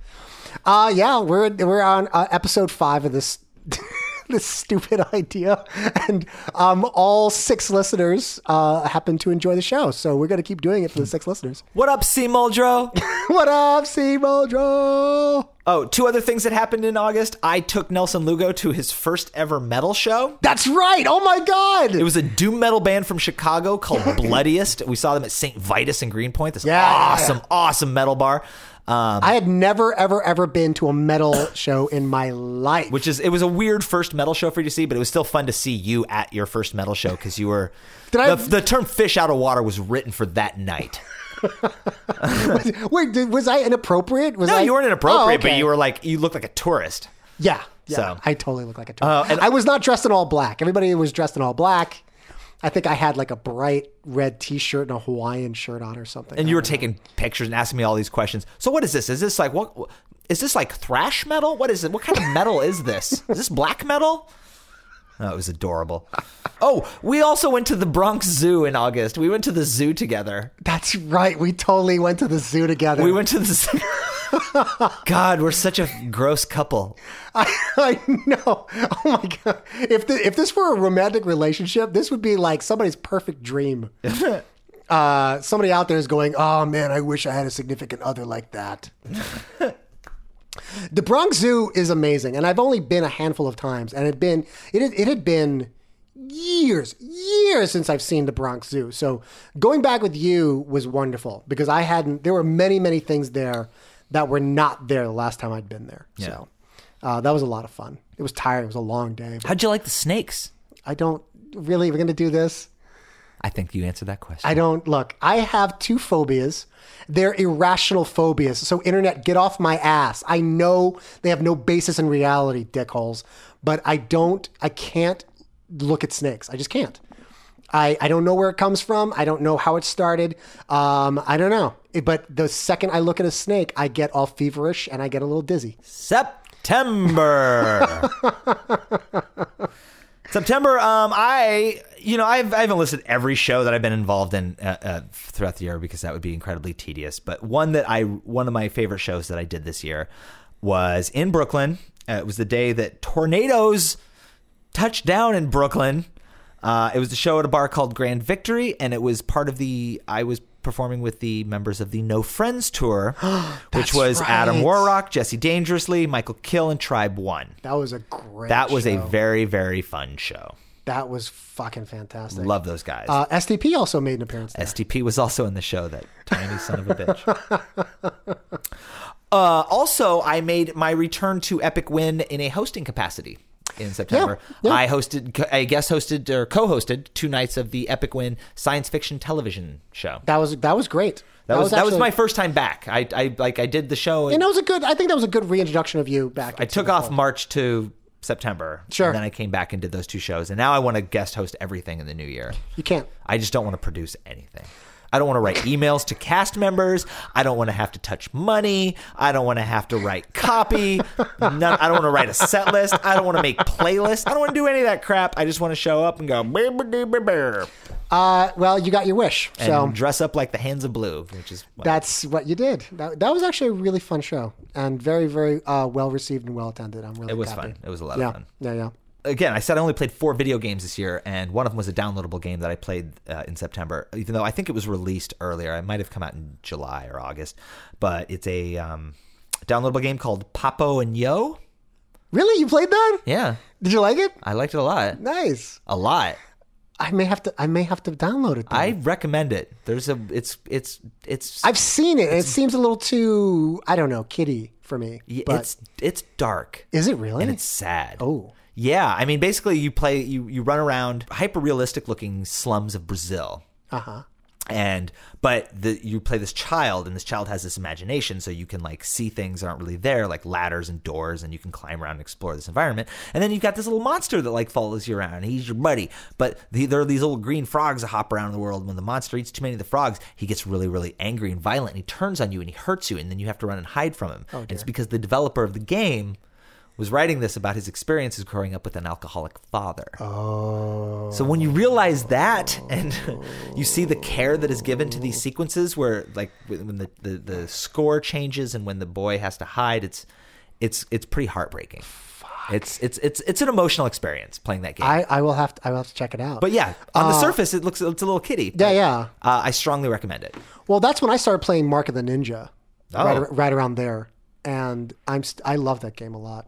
B: Uh yeah, we're we're on uh, episode five of this <laughs> this stupid idea, and um, all six listeners uh, happen to enjoy the show, so we're gonna keep doing it for the six listeners. <laughs>
C: What up, C Muldrow?
B: what up, C Mojo?
C: oh, two other things that happened in August. I took Nelson Lugo to his first ever metal show.
B: That's right. Oh my god.
C: It was a doom metal band from Chicago called
B: <laughs>
C: Bloodiest. We saw them at St. Vitus in Greenpoint. This
B: Yeah, yeah,
C: awesome, awesome metal bar. Um,
B: I had never, ever, ever been to a metal show in my life.
C: which is it was a weird first metal show for you to see, but it was still fun to see you at your first metal show because you were
B: <laughs> Did I-
C: the, the term "fish out of water" was written for that night.
B: Wait, did, was I inappropriate? Was
C: No,
B: I,
C: you weren't inappropriate,
B: Oh, okay.
C: but you were like you looked like a tourist.
B: Yeah, yeah.
C: So- Uh,
B: I totally look like a tourist. I was not dressed in all black. Everybody was dressed in all black. I think I had like a bright red T-shirt and a Hawaiian shirt on or something.
C: And you were taking pictures and asking me all these questions. So what is this? Is this like what? Is this like thrash metal? What is it? What kind of metal is this? Is this black metal? Oh, it was adorable. Oh, we also went to the Bronx Zoo in August. We went to the zoo together.
B: That's right. We totally went to the zoo together.
C: We went to the zoo. <laughs> God, we're such a gross couple.
B: I, <laughs> I know. Oh my god. If the, if this were a romantic relationship, this would be like somebody's perfect dream. uh, somebody out there is going, "Oh man, I wish I had a significant other like that." the Bronx Zoo is amazing, and I've only been a handful of times, and it had been it had, it had been years, years since I've seen the Bronx Zoo. So going back with you was wonderful because I hadn't. There were many, many things there that were not there the last time I'd been there. So uh, that was a lot of fun. It was tiring. It was a long day. But
C: How'd you like the snakes?
B: I don't really. We're gonna do this.
C: I think you answered that question.
B: I don't look. I have two phobias. They're irrational phobias. So internet, get off my ass. I know they have no basis in reality, dickholes. But I don't. I can't look at snakes. I just can't. I, I don't know where it comes from. I don't know how it started. Um, I don't know. It- but the second I look at a snake, I get all feverish and I get a little dizzy.
C: September. September. Um, I you know I've I haven't listed every show that I've been involved in uh, uh, throughout the year because that would be incredibly tedious. But one that I one of my favorite shows that I did this year was in Brooklyn. Uh, it was the day that tornadoes touched down in Brooklyn. Uh, it was a show at a bar called Grand Victory, and it was part of the. I was performing with the members of the No Friends
B: <gasps>
C: tour, which
B: That's
C: was Adam
B: right.
C: Warrock, Jesse Dangerously, Michael Kill, and Tribe One.
B: That was a great.
C: That was a
B: show.
C: very very fun show.
B: That was fucking fantastic.
C: Love those guys.
B: Uh, STP also made an appearance. There.
C: STP was also in the show, that tiny son of a bitch.
B: <laughs>
C: Uh, also, I made my return to Epic Win in a hosting capacity in September.
B: yeah.
C: I hosted, I guest hosted or co hosted two nights of the Epic Win science fiction television show.
B: That was that was great.
C: That, was, that was
B: actually-
C: my first time back. I, I like I did the show.
B: And
C: And
B: that was a good. I think that was a good reintroduction of you back.
C: I took off March to September.
B: Sure.
C: And then I came back and did those two shows. And now I want to guest host everything in the new year.
B: You can't.
C: I just don't want to produce anything. I don't want to write emails to cast members. I don't want to have to touch money. I don't want to have to write copy. None, I don't want to write a set list. I don't want to make playlists. I don't want to do any of that crap. I just want to show up and go "Brr, brr, brr, brr, brr,"
B: Uh, well, you got your wish.
C: and
B: So
C: dress up like the hands of blue, which is what-
B: that's what you did. That, that was actually a really fun show and very very uh, well received and well attended. I'm really.
C: it was
B: happy.
C: fun. It was a lot
B: yeah.
C: of fun.
B: Yeah. Yeah.
C: Again, I said I only played four video games this year, and one of them was a downloadable game that I played uh, in September. Even though I think it was released earlier, it might have come out in July or August. But it's a um, downloadable game called Papo and Yo.
B: Really, you played that?
C: Yeah,
B: Did you like it?
C: I liked it a lot.
B: Nice.
C: A lot.
B: I may have to. I may have to download it. then.
C: I recommend it. There's a. It's it's it's.
B: I've seen it. and It seems a little too. I don't know, kiddie for me. But
C: it's it's dark.
B: is it really?
C: and it's sad.
B: Oh.
C: Yeah, I mean basically you play you you run around hyper realistic looking slums of Brazil.
B: Uh-huh.
C: And but the you play this child and this child has this imagination so you can like see things that aren't really there like ladders and doors and you can climb around and explore this environment. And then you've got this little monster that like follows you around. and He's your buddy, but the, there are these little green frogs that hop around the world. When the monster eats too many of the frogs, he gets really really angry and violent and he turns on you and he hurts you and then you have to run and hide from him. And it's because the developer of the game was writing this about his experiences growing up with an alcoholic father. Oh. So when you realize that and <laughs> you see the care that is given to these sequences where like when when the, the, the score changes and when the boy has to hide, it's it's it's pretty heartbreaking. It's it's it's it's an emotional experience playing that game.
B: I, I will have to. I will have to check it out.
C: but yeah, on the surface it looks it's a little kitty.
B: yeah, yeah.
C: Uh, I strongly recommend it.
B: Well, that's when I started playing Mark of the Ninja, right,
C: Oh.
B: ar- right around there, and I'm st- I love that game a lot.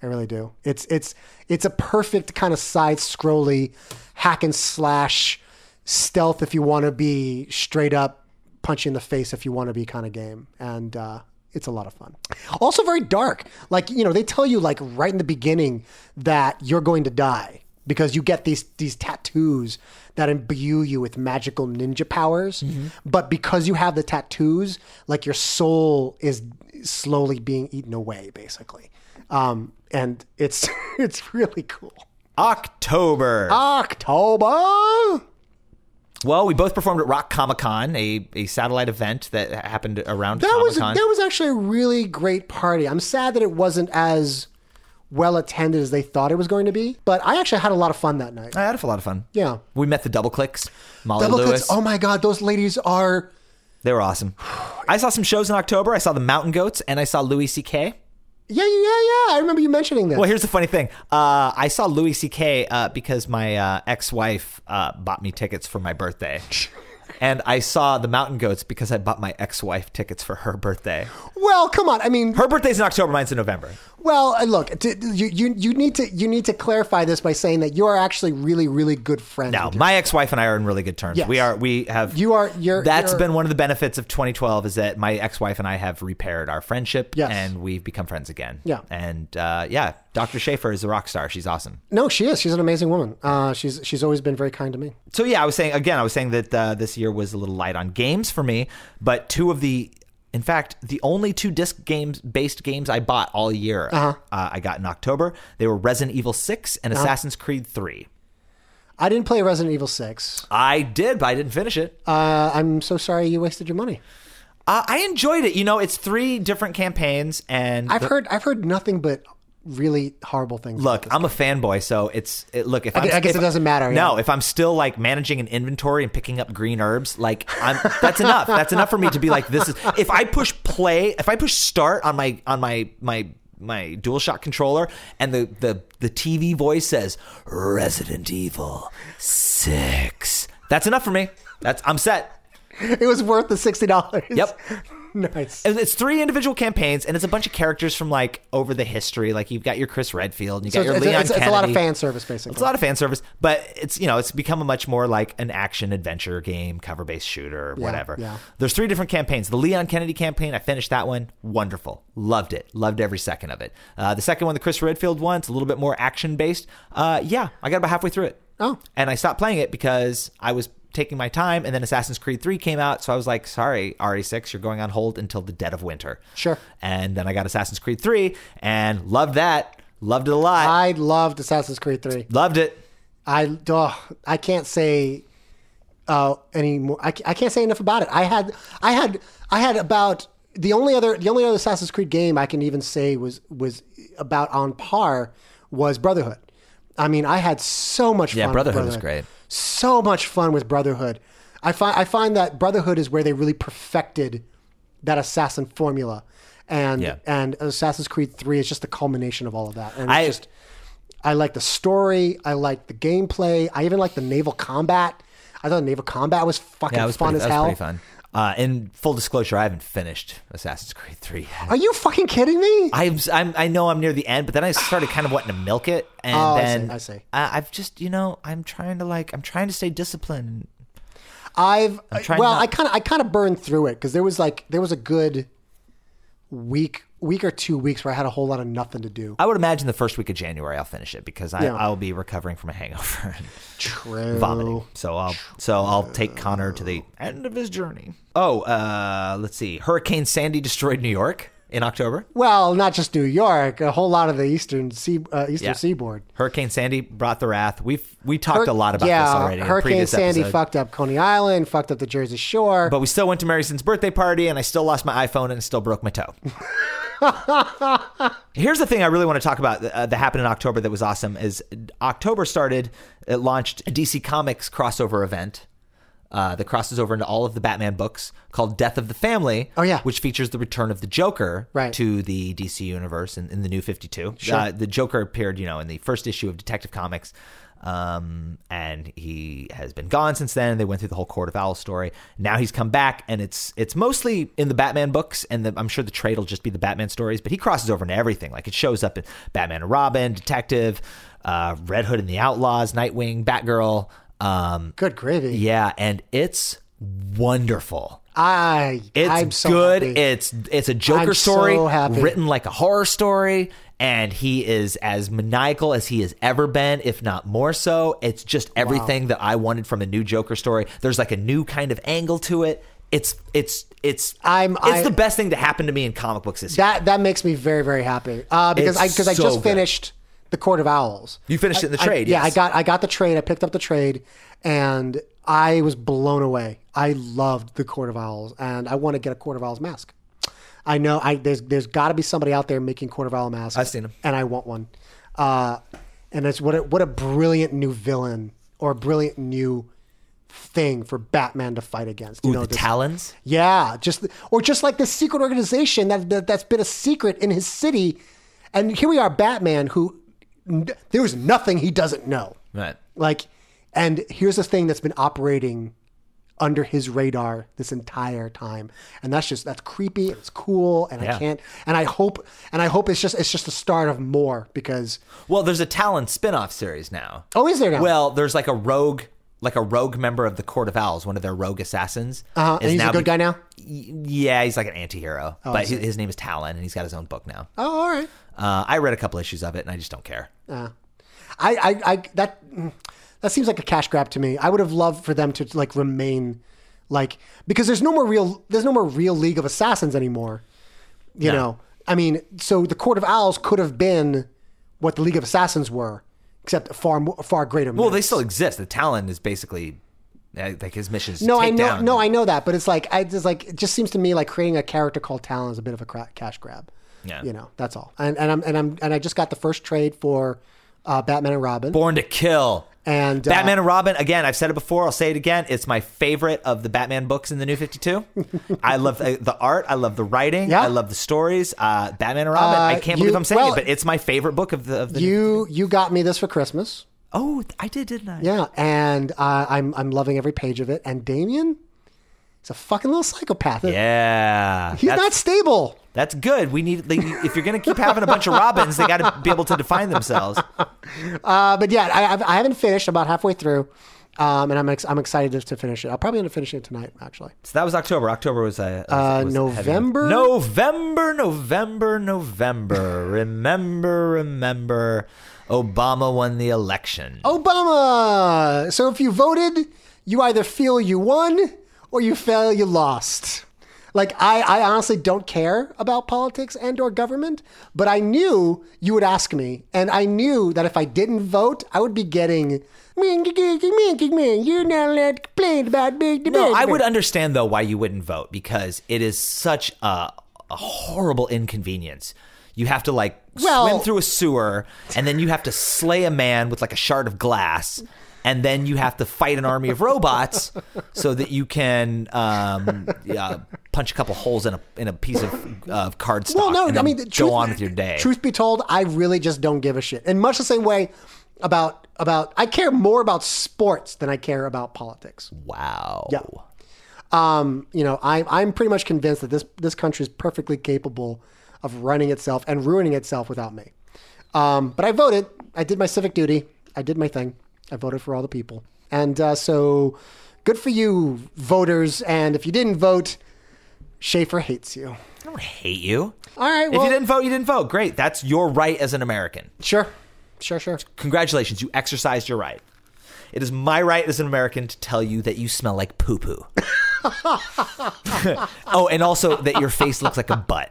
B: I really do. It's it's it's a perfect kind of side scrolly hack and slash stealth if you want to be straight up punch you in the face if you want to be kind of game, and uh, it's a lot of fun. Also very dark. Like you know they tell you like right in the beginning that you're going to die because you get these these tattoos that imbue you with magical ninja powers
C: Mm-hmm.
B: but because you have the tattoos like your soul is slowly being eaten away basically um, and it's <laughs> it's really cool
C: October.
B: Uh, october
C: well, we both performed at Rock Comic Con, a, a satellite event that happened around
B: that was
C: Comic-Con.
B: that was actually a really great party i'm sad that it wasn't as well attended as they thought it was going to be but i actually had a lot of fun that night
C: I had a lot of fun.
B: Yeah.
C: We met the Double Clicks, Molly
B: double
C: Lewis.
B: clicks oh my god those ladies are
C: They were awesome. I saw some shows in October. I saw the Mountain Goats and I saw Louis C.K.
B: yeah yeah yeah yeah i remember you mentioning this
C: Well, here's the funny thing. Uh, I saw Louis C.K. Uh, because my uh, ex-wife uh, bought me tickets for my
B: <laughs>
C: birthday. And I saw the Mountain Goats because I bought my ex-wife tickets for her birthday.
B: well come on i mean
C: Her birthday's in October, mine's in November.
B: Well, uh, look, t- t- you, you you need to you need to clarify this by saying that you are actually really really good friends.
C: No,
B: with your-
C: my ex-wife and I are in really good terms.
B: Yes.
C: We are. We have.
B: You are- you're-
C: That's
B: you're-
C: been one of the benefits of 2012 is that my ex-wife and I have repaired our friendship.
B: Yes.
C: And we've become friends again.
B: Yeah.
C: And uh, yeah, Dr. Schaefer is a rock star. She's awesome.
B: no, she is. She's an amazing woman. Uh, she's she's always been very kind to me.
C: So yeah, I was saying again. I was saying that uh, this year was a little light on games for me, but two of the. In fact, the only two disc games based games I bought all year, uh I got in October. They were Resident Evil 6 and Assassin's Creed 3.
B: I didn't play Resident Evil Six.
C: I did, but I didn't finish it.
B: Uh, I'm so sorry you wasted your money.
C: Uh, I enjoyed it. You know, it's three different campaigns, and
B: I've heard I've heard nothing but really horrible things.
C: look, I'm a fanboy, so it's it, look. If I'm,
B: gu- I guess
C: if-
B: it doesn't matter,
C: No,
B: yeah.
C: if I'm still like managing an inventory and picking up green herbs, like I'm that's enough. That's enough for me to be like, this is. If I push play, if I push start on my on my my my DualShock controller, and the the the TV voice says Resident Evil Six. That's enough for me. That's I'm set.
B: It was worth the sixty dollars.
C: Yep.
B: <laughs> nice.
C: And it's three individual campaigns, and it's a bunch of characters from like over the history. Like you've got your Chris Redfield, and you
B: So
C: got your
B: it's,
C: Leon
B: it's- it's a lot of
C: Kennedy.
B: fan service, basically.
C: It's a lot of fan service, but it's you know it's become a much more like an action adventure game, cover based shooter, whatever.
B: yeah.
C: There's three different campaigns. The Leon Kennedy campaign, I finished that one. Wonderful, loved it, loved every second of it. Uh, the second one, the Chris Redfield one, it's a little bit more action based. Uh, yeah, I got about halfway through it.
B: Oh.
C: and I stopped playing it because I was taking my time, and then Assassin's Creed Three came out, so I was like, sorry, RE6, you're going on hold until the dead of winter.
B: Sure.
C: And then I got Assassin's Creed Three, and loved that, loved it a lot,
B: I loved Assassin's Creed Three.
C: loved it.
B: I oh, I can't say uh, any more. I, ca- I can't say enough about it. I had I had I had about the only other the only other Assassin's Creed game I can even say was was about on par was Brotherhood. I mean, I had so much
C: Yeah,
B: fun.
C: Brotherhood
B: with
C: was great.
B: So much fun with Brotherhood. I find I find that Brotherhood is where they really perfected that assassin formula, and
C: Yeah.
B: and Assassin's Creed Three is just the culmination of all of that. And it's
C: I-
B: just I like the story. I like the gameplay. I even like the naval combat. I thought naval combat was fucking
C: Yeah, it was
B: fun
C: pretty,
B: as
C: that was
B: hell.
C: pretty fun. Uh, and full disclosure, I haven't finished Assassin's Creed Three. Yet. <laughs>
B: Are you fucking kidding me?
C: I'm, I'm, I know I'm near the end, but then I started kind of wanting to milk it, and
B: Oh, I see,
C: then
B: I see.
C: I- I've just, you know, I'm trying to like, I'm trying to stay disciplined.
B: I've
C: trying
B: well,
C: not-
B: I kind of I kind of burned through it because there was like there was a good week week or two weeks where I had a whole lot of nothing to do.
C: I would imagine the first week of January I'll finish it because I,
B: Yeah.
C: I'll be recovering from a hangover <laughs> and
B: True.
C: vomiting. So I'll, so I'll take Connor to the end of his journey. Oh, uh, let's see. Hurricane Sandy destroyed New York in October.
B: Well, not just New York, a whole lot of the eastern sea uh, eastern
C: Yeah.
B: seaboard.
C: Hurricane Sandy brought the wrath. We've we talked
B: Hur-
C: a lot about
B: yeah,
C: this already. in a
B: Hurricane
C: previous
B: Sandy
C: episode.
B: fucked up Coney Island, fucked up the Jersey Shore.
C: But we still went to Maryson's birthday party, and I still lost my iPhone and still broke
B: <laughs>
C: my toe. Here's the thing I really want to talk about uh, that happened in October that was awesome is October started, it launched a DC Comics crossover event. Uh, that crosses over into all of the Batman books called Death of the Family.
B: Oh, yeah.
C: Which features the return of the Joker
B: Right.
C: to the DC universe in, in the new 52. Uh, the Joker appeared, you know, in the first issue of Detective Comics. Um, and he has been gone since then. They went through the whole Court of Owls story. Now he's come back, and it's it's mostly in the Batman books, and the, I'm sure the trade will just be the Batman stories. But he crosses over into everything. Like it shows up in Batman and Robin, Detective, uh, Red Hood and the Outlaws, Nightwing, Batgirl. Um,
B: good gravy.
C: yeah, and it's wonderful.
B: I
C: It's
B: I'm so
C: good.
B: happy.
C: It's it's a Joker
B: I'm so
C: story
B: happy.
C: written like a horror story, and he is as maniacal as he has ever been, if not more so. It's just everything that I wanted from a new Joker story. There's like a new kind of angle to it. It's it's it's
B: I'm-
C: it's
B: I-
C: the best thing that happened to me in comic books this year.
B: That that makes me very very happy uh, because
C: It's
B: I because I
C: so
B: just
C: good.
B: finished the Court of Owls.
C: You finished it in the trade,
B: I, yeah.
C: yes.
B: I got I got the trade. I picked up the trade, and I was blown away. I loved the Court of Owls, and I want to get a Court of Owls mask. I know I there's there's got to be somebody out there making Court of Owl masks.
C: I've seen 'em.
B: and I want one. Uh, and it's what a, what a brilliant new villain or a brilliant new thing for Batman to fight against. You
C: Ooh,
B: know,
C: the
B: this-
C: Talons.
B: yeah, just or just like this secret organization that, that that's been a secret in his city, and here we are, Batman, who n- there's nothing he doesn't know.
C: Right.
B: Like, and here's the thing that's been operating under his radar this entire time, and that's just that's creepy. It's cool, and
C: Yeah.
B: I can't. And I hope, and I hope it's just it's just the start of more because
C: Well, there's a Talon spin-off series now.
B: oh, is there now?
C: Well, there's like a rogue, like a rogue member of the Court of Owls, one of their rogue assassins.
B: uh, and
C: is
B: he's a good
C: be-
B: guy now.
C: Yeah, he's like an anti-hero, but his, his name is Talon, and he's got his own book now.
B: Oh, all right.
C: Uh, I read a couple issues of it, and I just don't care.
B: Yeah. I, I, I that mm, that seems like a cash grab to me. I would have loved for them to like remain like because there's no more real there's no more real League of Assassins anymore. You
C: No.
B: know. I mean, so the Court of Owls could have been what the League of Assassins were, except far mo- far greater.
C: Well, they still exist. The Talon is basically uh, like his mission is to
B: no,
C: take
B: I know,
C: down.
B: no, I know that, but it's like I just like it just seems to me like creating a character called Talon is a bit of a cra- cash grab.
C: Yeah.
B: You know, that's all. And and I'm and I'm and I just got the first trade for uh, Batman and Robin.
C: Born to Kill.
B: And uh,
C: Batman and Robin, again, I've said it before, I'll say it again. It's my favorite of the Batman books in the
B: <laughs>
C: New 52. I love uh, the art, I love the writing,
B: Yeah.
C: I love the stories. Uh, Batman and Robin, I
B: Uh,
C: can't
B: you-
C: believe I'm saying
B: well,
C: it, but it's my favorite book of the. Of the
B: you you got me this for Christmas.
C: oh, I did, didn't I?
B: Yeah, and uh, I'm I'm loving every page of it. And Damien, he's a fucking little psychopath.
C: Yeah.
B: He's
C: that's,
B: not stable.
C: that's good. We need, like, if you're going to keep having a bunch of Robins, they got to be able to define themselves.
B: Uh, but yeah, I, I've- I haven't finished. I'm about halfway through, um, and I'm ex- I'm excited to, to finish it. I'll probably end up finishing it tonight, actually.
C: So that was October. October was, uh, was-
B: Uh,
C: was the heavy
B: November?
C: month. November, November, November. remember, remember, Obama won the
B: Oh,
C: election.
B: Obama. So if you voted, you either feel you won or you feel you lost. Like I, I honestly don't care about politics and or government, but I knew you would ask me, and I knew that if I didn't vote, I would be getting. "Ming, gig, gig, ming, gig, ming. You're not allowed to complain about big
C: No,
B: debate.
C: I would understand though why you wouldn't vote because it is such a, a horrible inconvenience. You have to like
B: Well-
C: swim through a sewer, and then you have to slay a man with like a shard of glass, and then you have to fight an army of robots so that you can um, uh, punch a couple holes in a in a piece of uh, cardstock.
B: Well, no,
C: and
B: I
C: then
B: mean,
C: go
B: truth-
C: on with your day.
B: Truth be told, I really just don't give a shit. In much the same way about about I care more about sports than I care about politics.
C: Wow.
B: Yeah. Um, you know, I, I'm pretty much convinced that this this country is perfectly capable of running itself and ruining itself without me. Um, but I voted. I did my civic duty. I did my thing. I voted for all the people. And uh, so, good for you, voters. And if you didn't vote, Schaefer hates you.
C: I don't hate you.
B: All right.
C: if
B: well,
C: you didn't vote, you didn't vote. Great. That's your right as an American.
B: sure, sure, sure.
C: Congratulations, you exercised your right. It is my right as an American to tell you that you smell like poo poo. <laughs> oh, and also that your face looks like a butt.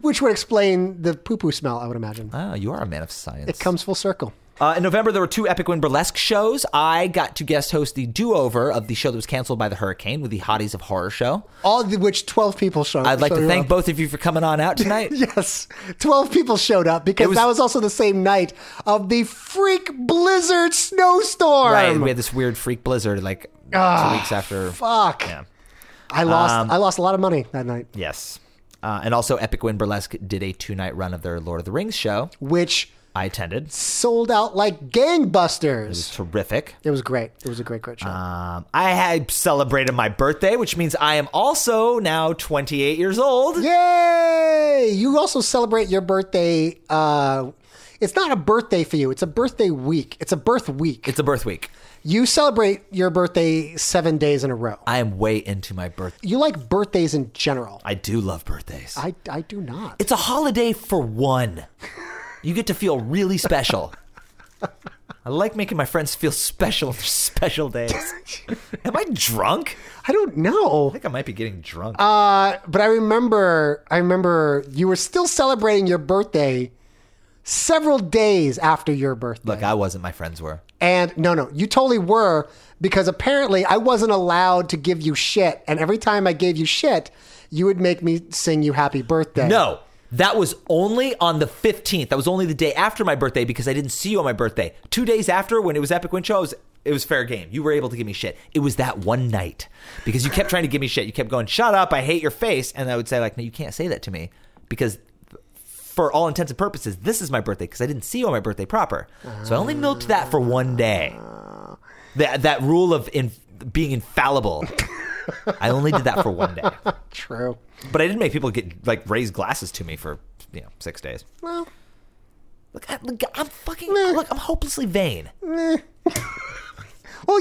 B: Which would explain the poo poo smell, I would imagine.
C: Oh, you are a man of science.
B: It comes full circle.
C: Uh, in November, there were two Epic Win Burlesque shows. I got to guest host the do over of the show that was canceled by the hurricane with the Hotties of Horror show.
B: All of which 12 people showed
C: I'd like
B: showed
C: to
B: up.
C: thank both of you for coming on
B: <laughs>
C: out tonight.
B: Yes, 12 people showed up because
C: It was-
B: that was also the same night of the freak blizzard snowstorm.
C: Right, we had this weird freak blizzard like two weeks after.
B: Ah, Fuck.
C: Yeah. Um,
B: I lost I lost a lot of money that night,
C: Yes. Uh, and also, Epic Win Burlesque did a two night run of their Lord of the Rings show.
B: which
C: I attended.
B: sold out like gangbusters.
C: It's terrific.
B: It was great. It was a great great show.
C: Um, I had celebrated my birthday, which means I am also now 28 years old.
B: Yay! You also celebrate your birthday uh it's not a birthday for you. It's a birthday week. It's a birth week.
C: It's a birth week.
B: you celebrate your birthday 7 days in a row.
C: I am way into my birth.
B: You like birthdays in general.
C: I do love birthdays.
B: I I do not.
C: it's a holiday for one. You get to feel really special. I like making my friends feel special on their special days. Am I drunk?
B: I don't know.
C: I think I might be getting drunk.
B: Uh, But I remember, I remember you were still celebrating your birthday several days after your birthday.
C: Look, I wasn't. My friends were.
B: And no, no, you totally were because apparently I wasn't allowed to give you shit. And every time I gave you shit, you would make me sing you happy birthday.
C: No, that was only on the 15th. That was only the day after my birthday because I didn't see you on my birthday. Two days after, when it was Epic Win Show, it was, it was fair game. You were able to give me shit. It was that one night because you kept trying to give me shit. You kept going, shut up, I hate your face. And I would say, like, no, you can't say that to me because for all intents and purposes, this is my birthday because I didn't see you on my birthday proper. So I only milked that for one day. That, that rule of in, being infallible. I only did that for one day.
B: True.
C: But I did make people get like raise glasses to me for you know six days.
B: Well,
C: Look, I, look I'm fucking
B: Meh.
C: look. I'm hopelessly vain.
B: well,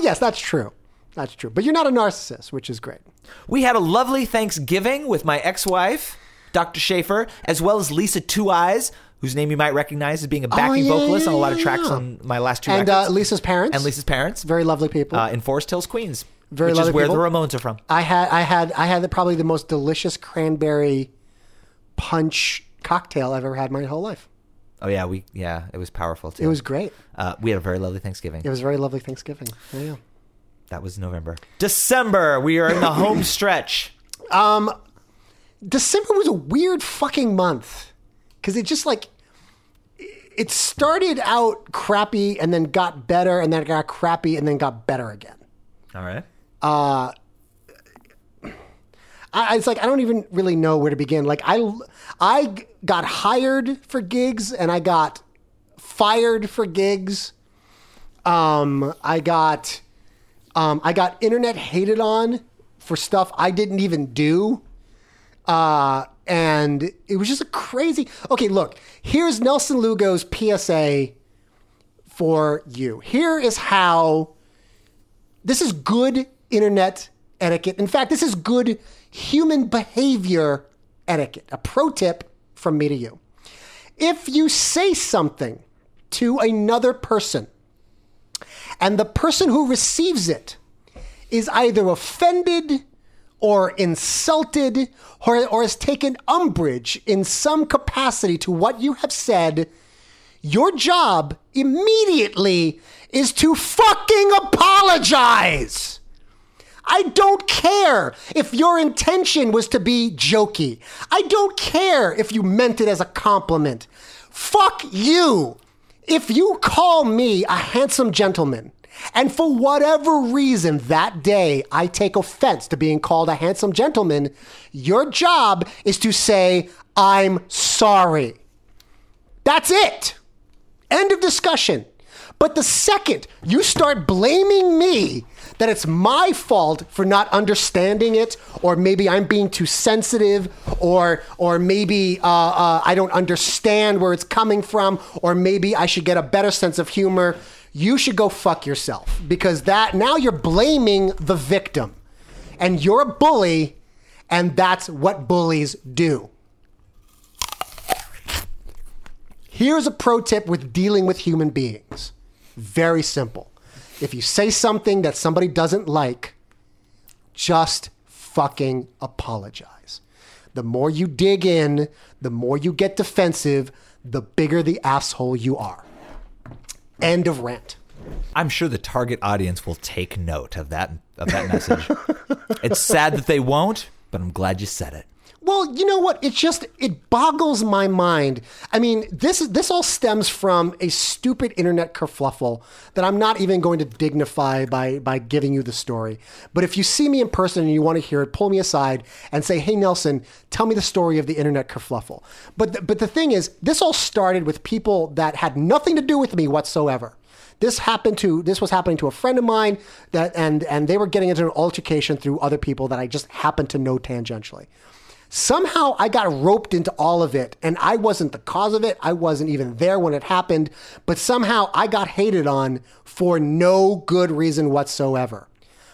B: yes, that's true. That's true. But you're not a narcissist, which is great.
C: We had a lovely Thanksgiving with my ex-wife, Dr. Schaefer, as well as Lisa Two Eyes, whose name you might recognize as being a backing
B: Oh, yeah,
C: vocalist
B: yeah,
C: on a lot of
B: yeah,
C: tracks
B: yeah.
C: on my last two
B: And uh,
C: records.
B: Lisa's parents.
C: and Lisa's parents
B: Very lovely people.
C: uh, in Forest Hills, Queens,
B: Very
C: which is
B: lovely
C: where the
B: people.
C: Ramones are from.
B: I had I had I had the, probably the most delicious cranberry punch cocktail I've ever had in my whole life.
C: Oh yeah, we yeah, it was powerful too.
B: It was great.
C: Uh, we had a very lovely Thanksgiving.
B: It was a very lovely Thanksgiving. There you
C: That was November. December, we are in the
B: <coughs>
C: home stretch.
B: go. December was a weird fucking month because it just like it started out crappy and then got better and then it got crappy and then got better again.
C: All right.
B: I, it's like I don't even really know where to begin. Like I, I g- got hired for gigs and I got fired for gigs. Um, I got, um, I got internet hated on for stuff I didn't even do. Uh, and it was just a crazy. Okay, look, here's Nelson Lugo's PSA for you. Here is how this is good internet etiquette. In fact, this is good human behavior etiquette. A pro tip from me to you. If you say something to another person and the person who receives it is either offended or insulted or, or has taken umbrage in some capacity to what you have said, your job immediately is to fucking apologize. I don't care if your intention was to be jokey. I don't care if you meant it as a compliment. Fuck you. If you call me a handsome gentleman, and for whatever reason that day I take offense to being called a handsome gentleman, your job is to say, I'm sorry. That's it. End of discussion. But the second you start blaming me that it's my fault for not understanding it, or maybe I'm being too sensitive, or or maybe uh, uh, I don't understand where it's coming from, or maybe I should get a better sense of humor, you should go fuck yourself because that now you're blaming the victim, and you're a bully, and that's what bullies do. Here's a pro tip with dealing with human beings. Very simple. If you say something that somebody doesn't like, just fucking apologize. The more you dig in, the more you get defensive, the bigger the asshole you are. End of rant.
C: I'm sure the target audience will take note of that of that message. it's sad that they won't, but I'm glad you said it.
B: Well, you know what? It just it boggles my mind. I mean, this is this all stems from a stupid internet kerfluffle that I'm not even going to dignify by by giving you the story. But if you see me in person and you want to hear it, pull me aside and say, "Hey, Nelson, tell me the story of the internet kerfluffle." But th- but the thing is, this all started with people that had nothing to do with me whatsoever this happened to this was happening to a friend of mine that and and they were getting into an altercation through other people that I just happened to know tangentially. Somehow I got roped into all of it and I wasn't the cause of it. I wasn't even there when it happened, but somehow I got hated on for no good reason whatsoever.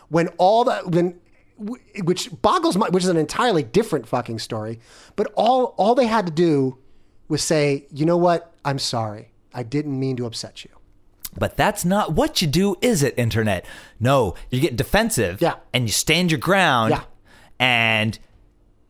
B: When all the when wh- which boggles my which is an entirely different fucking story, but all all they had to do was say, "You know what? I'm sorry. I didn't mean to upset you."
C: But that's not what you do, is it, internet? No, you get defensive
B: Yeah.
C: and you stand your ground
B: Yeah.
C: and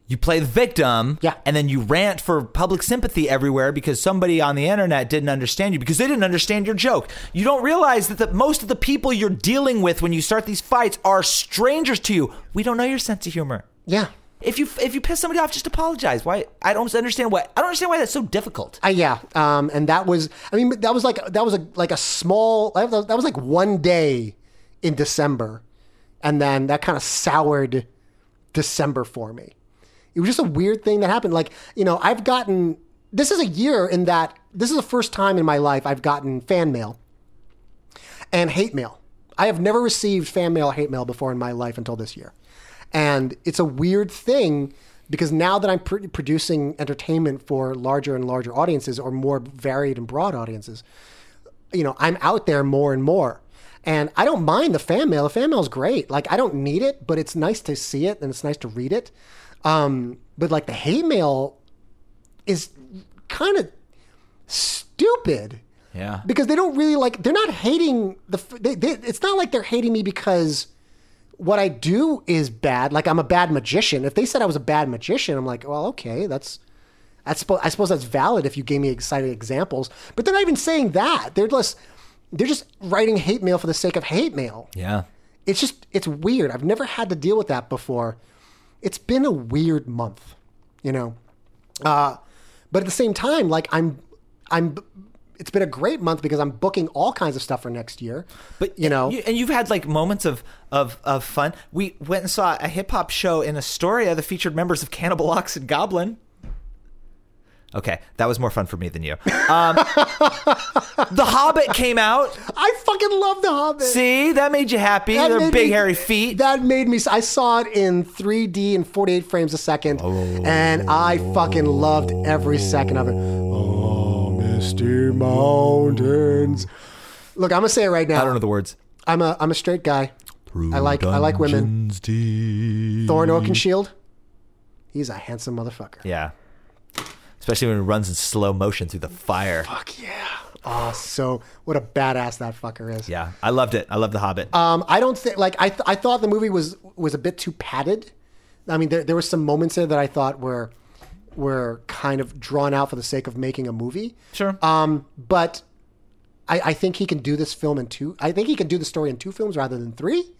C: you play the victim
B: Yeah.
C: and then you rant for public sympathy everywhere because somebody on the internet didn't understand you because they didn't understand your joke. You don't realize that the, most of the people you're dealing with when you start these fights are strangers to you. We don't know your sense of humor.
B: Yeah.
C: If you if you piss somebody off, just apologize. Why? I don't understand why. I don't understand why that's so difficult.
B: Uh, yeah, um, and that was. I mean, that was like that was a like a small. That was, that was like one day in December, and then that kind of soured December for me. It was just a weird thing that happened. Like you know, I've gotten. This is a year in that this is the first time in my life I've gotten fan mail and hate mail. I have never received fan mail, hate mail before in my life until this year. And it's a weird thing because now that I'm pr- producing entertainment for larger and larger audiences or more varied and broad audiences, you know, I'm out there more and more. And I don't mind the fan mail. The fan mail is great. Like I don't need it, but it's nice to see it and it's nice to read it. Um, but like the hate mail is kind of stupid
C: Yeah.
B: because they don't really like they're not hating the f- they, they, it's not like they're hating me because what i do is bad like i'm a bad magician if they said i was a bad magician i'm like well okay that's I suppose, I suppose that's valid if you gave me exciting examples but they're not even saying that they're just they're just writing hate mail for the sake of hate mail
C: Yeah.
B: it's just it's weird i've never had to deal with that before it's been a weird month you know uh, but at the same time like i'm i'm it's been a great month because I'm booking all kinds of stuff for next year.
C: But
B: you know,
C: and you've had like moments of of of fun. We went and saw a hip hop show in Astoria that featured members of Cannibal Ox and Goblin. Okay, that was more fun for me than you.
B: <laughs>
C: Um, the Hobbit came out.
B: I fucking love The Hobbit.
C: See, that made you happy.
B: That
C: Their
B: made
C: big
B: me-
C: hairy feet.
B: That made me. I saw it in 3D in 48 frames a second, and I fucking loved every second of it. Oh, Misty Mountains. Look, I'm gonna say it right
C: I don't
B: now.
C: know the words.
B: I'm a I'm a straight guy. I like I like women. Thorn
C: Mm-hmm.
B: Oakenshield. He's a handsome motherfucker.
C: Yeah, especially when it runs in slow motion through the fire.
B: Fuck yeah. Oh, so what a badass that fucker is.
C: Yeah, I loved it. I love The Hobbit.
B: Um, I don't think like I th- I thought the movie was was a bit too padded. I mean, there there were some moments there that I thought were were kind of drawn out for the sake of making a movie.
C: sure.
B: Um, but I, I think he can do this film in two. I think he can do the story in two films rather than three.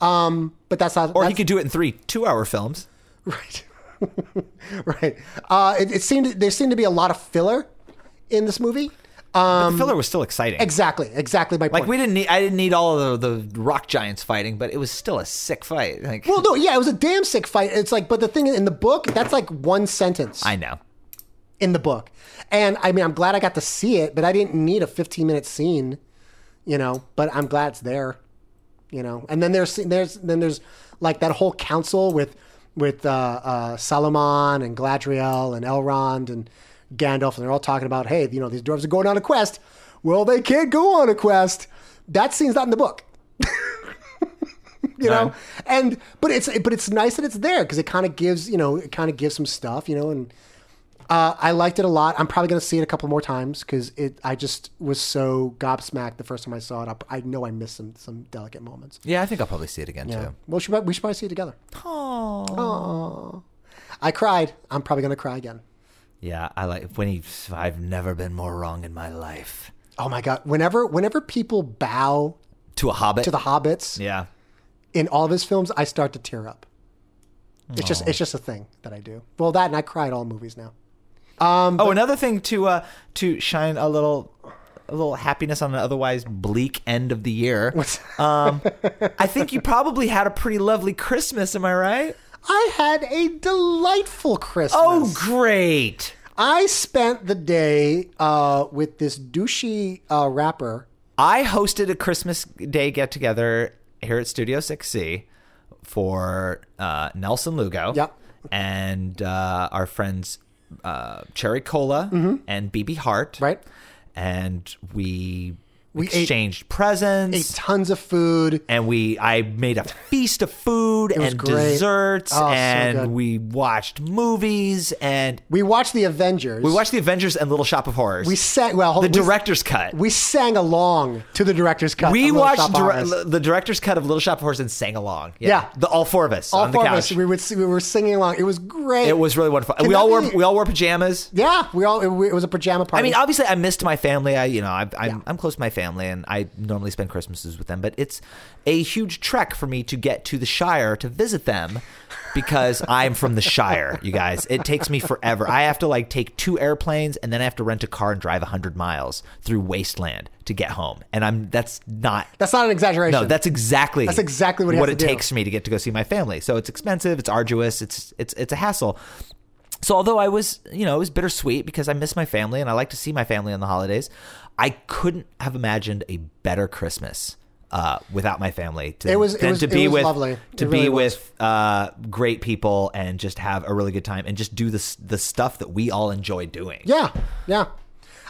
B: Um, but that's not.
C: or
B: that's,
C: he could do it in three two-hour films.
B: Right. <laughs> right. Uh, it, it seemed there seemed to be a lot of filler in this movie.
C: But the
B: Um,
C: filler was still exciting.
B: Exactly. Exactly my point.
C: Like we didn't need, I didn't need all of the, the rock giants fighting, but it was still a sick fight. Like,
B: well, no, yeah, it was a damn sick fight. It's like, but the thing in the book, that's like one sentence
C: I know.
B: in the book, and I mean, I'm glad I got to see it, but I didn't need a 15 minute scene, you know. But I'm glad it's there, you know. And then there's there's then there's like that whole council with with uh, uh, Saruman and Gladriel and Elrond and Gandalf, and they're all talking about, hey, you know, these dwarves are going on a quest. Well, they can't go on a quest. That scene's not in the book you know and but it's but it's nice that it's there because it kind of gives you know it kind of gives some stuff you know and uh, I liked it a lot. I'm probably gonna see it a couple more times because it. I just was so gobsmacked the first time I saw it. I, I know I missed some some delicate moments.
C: Yeah, I think I'll probably see it again
B: Yeah. Well, we should, prob- we should probably see it together. Aww. I cried. I'm probably gonna cry again.
C: Yeah, I like when he. I've never been more wrong in my life.
B: Oh my god! Whenever whenever people bow
C: To a hobbit.
B: to the hobbits
C: yeah.
B: in all of his films, I start to tear up. It's just it's just a thing that I do. Well, that and I cry at all movies now.
C: Oh, another thing to uh to shine a little a little happiness on an otherwise bleak end of the year.
B: What's-
C: um, I think you probably had a pretty lovely Christmas. Am I right?
B: I had a delightful Christmas.
C: Oh, great.
B: I spent the day uh, with this douchey uh, rapper.
C: I hosted a Christmas Day get together here at Studio 6C for uh, Nelson Lugo
B: Yep.
C: and uh, our friends uh, Cherry Cola and BB Hart.
B: Mm-hmm. Right.
C: And we,
B: ate-
C: exchanged
B: Ate
C: presents.
B: tons of food.
C: and we, I made a feast of food
B: was
C: and
B: great.
C: desserts,
B: Oh, so
C: and
B: good.
C: we watched movies, and
B: We watched the Avengers.
C: we watched The Avengers and Little Shop of Horrors.
B: We sang. Well, hold
C: the
B: we,
C: director's cut.
B: We sang along to the director's cut.
C: We
B: of Little
C: watched
B: Shop of
C: dir-
B: Horrors.
C: the director's cut of Little Shop of Horrors and sang along.
B: Yeah.
C: the all four of us
B: all
C: on
B: four
C: the
B: of us.
C: couch.
B: We would. We were singing along. It was great.
C: it was really wonderful. And
B: Can
C: we
B: that
C: all wore
B: be-
C: we all wore pajamas.
B: Yeah, we all. It, it was a pajama
C: I
B: party.
C: mean, obviously, I missed my family. I, you know, I, I'm
B: Yeah.
C: I'm close to my family, and I normally spend Christmases with them. But it's a huge trek for me to get to the Shire to visit them because I'm from the Shire. You guys, it takes me forever. I have to like take two airplanes, and then I have to rent a car and drive hundred miles through wasteland to get home. And I'm that's not
B: that's not an exaggeration.
C: No, that's exactly
B: That's exactly what he has
C: it
B: to do.
C: takes me to get to go see my family. So it's expensive, it's arduous, it's it's it's a hassle. So although I was, you know, it was bittersweet because I miss my family and I like to see my family on the holidays, I couldn't have imagined a better Christmas uh, without my family. To,
B: It was- it
C: than
B: was-
C: to
B: it
C: be
B: was
C: with
B: lovely.
C: to
B: It
C: be
B: really was.
C: with uh, great people and just have a really good time and just do this the stuff that we all enjoy doing.
B: Yeah, yeah.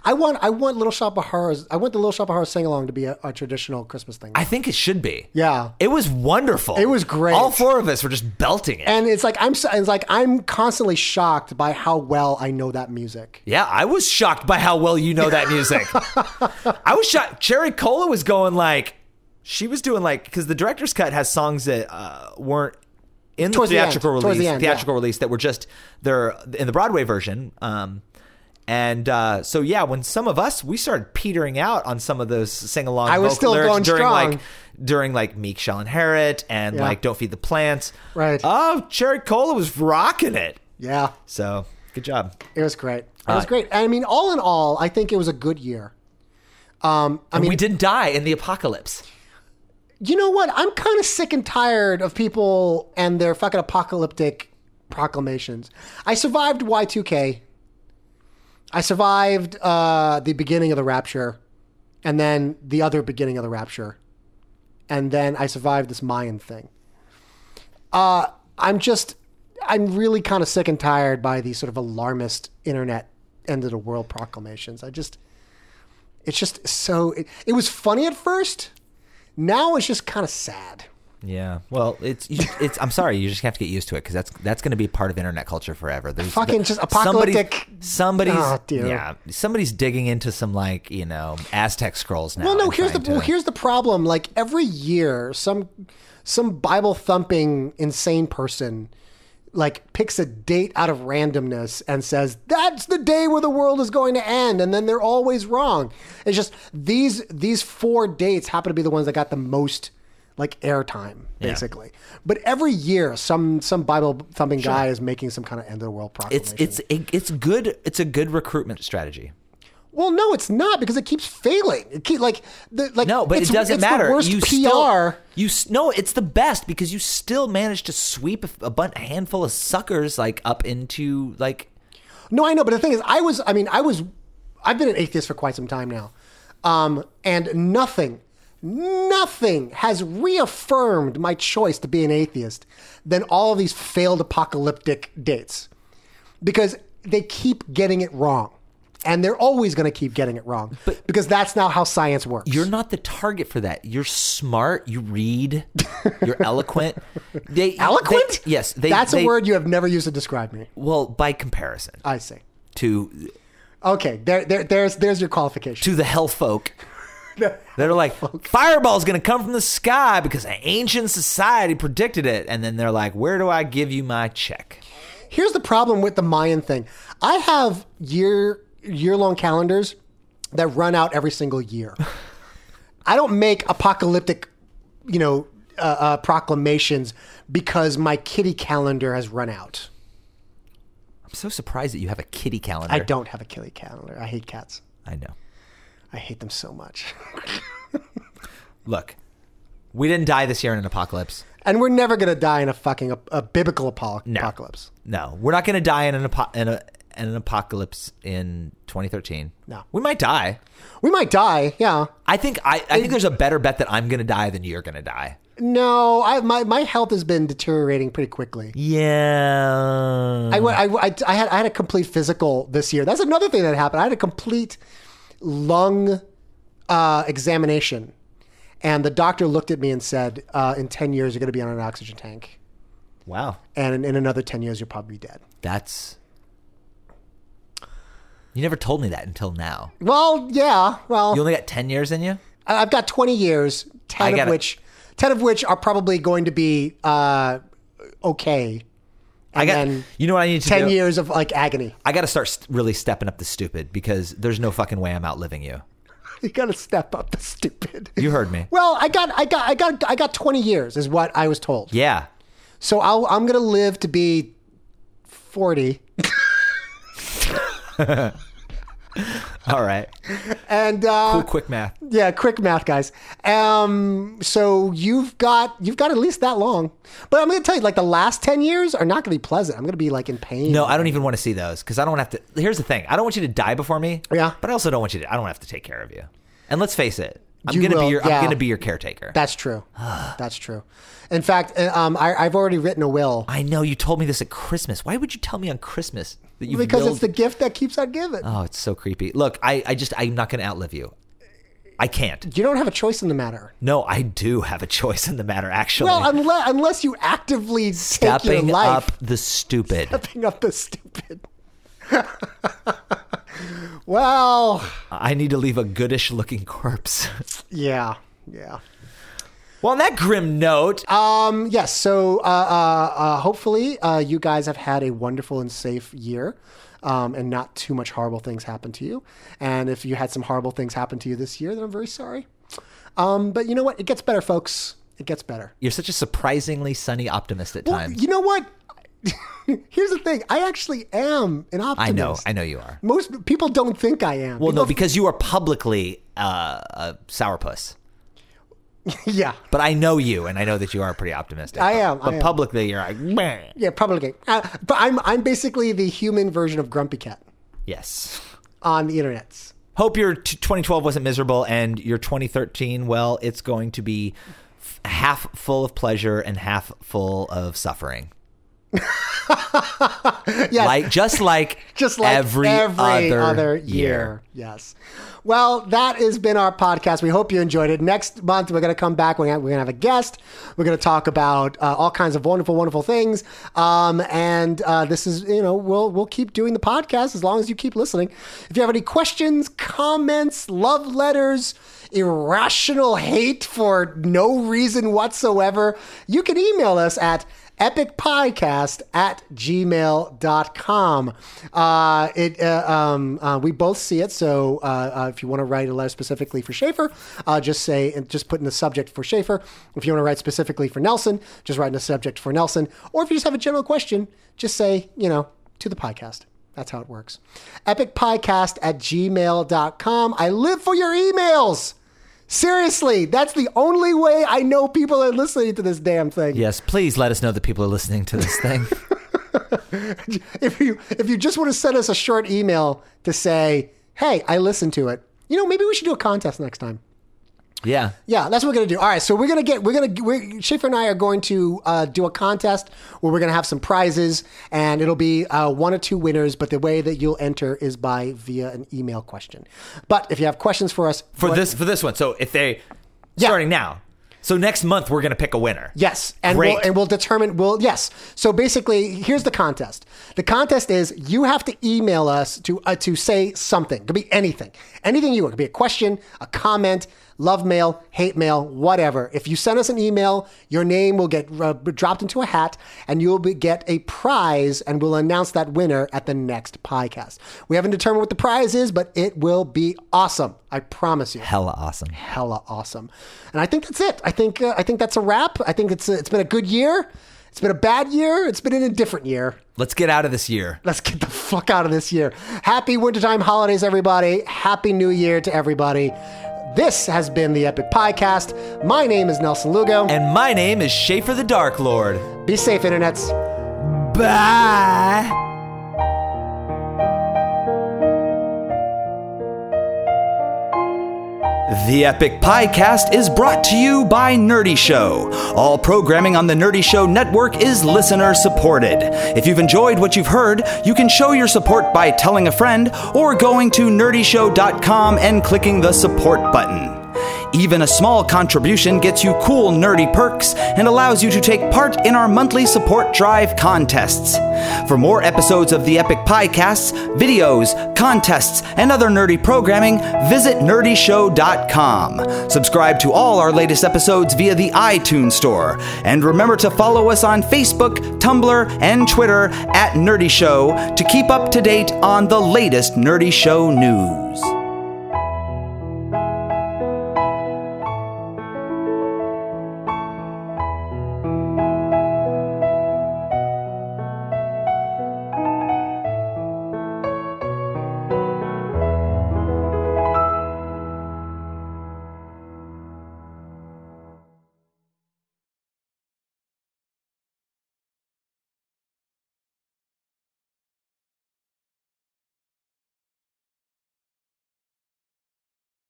B: I want. I want Little Shop of Horrors. I want the Little Shop of Horrors sing along to be a, a traditional Christmas thing.
C: I think it should be.
B: Yeah.
C: It was wonderful.
B: It was great.
C: All four of us were just belting it.
B: and it's like I'm so- it's like I'm constantly shocked by how well I know that music.
C: Yeah, I was shocked by how well you know that music.
B: <laughs>
C: I was shocked. Cherry Cola was going like, she was doing like, because the director's cut has songs that uh, weren't in
B: Towards
C: the
B: the end.
C: theatrical
B: Towards the
C: release,
B: end, yeah.
C: theatrical release that were just they're in the Broadway version. Um, and uh, so yeah, when some of us we started petering out on some of those sing along,
B: I was still going
C: during
B: strong.
C: like during like Meek shall inherit and
B: Yeah.
C: like Don't feed the plants.
B: Right.
C: Oh, Cherry Cola was rocking it.
B: Yeah,
C: So good job.
B: it was great. It was
C: Uh,
B: great. And I mean, all in all, I think it was a good year. Um, I mean,
C: we didn't die in the apocalypse.
B: you know what? I'm kind of sick and tired of people and their fucking apocalyptic proclamations. I survived Y2K. I survived uh, the beginning of the rapture and then the other beginning of the rapture. And then I survived this Mayan thing. Uh, I'm just, I'm really kind of sick and tired by these sort of alarmist internet end of the world proclamations. I just, it's just so, it, it was funny at first now it's just kind of sad.
C: Yeah. Well, it's you- it's. I'm sorry. You just have to get used to it because that's that's going to be part of internet culture forever. There's
B: Fucking just
C: somebody-
B: apocalyptic-
C: Somebody's,
B: Ah, dude.
C: yeah. Somebody's digging into some like you know Aztec scrolls now.
B: Well, no,
C: and
B: here's the
C: trying
B: well,
C: to-
B: here's the problem. Like every year, some some Bible thumping insane person like picks a date out of randomness and says that's the day where the world is going to end, and then they're always wrong. It's just these these four dates happen to be the ones that got the most like airtime basically. But every year, some some Bible thumping guy is making some kind of end of the world
C: It's
B: proclamation.
C: it's it, it's good. It's a good recruitment strategy.
B: Well, no, it's not because it keeps failing. It keep, like the, like
C: No, but
B: it's-
C: it doesn't
B: it's
C: matter.
B: The worst
C: you
B: PR.
C: Still, you s- no, it's the best because you still manage to sweep a, a bun- a handful of suckers like up into like
B: No, I know, but the thing is, I was. I mean, I was. I've been an atheist for quite some time now, um, and nothing, nothing has reaffirmed my choice to be an atheist than all of these failed apocalyptic dates, because they keep getting it wrong, and they're always going to keep getting it wrong, because that's now how science works.
C: You're not the target for that. You're smart.
B: <laughs>
C: You read. You're eloquent. They
B: eloquent.
C: they- yes, they,
B: that's
C: they-
B: a word you have never used to describe me.
C: Well, by comparison
B: I see.
C: to
B: Okay, there, there, there's, there's your qualification.
C: to the hell
B: <laughs>
C: folk that are like fireball's going to come from the sky because an ancient society predicted it, and then they're like, "Where do I give you my check?"
B: Here's the problem with the Mayan thing. I have year, year-long calendars that run out every single year. <laughs> I don't make apocalyptic, you know, uh, uh, proclamations because my kitty calendar has run out.
C: I'm so surprised that you have a kitty calendar.
B: I don't have a kitty calendar. I hate cats.
C: I know.
B: I hate them so much. <laughs>
C: Look, we didn't die this year in an apocalypse.
B: And we're never gonna die in a fucking a, a biblical apo-
C: No.
B: apocalypse.
C: No, we're not going to die in an apo- in, a, in an apocalypse in 2013.
B: No.
C: we might die.
B: We might die, yeah.
C: I think I, I think there's a better bet that I'm gonna die than you're gonna die.
B: No, I, my my health has been deteriorating pretty quickly.
C: Yeah.
B: I, went- I- I- I had I had a complete physical this year. That's another thing that happened. I had a complete lung uh, examination, and the doctor looked at me and said, uh, "In ten years, you're going to be on an oxygen tank,
C: wow.
B: and in, in another ten years, you'll probably be dead."
C: That's. You never told me that until now.
B: Well, yeah. Well,
C: You only got ten years in you.
B: I- I've got twenty years,
C: I
B: ten of
C: gotta-
B: which ten of which are probably going to be uh, okay, and
C: I got.
B: then
C: you know what I need to
B: ten
C: do?
B: years of like agony. <laughs>
C: I got to start st- really stepping up the stupid because there's no fucking way I'm outliving you.
B: You got to step up, <laughs> the stupid.
C: You
B: <laughs>
C: heard me.
B: Well, I got, I got, I got, I got 20 years is what I was told.
C: Yeah.
B: So I'll, I'm going to live to be 40
C: All right.
B: and, uh,
C: Cool, quick math.
B: yeah, quick math guys. Um, so you've got, you've got at least that long, but I'm going to tell you like the last 10 years are not going to be pleasant. I'm going to be like in pain.
C: No, I don't even want to see those because I don't have to. Here's the thing: I don't want you to die before me.
B: Yeah.
C: but I also don't want you to. I don't have to take care of you. And let's face it, I'm
B: You
C: gonna
B: will,
C: be your.
B: yeah.
C: I'm gonna be your caretaker.
B: That's true. That's true. In fact, uh, um, I, I've already written a will
C: I know you told me this at Christmas. Why would you tell me on Christmas that you?
B: because
C: willed-
B: it's the gift that keeps on giving.
C: Oh, it's so creepy. Look, I, I just, I'm not gonna outlive you. I can't.
B: you don't have a choice in the matter.
C: No, I do have a choice in the matter. Actually,
B: Well, unless, unless you actively take
C: stepping
B: your life. <laughs>
C: up the stupid.
B: stepping up the stupid. <laughs> well,
C: I need to leave a goodish-looking corpse. <laughs>
B: yeah, yeah.
C: well, on that grim note,
B: Um, yes. So, uh, uh, uh, hopefully, uh, you guys have had a wonderful and safe year. Um, and not too much horrible things happen to you. And if you had some horrible things happen to you this year, then I'm very sorry. Um, but you know what? It gets better, folks. It gets better.
C: you're such a surprisingly sunny optimist at
B: Well,
C: times.
B: you know what? <laughs> Here's the thing. I actually am an optimist.
D: I know, I know you are.
B: Most people don't think I am.
D: Well, no,
B: People-
D: because you are publicly uh, a sourpuss.
B: <laughs> yeah,
D: But I know you, and I know that you are pretty optimistic.
B: I am,
D: But
B: I am.
D: publicly, you're like, "Meh."
B: yeah, probably. Uh, but I'm I'm basically the human version of Grumpy Cat
D: yes.
B: on the internets.
D: Hope your t- 2012 wasn't miserable, and your 2013, well, it's going to be f- half full of pleasure and half full of
B: <laughs>
D: suffering.
B: Yes.
D: Like just like
B: <laughs> just like every, other,
D: year.
B: year. Yes. Well, that has been our podcast. We hope you enjoyed it. Next month, we're going to come back. We're going to have a guest. We're going to talk about uh, all kinds of wonderful, wonderful things. Um, and uh, this is, you know, we'll we'll keep doing the podcast as long as you keep listening. If you have any questions, comments, love letters, irrational hate for no reason whatsoever, you can email us at epicpodcast at gmail.com. Uh, it, uh, um, uh, we both see it. So uh, uh, if you want to write a letter specifically for Schaefer, uh, just say, and just put in the subject for Schaefer. If you want to write specifically for Nelson, just write in the subject for Nelson. Or if you just have a general question, just say, you know, to the podcast. That's how it works. Epicpodcast at gmail.com. I live for your emails. Seriously, that's the only way I know people are listening to this damn thing.
D: Yes, please let us know that people are listening to this
B: <laughs>
D: thing.
B: if you if you just want to send us a short email to say, "Hey, I listened to it," you know, maybe we should do a contest next time.
D: yeah.
B: Yeah, that's what we're gonna do. All right, so we're gonna get we're gonna we Schaefer and I are going to uh, do a contest where we're gonna have some prizes, and it'll be uh, one or two winners. But the way that you'll enter is by via an email question. But if you have questions for us,
D: For this for this one. So if they
B: Yeah.
D: starting now. So next month we're gonna pick a winner.
B: Yes, and
D: Great.
B: we'll and we'll determine. We'll yes. So basically, here's the contest. The contest is you have to email us to uh, to say something. Could be anything, anything you want. Could be a question, a comment, love mail, hate mail, whatever. If you send us an email, your name will get uh, dropped into a hat, and you'll be, get a prize, and we'll announce that winner at the next podcast. We haven't determined what the prize is, but it will be awesome. I promise you
D: Hella awesome.
B: hella awesome. And I think that's it. I think uh, I think that's a wrap. I think it's it's been a good year. It's been a bad year. It's been an indifferent year.
D: Let's get out of this year.
B: Let's get the fuck out of this year. Happy wintertime holidays, everybody. Happy New Year to everybody. This has been the Epic Podcast. My name is Nelson Lugo.
D: And my name is Schaefer the Dark Lord.
B: Be safe, internets.
D: Bye.
C: The Epic Podcast is brought to you by Nerdy Show. All programming on the Nerdy Show network is listener supported. If you've enjoyed what you've heard, you can show your support by telling a friend or going to nerdyshow.com and clicking the support button. Even a small contribution gets you cool nerdy perks and allows you to take part in our monthly support drive contests. For more episodes of the Epic Podcasts, videos, contests, and other nerdy programming, visit nerdyshow.com. Subscribe to all our latest episodes via the iTunes Store. And remember to follow us on Facebook, Tumblr, and Twitter at Nerdy Show to keep up to date on the latest Nerdy Show news.